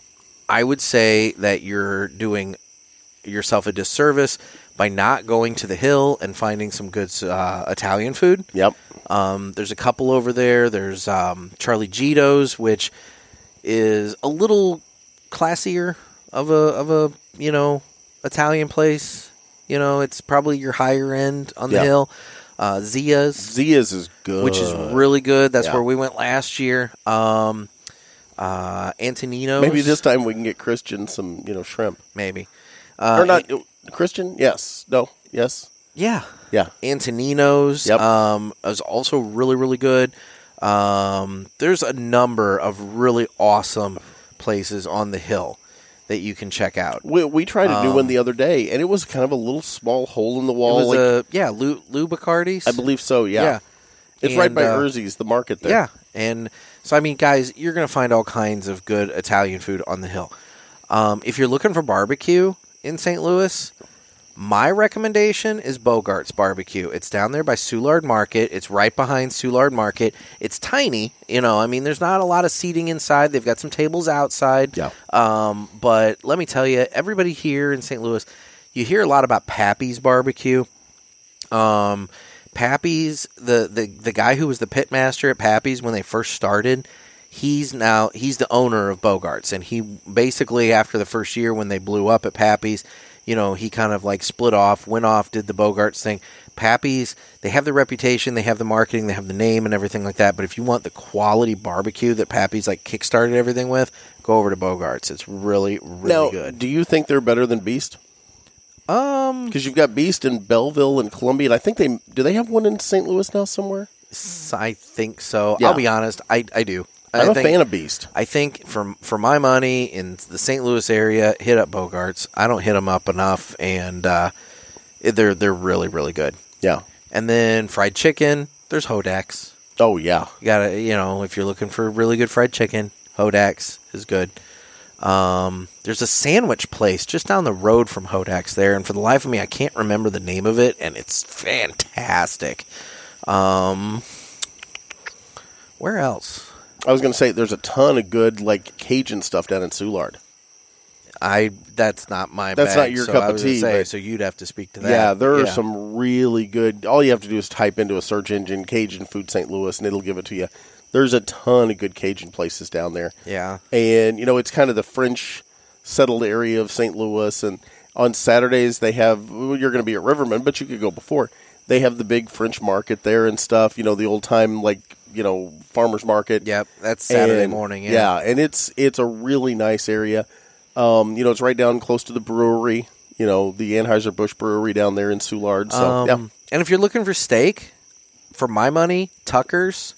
Speaker 2: I would say that you're doing yourself a disservice by not going to the hill and finding some good uh, Italian food.
Speaker 3: Yep.
Speaker 2: Um, there's a couple over there. There's um, Charlie Gito's, which is a little classier of a of a you know Italian place. You know, it's probably your higher end on the
Speaker 3: Yeah.
Speaker 2: hill. Uh, Zia's,
Speaker 3: Zia's is good.
Speaker 2: which is really good. That's
Speaker 3: Uh, Yeah.
Speaker 2: where we went last year. Um, uh, Antonino's,
Speaker 3: Maybe this time we can get Christian some, you know, shrimp.
Speaker 2: maybe uh,
Speaker 3: or not Christian? Yes. No. Yes.
Speaker 2: Yeah.
Speaker 3: Yeah.
Speaker 2: Antonino's
Speaker 3: Yep.
Speaker 2: um, is also really, really good. Um, there's a number of really awesome places on the hill that you can check out.
Speaker 3: We, we tried to do
Speaker 2: Um,
Speaker 3: one the other day, and it was kind of a little small hole in the
Speaker 2: It
Speaker 3: wall.
Speaker 2: was
Speaker 3: like,
Speaker 2: a- yeah, Lou, Lou Bacardi's.
Speaker 3: I believe so. Yeah.
Speaker 2: Yeah.
Speaker 3: It's right
Speaker 2: And,
Speaker 3: by
Speaker 2: uh,
Speaker 3: Urzi's, the market there.
Speaker 2: Yeah. And so, I mean, guys, you're going to find all kinds of good Italian food on the hill. Um, if you're looking for barbecue in St. Louis, my recommendation is Bogart's Barbecue. It's down there by Soulard Market. It's right behind Soulard Market. It's tiny, you know. I mean, there's not a lot of seating inside. They've got some tables outside.
Speaker 3: Yeah.
Speaker 2: Um, but let me tell you, everybody here in St. Louis, you hear a lot about Pappy's Barbecue. Um, Pappy's the, the the guy who was the pit master at Pappy's when they first started. He's now he's the owner of Bogarts, and he basically after the first year when they blew up at Pappy's, you know, he kind of like split off, went off, did the Bogarts thing. Pappy's they have the reputation, they have the marketing, they have the name and everything like that. But if you want the quality barbecue that Pappy's like kickstarted everything with, go over to Bogarts. It's really really
Speaker 3: now,
Speaker 2: good.
Speaker 3: do you think they're better than Beast?
Speaker 2: Um,
Speaker 3: Because you've got Beast in Belleville and Columbia, and I think they do they have one in St. Louis now somewhere.
Speaker 2: S- I think so.
Speaker 3: Yeah.
Speaker 2: I'll be honest. I, I do.
Speaker 3: I'm a
Speaker 2: think-
Speaker 3: fan of Beast.
Speaker 2: I think for for my money in the St. Louis area, hit up Bogarts. I don't hit them up enough, and uh, they're they're really really good.
Speaker 3: Yeah.
Speaker 2: And then fried chicken. There's Hodak's.
Speaker 3: Oh yeah.
Speaker 2: You gotta you know if you're looking for really good fried chicken, Hodak's is good. Um, there's a sandwich place just down the road from Hodak's there, and for the life of me, I can't remember the name of it, and it's fantastic. Um, where else?
Speaker 3: I was going to say there's a ton of good like Cajun stuff down in Soulard.
Speaker 2: I that's not my
Speaker 3: That's
Speaker 2: bag,
Speaker 3: not your
Speaker 2: so
Speaker 3: cup
Speaker 2: I
Speaker 3: of
Speaker 2: was gonna
Speaker 3: tea,
Speaker 2: say,
Speaker 3: but-
Speaker 2: so you'd have to speak to that.
Speaker 3: Yeah, there are some really good. All you have to do is type into a search engine Cajun food St. Louis, and it'll give it to you. There's a ton of good Cajun places down there.
Speaker 2: Yeah.
Speaker 3: and you know it's kind of the French settled area of St. Louis. And on Saturdays they have well, you're going to be at Riverman, but you could go before. They have the big French market there and stuff. You know the old time like you know farmers market.
Speaker 2: Yep, that's Saturday
Speaker 3: And-
Speaker 2: morning, yeah.
Speaker 3: yeah, and it's it's a really nice area. Um, you know, it's right down close to the brewery. You know, the Anheuser Busch brewery down there in Soulard. So
Speaker 2: Um,
Speaker 3: yeah,
Speaker 2: And if you're looking for steak, for my money, Tucker's.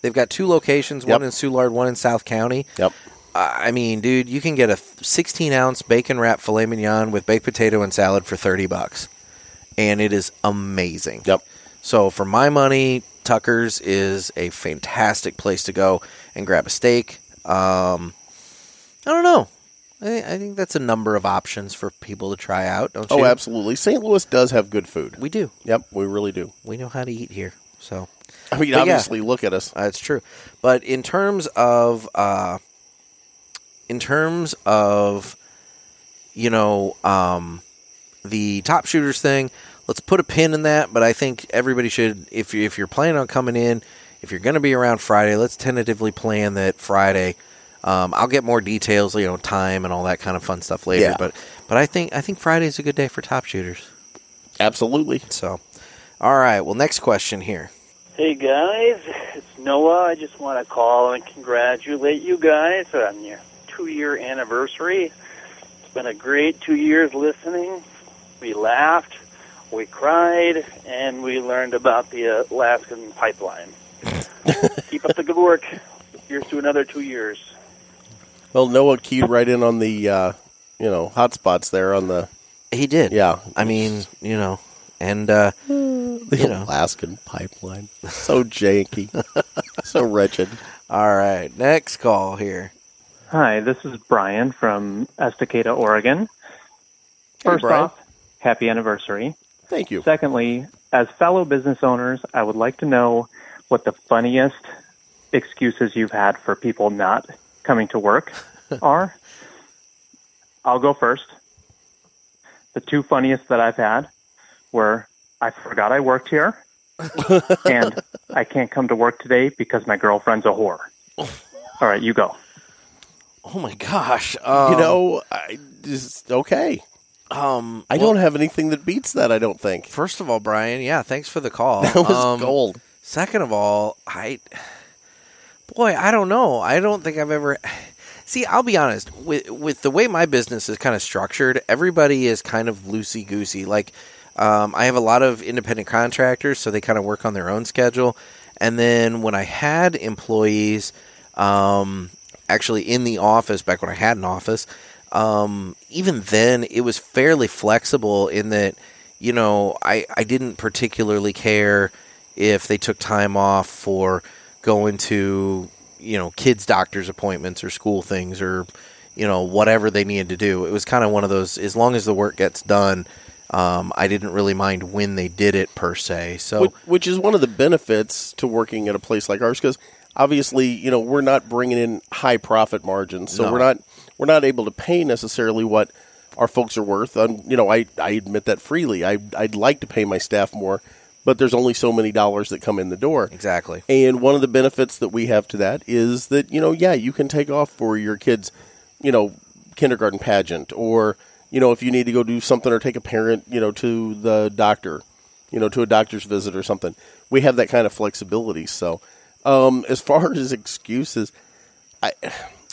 Speaker 2: They've got two locations, one in Soulard, one in South County.
Speaker 3: Yep.
Speaker 2: I I mean, dude, you can get a 16 ounce bacon wrap filet mignon with baked potato and salad for 30 bucks, and it is amazing.
Speaker 3: Yep.
Speaker 2: So for my money, Tucker's is a fantastic place to go and grab a steak. Um, I don't know. I, I think that's a number of options for people to try out. Don't
Speaker 3: Oh,
Speaker 2: you?
Speaker 3: absolutely. St. Louis does have good food.
Speaker 2: We do.
Speaker 3: Yep, we really do.
Speaker 2: We know how to eat here. So,
Speaker 3: I mean,
Speaker 2: But yeah.
Speaker 3: obviously, look at us.
Speaker 2: That's true. But in terms of, uh, in terms of, you know, um, the top shooters thing, let's put a pin in that. But I think everybody should, if you, if you're planning on coming in, if you're going to be around Friday, let's tentatively plan that Friday. Um, I'll get more details, you know, time and all that kind of fun stuff later.
Speaker 3: Yeah.
Speaker 2: But but I think I think Friday's a good day for top shooters.
Speaker 3: Absolutely.
Speaker 2: So, all right. Well, next question here.
Speaker 12: Hey guys, it's Noah. I just want to call and congratulate you guys on your two year anniversary. It's been a great two years listening. We laughed, we cried, and we learned about the Alaskan pipeline. Keep up the good work. Here's to another two years.
Speaker 3: Well, Noah keyed right in on the uh, you know hotspots there on the.
Speaker 2: He did.
Speaker 3: Yeah,
Speaker 2: I mean, you know, and uh,
Speaker 3: the
Speaker 2: you know.
Speaker 3: Alaskan pipeline. So janky, so wretched.
Speaker 2: All right, next call here.
Speaker 13: Hi, this is Brian from Estacada, Oregon.
Speaker 3: Hey,
Speaker 13: First
Speaker 3: Brian.
Speaker 13: off, happy anniversary.
Speaker 3: Thank you.
Speaker 13: Secondly, as fellow business owners, I would like to know what the funniest excuses you've had for people not coming to work are. I'll go first. The two funniest that I've had were I forgot I worked here and I can't come to work today because my girlfriend's a whore. All right, you go.
Speaker 2: Oh my gosh! Um,
Speaker 3: you know, I just okay.
Speaker 2: Um,
Speaker 3: I don't have anything that beats that. I don't think.
Speaker 2: First of all, Brian, yeah, thanks for the call.
Speaker 3: That was
Speaker 2: um,
Speaker 3: gold.
Speaker 2: Second of all, I, boy, I don't know. I don't think I've ever. See, I'll be honest with with the way my business is kind of structured. Everybody is kind of loosey goosey. Like, um, I have a lot of independent contractors, so they kind of work on their own schedule. And then when I had employees, um, actually in the office back when I had an office, um, even then it was fairly flexible in that you know, I, I didn't particularly care if they took time off for going to, you know, kids' doctor's appointments or school things or, you know, whatever they needed to do. It was kind of one of those, as long as the work gets done, um, I didn't really mind when they did it per se. So,
Speaker 3: which, which is one of the benefits to working at a place like ours because obviously you know we're not bringing in high profit margins so
Speaker 2: No.
Speaker 3: we're not we're not able to pay necessarily what our folks are worth um, you know I, I admit that freely I, i'd like to pay my staff more but there's only so many dollars that come in the door
Speaker 2: exactly
Speaker 3: and one of the benefits that we have to that is that you know yeah you can take off for your kids you know kindergarten pageant or you know if you need to go do something or take a parent you know to the doctor you know to a doctor's visit or something we have that kind of flexibility so um, as far as excuses i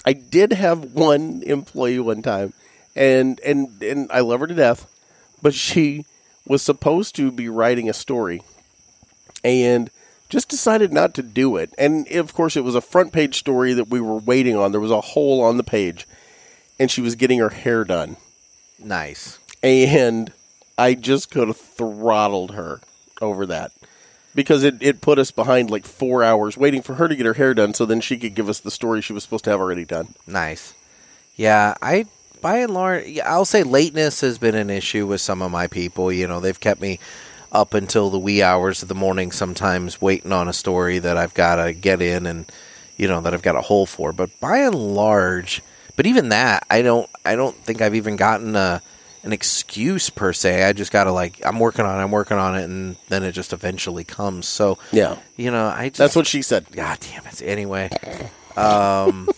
Speaker 3: i did have one employee one time and and and i love her to death but she was supposed to be writing a story and just decided not to do it. And of course, it was a front page story that we were waiting on. There was a hole on the page, and she was getting her hair done.
Speaker 2: Nice.
Speaker 3: And I just could have throttled her over that because it, it put us behind like four hours waiting for her to get her hair done so then she could give us the story she was supposed to have already done.
Speaker 2: Nice. Yeah, I by and large, yeah, I'll say lateness has been an issue with some of my people. You know, they've kept me up until the wee hours of the morning sometimes waiting on a story that I've got to get in and you know that I've got a hole for. But by and large, but even that, I don't I don't think I've even gotten a an excuse per se. I just got to like I'm working on it, I'm working on it and then it just eventually comes. So,
Speaker 3: Yeah.
Speaker 2: you know, I just
Speaker 3: That's what she said.
Speaker 2: God damn it. Anyway, um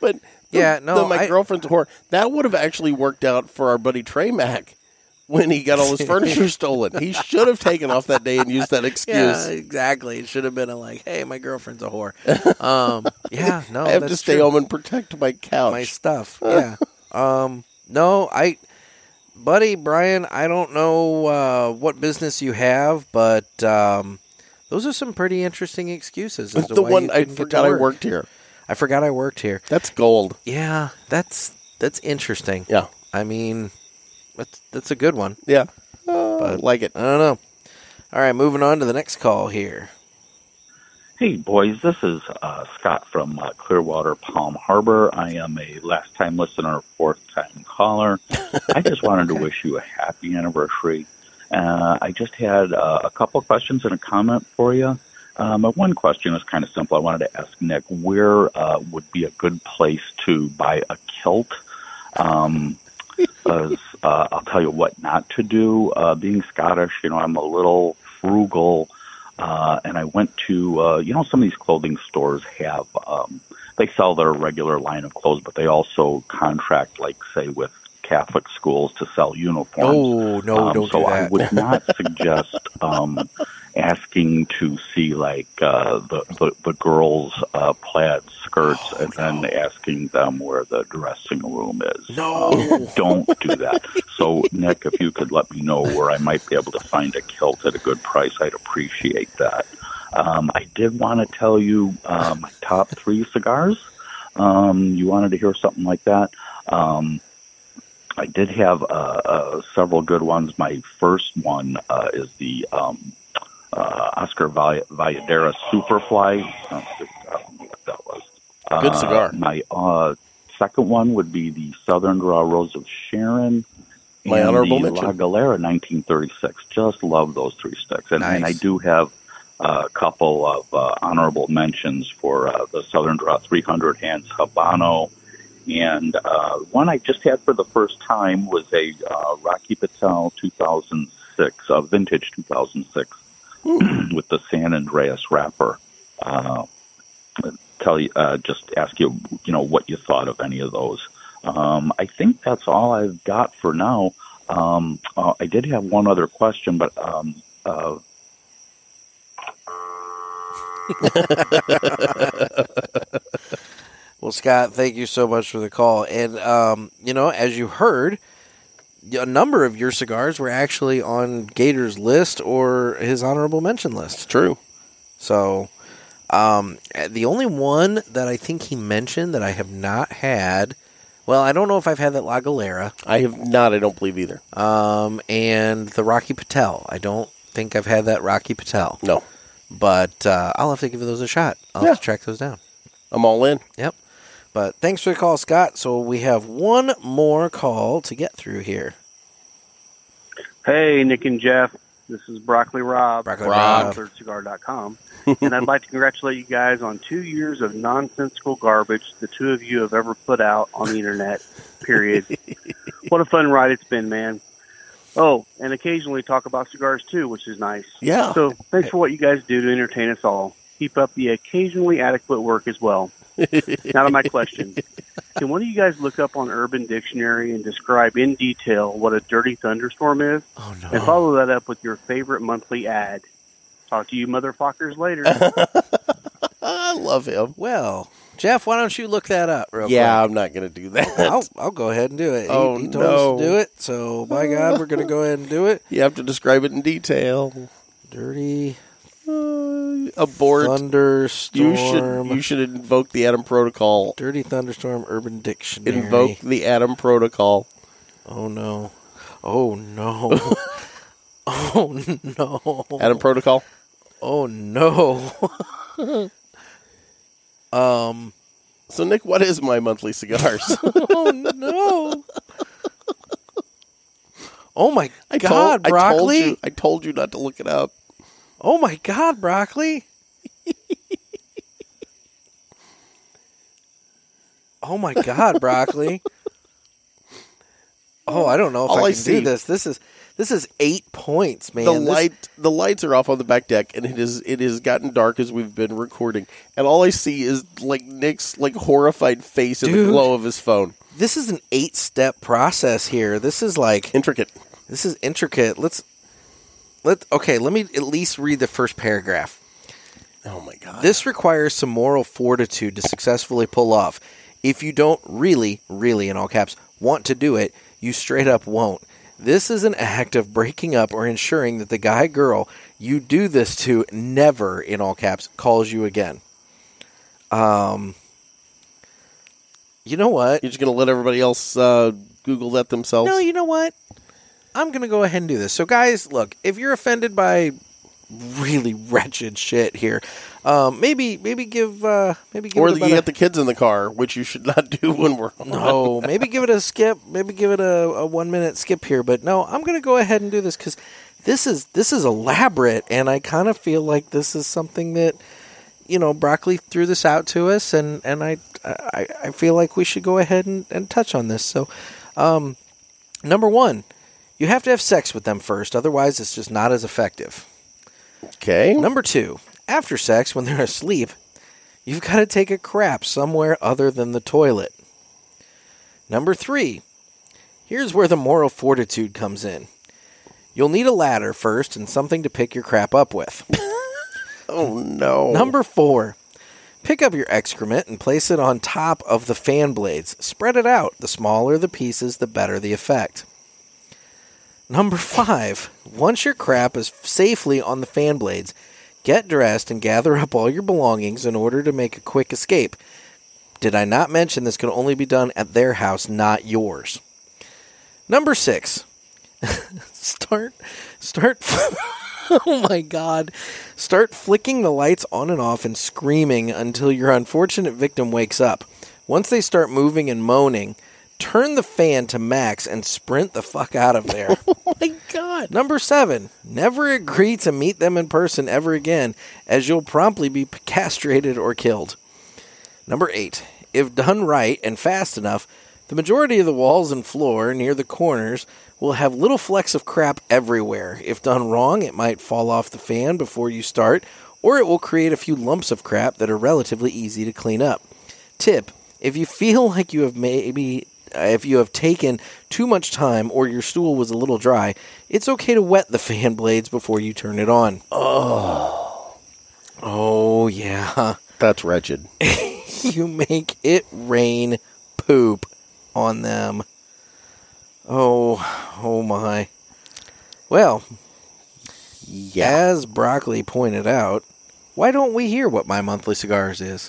Speaker 3: But
Speaker 2: Yeah,
Speaker 3: the-
Speaker 2: no,
Speaker 3: the my
Speaker 2: I-
Speaker 3: girlfriend's a whore. That would have actually worked out for our buddy Trey Mac when he got all his furniture stolen. He should have taken off that day and used that excuse.
Speaker 2: Yeah, exactly. It should have been a like, hey, my girlfriend's a whore. Um, yeah, no,
Speaker 3: I have to
Speaker 2: that's
Speaker 3: stay
Speaker 2: true.
Speaker 3: home and protect my couch.
Speaker 2: my stuff. Yeah. um, no, I, buddy Brian, I don't know uh, what business you have, but um, those are some pretty interesting excuses. As to
Speaker 3: the
Speaker 2: why
Speaker 3: one
Speaker 2: you
Speaker 3: I
Speaker 2: didn't get to
Speaker 3: forgot I
Speaker 2: work.
Speaker 3: worked here.
Speaker 2: I forgot I worked here.
Speaker 3: That's gold.
Speaker 2: Yeah, that's that's interesting.
Speaker 3: Yeah.
Speaker 2: I mean, that's that's a good one.
Speaker 3: Yeah, Uh, I like it.
Speaker 2: I don't know. All right, moving on to the next call here.
Speaker 8: Hey, boys, this is uh, Scott from uh, Clearwater Palm Harbor. I am a last time listener, fourth time caller. I just wanted to wish you a happy anniversary. Uh, I just had uh, a couple questions and a comment for you. Um, my one question was kind of simple. I wanted to ask Nick where uh, would be a good place to buy a kilt? Um, 'cause, uh, I'll tell you what not to do. Uh, being Scottish, you know, I'm a little frugal uh, and I went to uh, you know some of these clothing stores have um, they sell their regular line of clothes, but they also contract like say with Catholic schools to sell uniforms.
Speaker 2: Oh, no,
Speaker 8: Um,
Speaker 2: don't
Speaker 8: So
Speaker 2: do
Speaker 8: I
Speaker 2: that.
Speaker 8: would not suggest um, asking to see like uh, the, the the girls' uh, plaid skirts
Speaker 2: Oh,
Speaker 8: and then asking them where the dressing room is.
Speaker 2: No.
Speaker 8: Um, don't do that. So Nick, if you could let me know where I might be able to find a kilt at a good price, I'd appreciate that. Um, I did want to tell you uh, my top three cigars. Um, you wanted to hear something like that. Um, I did have uh, uh, several good ones. My first one uh, is the um, uh, Oscar Val- Valladera Superfly. Oh, I don't know what that was.
Speaker 3: Good
Speaker 8: Uh,
Speaker 3: cigar.
Speaker 8: my uh, second one would be the Southern Draw Rose of Sharon.
Speaker 3: My
Speaker 8: and
Speaker 3: honorable
Speaker 8: the
Speaker 3: mention.
Speaker 8: La Galera 1936. Just love those three sticks. And, and I
Speaker 3: Nice.
Speaker 8: do have a couple of uh, honorable mentions for uh, the Southern Draw 300 Hands Habano. And uh, one I just had for the first time was a uh, Rocky Patel 2006, a uh, vintage 2006 with the San Andreas wrapper. Uh, tell you, uh, just ask you, you know, what you thought of any of those. Um, I think that's all I've got for now. Um, uh, I did have one other question, but um, uh,
Speaker 2: Well, Scott, thank you so much for the call. And, um, you know, as you heard, a number of your cigars were actually on Gator's list or his honorable mention list. It's
Speaker 3: true.
Speaker 2: So, um, the only one that I think he mentioned that I have not had, well, I don't know if I've had that La Galera.
Speaker 3: I have not. I don't believe either.
Speaker 2: Um, and the Rocky Patel. I don't think I've had that Rocky Patel.
Speaker 3: No.
Speaker 2: But uh, I'll have to give those a shot. I'll have to track those down.
Speaker 3: I'm all in.
Speaker 2: Yep. But thanks for the call, Scott. So we have one more call to get through here.
Speaker 14: Hey, Nick and Jeff. This is Broccoli Rob.
Speaker 2: Broccoli
Speaker 14: from
Speaker 2: Rob.
Speaker 14: ThirdCigar.com. and I'd like to congratulate you guys on two years of nonsensical garbage the two of you have ever put out on the internet, period. what a fun ride it's been, man. Oh, and occasionally talk about cigars too, which is nice.
Speaker 3: Yeah.
Speaker 14: So thanks for what you guys do to entertain us all. Keep up the occasionally adequate work as well. now to my question. Can one of you guys look up on Urban Dictionary and describe in detail what a dirty thunderstorm is?
Speaker 2: Oh, no.
Speaker 14: And follow that up with your favorite monthly ad. Talk to you motherfuckers later.
Speaker 3: I love him.
Speaker 2: Well, Jeff, why don't you look that up real
Speaker 3: yeah,
Speaker 2: quick?
Speaker 3: I'm not going to do that.
Speaker 2: I'll, I'll go ahead and do it. He-
Speaker 3: Oh,
Speaker 2: he, told us
Speaker 3: no.
Speaker 2: to do it, so by God, we're going to go ahead and do it.
Speaker 3: You have to describe it in detail.
Speaker 2: Dirty.
Speaker 3: Uh, abort.
Speaker 2: Thunderstorm.
Speaker 3: You should you should invoke the Adam Protocol.
Speaker 2: Dirty thunderstorm. Urban Dictionary.
Speaker 3: Invoke the Adam Protocol.
Speaker 2: Oh no! Oh no! oh no!
Speaker 3: Adam Protocol.
Speaker 2: Oh no! um.
Speaker 3: So Nick, what is my monthly cigars?
Speaker 2: oh no! Oh my
Speaker 3: I told-
Speaker 2: God,
Speaker 3: I told
Speaker 2: broccoli!
Speaker 3: you- I told you not to look it up.
Speaker 2: Oh my God, broccoli! oh my God, broccoli! Oh, I don't know if
Speaker 3: All
Speaker 2: I
Speaker 3: I
Speaker 2: can
Speaker 3: see-
Speaker 2: do this. This is this is eight points, man.
Speaker 3: the
Speaker 2: This-
Speaker 3: light the lights are off on the back deck and it is it has gotten dark as we've been recording. And all I see is like Nick's like horrified face in the
Speaker 2: Dude.
Speaker 3: glow of his phone.
Speaker 2: This is an eight step process here. This is like
Speaker 3: intricate.
Speaker 2: This is intricate. Let's let okay. Let me at least read the first paragraph.
Speaker 3: Oh my god!
Speaker 2: This requires some moral fortitude to successfully pull off. If you don't really, really, in all caps, want to do it, you straight up won't. This is an act of breaking up or ensuring that the guy girl you do this to never, in all caps, calls you again. Um, you know what?
Speaker 3: You're just gonna let everybody else uh, Google that themselves.
Speaker 2: No, you know what? I'm going to go ahead and do this. So, guys, look, if you're offended by really wretched shit here, um, maybe maybe give uh, maybe give
Speaker 3: or
Speaker 2: it
Speaker 3: you
Speaker 2: about
Speaker 3: get
Speaker 2: a,
Speaker 3: the kids in the car, which you should not do when we're on.
Speaker 2: no, maybe give it a skip, maybe give it a, a one minute skip here. But no, I'm going to go ahead and do this because this is this is elaborate, and I kind of feel like this is something that you know broccoli threw this out to us, and and I I, I feel like we should go ahead and, and touch on this. So, um, number one. You have to have sex with them first, otherwise, it's just not as effective.
Speaker 3: Okay.
Speaker 2: Number two, after sex, when they're asleep, you've got to take a crap somewhere other than the toilet. Number three, here's where the moral fortitude comes in. You'll need a ladder first and something to pick your crap up with.
Speaker 3: oh, no.
Speaker 2: Number four, pick up your excrement and place it on top of the fan blades. Spread it out. The smaller the pieces, the better the effect. Number five, once your crap is safely on the fan blades, get dressed and gather up all your belongings in order to make a quick escape. Did I not mention this can only be done at their house, not yours? Number six, start, start, oh my god, start flicking the lights on and off and screaming until your unfortunate victim wakes up. Once they start moving and moaning, turn the fan to max and sprint the fuck out of there.
Speaker 3: Oh my god.
Speaker 2: Number seven, never agree to meet them in person ever again, as you'll promptly be castrated or killed. Number eight, if done right and fast enough, the majority of the walls and floor near the corners will have little flecks of crap everywhere. If done wrong, it might fall off the fan before you start, or it will create a few lumps of crap that are relatively easy to clean up. Tip if you feel like you have maybe uh, if you have taken too much time or your stool was a little dry, it's okay to wet the fan blades before you turn it on.
Speaker 3: Oh.
Speaker 2: Oh, yeah.
Speaker 3: That's wretched.
Speaker 2: you make it rain poop on them. Oh, oh my. Well,
Speaker 3: yeah.
Speaker 2: as Broccoli pointed out, why don't we hear what my monthly cigars is?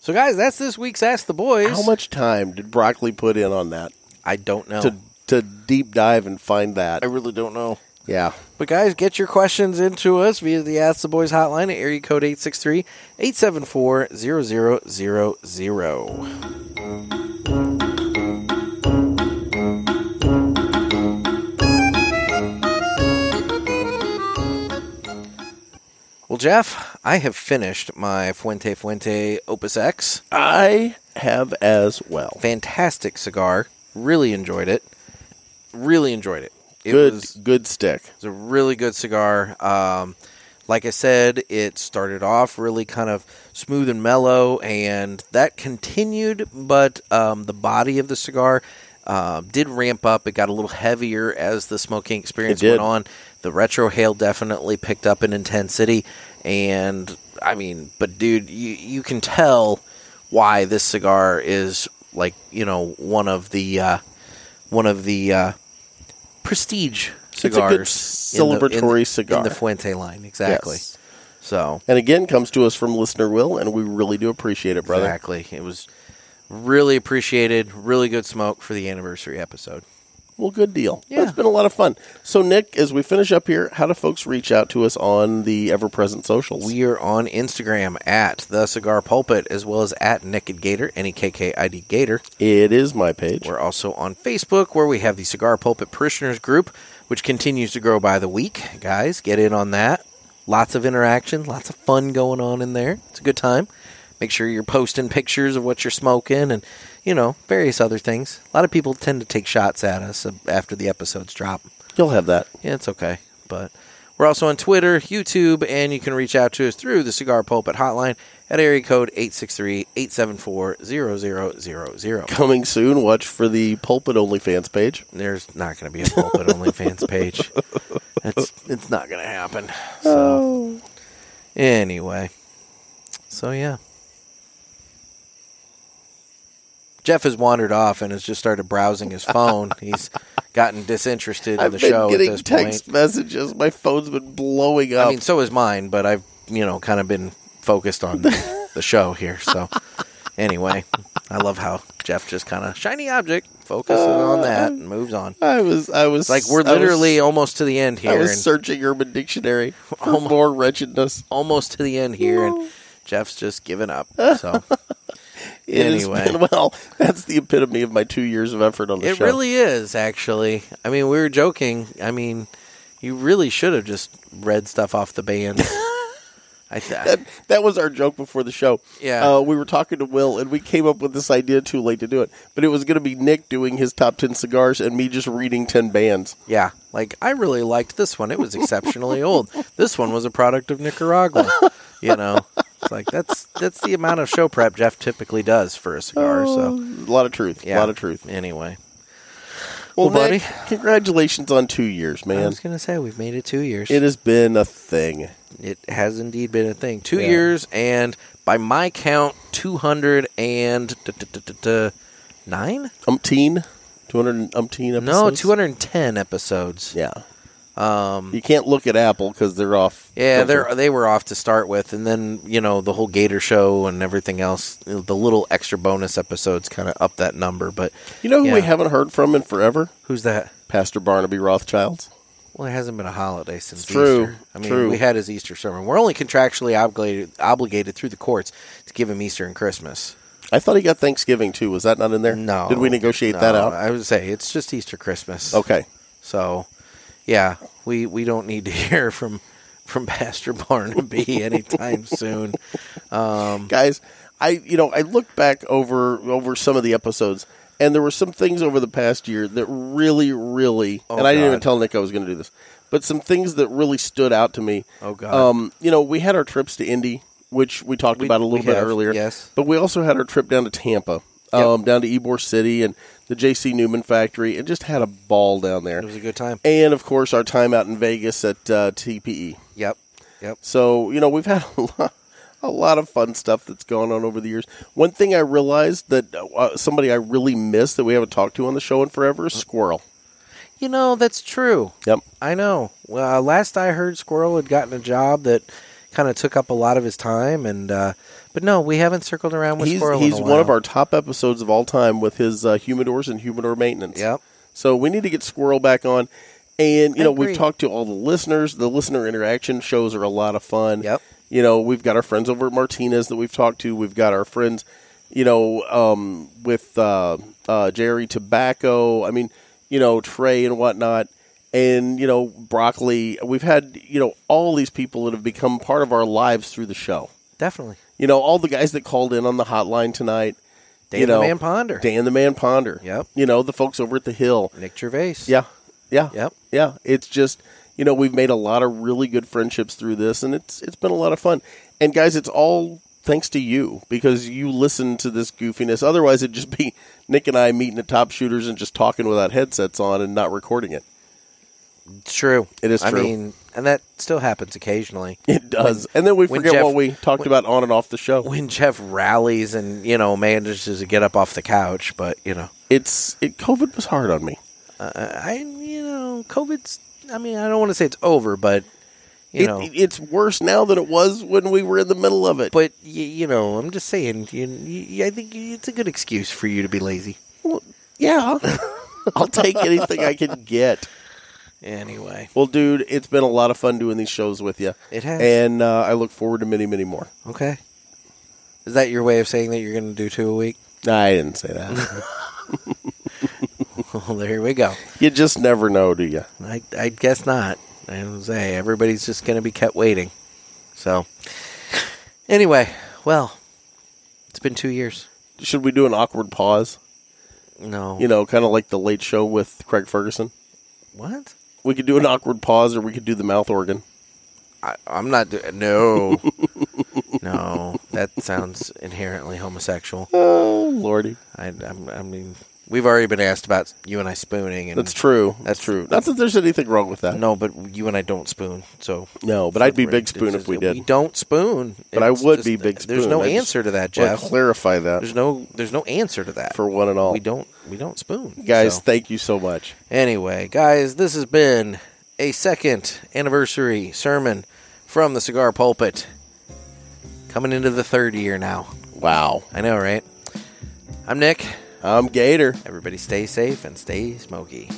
Speaker 2: so, guys, that's this week's Ask the Boys.
Speaker 3: How much time did Broccoli put in on that?
Speaker 2: I don't know.
Speaker 3: To to deep dive and find that.
Speaker 2: Oh. I really don't know.
Speaker 3: yeah.
Speaker 2: But guys, get your questions into us via the Ask the Boys hotline at area code 863-874-0000. Well, Jeff, I have finished my Fuente Fuente Opus X.
Speaker 3: I have as well.
Speaker 2: Fantastic cigar. Really enjoyed it. Really enjoyed it. It
Speaker 3: good
Speaker 2: was
Speaker 3: good stick.
Speaker 2: it's a really good cigar. Um, like I said, it started off really kind of smooth and mellow, and that continued, but um, the body of the cigar uh, did ramp up. It got a little heavier as the smoking experience
Speaker 3: It did.
Speaker 2: went on. The retrohale definitely picked up in intensity, and I mean, but dude, you, you can tell why this cigar is like you know one of the uh, one of the uh, prestige
Speaker 3: a
Speaker 2: cigars.
Speaker 3: good
Speaker 2: in the- in the-
Speaker 3: celebratory cigar.
Speaker 2: in the Fuente line, exactly.
Speaker 3: Yes.
Speaker 2: So
Speaker 3: And again comes to us from listener Will, and we really do appreciate it, brother.
Speaker 2: exactly, it was really appreciated. Really good smoke for the anniversary episode.
Speaker 3: Well, good deal. Yeah. It's been a lot of fun. So, Nick, as we finish up here, how do folks reach out to us on the ever present socials?
Speaker 2: We are on Instagram at The Cigar Pulpit as well as at Naked Gator, N E K K I D Gator.
Speaker 3: It is my page.
Speaker 2: We're also on Facebook where we have the Cigar Pulpit Parishioners Group, which continues to grow by the week. Guys, get in on that. Lots of interaction, lots of fun going on in there. It's a good time. Make sure you're posting pictures of what you're smoking and, you know, various other things. A lot of people tend to take shots at us after the episodes drop.
Speaker 3: You'll have that.
Speaker 2: Yeah, it's okay. But we're also on Twitter, YouTube, and you can reach out to us through the Cigar Pulpit hotline at area code 863-874-0000.
Speaker 3: Coming soon, watch for the Pulpit OnlyFans page.
Speaker 2: There's not going to be a Pulpit OnlyFans page. It's, it's not going to happen. So,
Speaker 1: Oh.
Speaker 2: anyway. So, yeah. Jeff has wandered off and has just started browsing his phone. He's gotten disinterested in
Speaker 3: I've
Speaker 2: the
Speaker 3: been
Speaker 2: show
Speaker 3: getting
Speaker 2: at this
Speaker 3: text
Speaker 2: point.
Speaker 3: messages. My phone's been blowing up.
Speaker 2: I mean, so is mine, but I've you know kind of been focused on the show here. So anyway, I love how Jeff just kind of shiny object focuses on that and moves on.
Speaker 3: I was, I was
Speaker 2: It's like we're
Speaker 3: I was-
Speaker 2: literally almost to the end here.
Speaker 3: I was
Speaker 2: and
Speaker 3: searching Urban Dictionary for more wretchedness.
Speaker 2: Almost to the end here, and Jeff's just given up. So
Speaker 3: It has
Speaker 2: anyway,
Speaker 3: been- well, that's the epitome of my two years of effort on the
Speaker 2: it
Speaker 3: show.
Speaker 2: really is actually. I mean, we were joking. I mean, you really should have just read stuff off the band. I th-
Speaker 3: that was our joke before the show.
Speaker 2: Yeah.
Speaker 3: uh, we were talking to Will, and we came up with this idea too late to do it. But it was going to be Nick doing his top ten cigars and me just reading ten bands.
Speaker 2: Yeah, like I really liked this one. It was exceptionally old. This one was a product of Nicaragua. You know, it's like that's that's the amount of show prep Jeff typically does for a cigar. So
Speaker 3: a lot of truth.
Speaker 2: Yeah.
Speaker 3: A Oh. lot of truth.
Speaker 2: Anyway,
Speaker 3: well,
Speaker 2: Well,
Speaker 3: Nick, congratulations on two years,
Speaker 2: I
Speaker 3: man.
Speaker 2: was gonna say we've made it two years.
Speaker 3: It has been a thing.
Speaker 2: It has indeed been a thing. Two
Speaker 3: Yeah.
Speaker 2: years, and by my count, two hundred and duh, duh, duh, duh, duh, nine.
Speaker 3: Umpteen, two hundred umpteen episodes.
Speaker 2: No, two hundred and ten episodes.
Speaker 3: Yeah.
Speaker 2: Um,
Speaker 3: You can't look at Apple because they're off.
Speaker 2: Yeah, uh,
Speaker 3: filter.
Speaker 2: they they were off to start with, and then you know the whole Gator show and everything else. you know, The little extra bonus episodes kind of up that number, but
Speaker 3: You know who we
Speaker 2: yeah.
Speaker 3: haven't heard from in forever?
Speaker 2: Who's that?
Speaker 3: Pastor Barnaby Rothschild.
Speaker 2: Well, it hasn't been a holiday since
Speaker 3: It's true.
Speaker 2: Easter. I mean,
Speaker 3: True.
Speaker 2: we had his Easter sermon. We're only contractually obligated obligated through the courts to give him Easter and Christmas.
Speaker 3: I thought he got Thanksgiving too. Was that not in there?
Speaker 2: No,
Speaker 3: Did we negotiate
Speaker 2: no,
Speaker 3: that out?
Speaker 2: I would say it's just Easter Christmas.
Speaker 3: Okay.
Speaker 2: So, yeah, we we don't need to hear from from Pastor Barnaby anytime soon. Um,
Speaker 3: Guys, I you know, I looked back over over some of the episodes and there were some things over the past year that really, really
Speaker 2: Oh,
Speaker 3: and I didn't
Speaker 2: God.
Speaker 3: even tell Nick I was gonna do this. But some things that really stood out to me.
Speaker 2: Oh, God.
Speaker 3: Um, you know, we had our trips to Indy, which we talked
Speaker 2: We-
Speaker 3: about a little
Speaker 2: we
Speaker 3: bit
Speaker 2: have,
Speaker 3: earlier.
Speaker 2: yes.
Speaker 3: But we also had our trip down to Tampa.
Speaker 2: Yep.
Speaker 3: Um, down to Ybor City and the JC Newman factory and just had a ball down there.
Speaker 2: It was a good time.
Speaker 3: and of course our time out in Vegas at uh, TPE.
Speaker 2: Yep. Yep.
Speaker 3: So you know we've had a lot, a lot of fun stuff that's gone on over the years. One thing I realized that uh, somebody I really miss that we haven't talked to on the show in forever is Squirrel.
Speaker 2: You know, that's true.
Speaker 3: Yep.
Speaker 2: I know. Well, uh, last I heard, Squirrel had gotten a job that kind of took up a lot of his time, and uh, but no, we haven't circled around with
Speaker 3: He's
Speaker 2: Squirrel. in
Speaker 3: he's
Speaker 2: a
Speaker 3: one of
Speaker 2: while.
Speaker 3: our top episodes of all time with his uh, humidors and humidor maintenance.
Speaker 2: Yep.
Speaker 3: So we need to get Squirrel back on. And you
Speaker 2: I
Speaker 3: know
Speaker 2: agree.
Speaker 3: we've talked to all the listeners. The listener interaction shows are a lot of fun.
Speaker 2: Yep.
Speaker 3: You know we've got our friends over at Martinez that we've talked to. We've got our friends, you know, um, with uh, uh, Jerry Tobacco. I mean, you know Trey and whatnot, and you know Broccoli. We've had you know all these people that have become part of our lives through the show.
Speaker 2: definitely.
Speaker 3: You know, all the guys that called in on the hotline tonight.
Speaker 2: Dan
Speaker 3: you
Speaker 2: the
Speaker 3: know,
Speaker 2: Man Ponder.
Speaker 3: Dan the Man Ponder.
Speaker 2: Yep.
Speaker 3: You know, the folks over at the Hill.
Speaker 2: Nick Gervais.
Speaker 3: Yeah. Yeah.
Speaker 2: Yep.
Speaker 3: Yeah. It's just, you know, we've made a lot of really good friendships through this and it's it's been a lot of fun. And guys, it's all thanks to you because you listen to this goofiness. Otherwise it'd just be Nick and I meeting at top shooters and just talking without headsets on and not recording it.
Speaker 2: It's true.
Speaker 3: It is
Speaker 2: I
Speaker 3: true.
Speaker 2: mean, and that still happens occasionally.
Speaker 3: It does. and then we
Speaker 2: when
Speaker 3: forget
Speaker 2: Jeff-
Speaker 3: what we talked about on and off the show.
Speaker 2: When Jeff rallies and you know manages to get up off the couch, but you know,
Speaker 3: It's it COVID was hard on me.
Speaker 2: uh, I you know, COVID's. I mean, I don't want to say it's over, but you
Speaker 3: It-
Speaker 2: know,
Speaker 3: it's worse now than it was when we were in the middle of it.
Speaker 2: But y- you know, I'm just saying. You, you, I think it's a good excuse for you to be lazy.
Speaker 3: Well, yeah. I'll take anything I can get.
Speaker 2: Anyway.
Speaker 3: Well, dude, it's been a lot of fun doing these shows with you.
Speaker 2: It has.
Speaker 3: And uh, I look forward to many, many more.
Speaker 2: Okay. Is that your way of saying that you're going to do two a week?
Speaker 3: I didn't say that.
Speaker 2: well, there we go.
Speaker 3: You just never know, do you?
Speaker 2: I, I guess not. I don't say everybody's just going to be kept waiting. So, anyway, well, it's been two years.
Speaker 3: Should we do an awkward pause?
Speaker 2: No.
Speaker 3: You know, kind of like the late show with Craig Ferguson.
Speaker 2: What?
Speaker 3: We could do an awkward pause, or we could do the mouth organ.
Speaker 2: I, I'm not. Do- no. no. That sounds inherently homosexual.
Speaker 3: Oh lordy!
Speaker 2: I, I'm, I mean, we've already been asked about you and I spooning. And
Speaker 3: That's true. That's true. Not that there's anything wrong with that.
Speaker 2: No, but you and I don't spoon. So
Speaker 3: No, but I'd be big spoon if we did.
Speaker 2: We don't spoon.
Speaker 3: But I
Speaker 2: It's
Speaker 3: would
Speaker 2: just-
Speaker 3: be big spoon.
Speaker 2: There's no
Speaker 3: I just
Speaker 2: answer to that,
Speaker 3: wanna
Speaker 2: Jeff.
Speaker 3: clarify that.
Speaker 2: There's no. There's no answer to that.
Speaker 3: for one and all.
Speaker 2: we don't. We don't spoon,
Speaker 3: Guys,
Speaker 2: So.
Speaker 3: thank you so much.
Speaker 2: Anyway, guys, this has been a second anniversary sermon from the cigar pulpit. Coming into the third year now.
Speaker 3: Wow.
Speaker 2: I know, right? I'm Nick.
Speaker 3: I'm Gator.
Speaker 2: Everybody stay safe and stay smoky.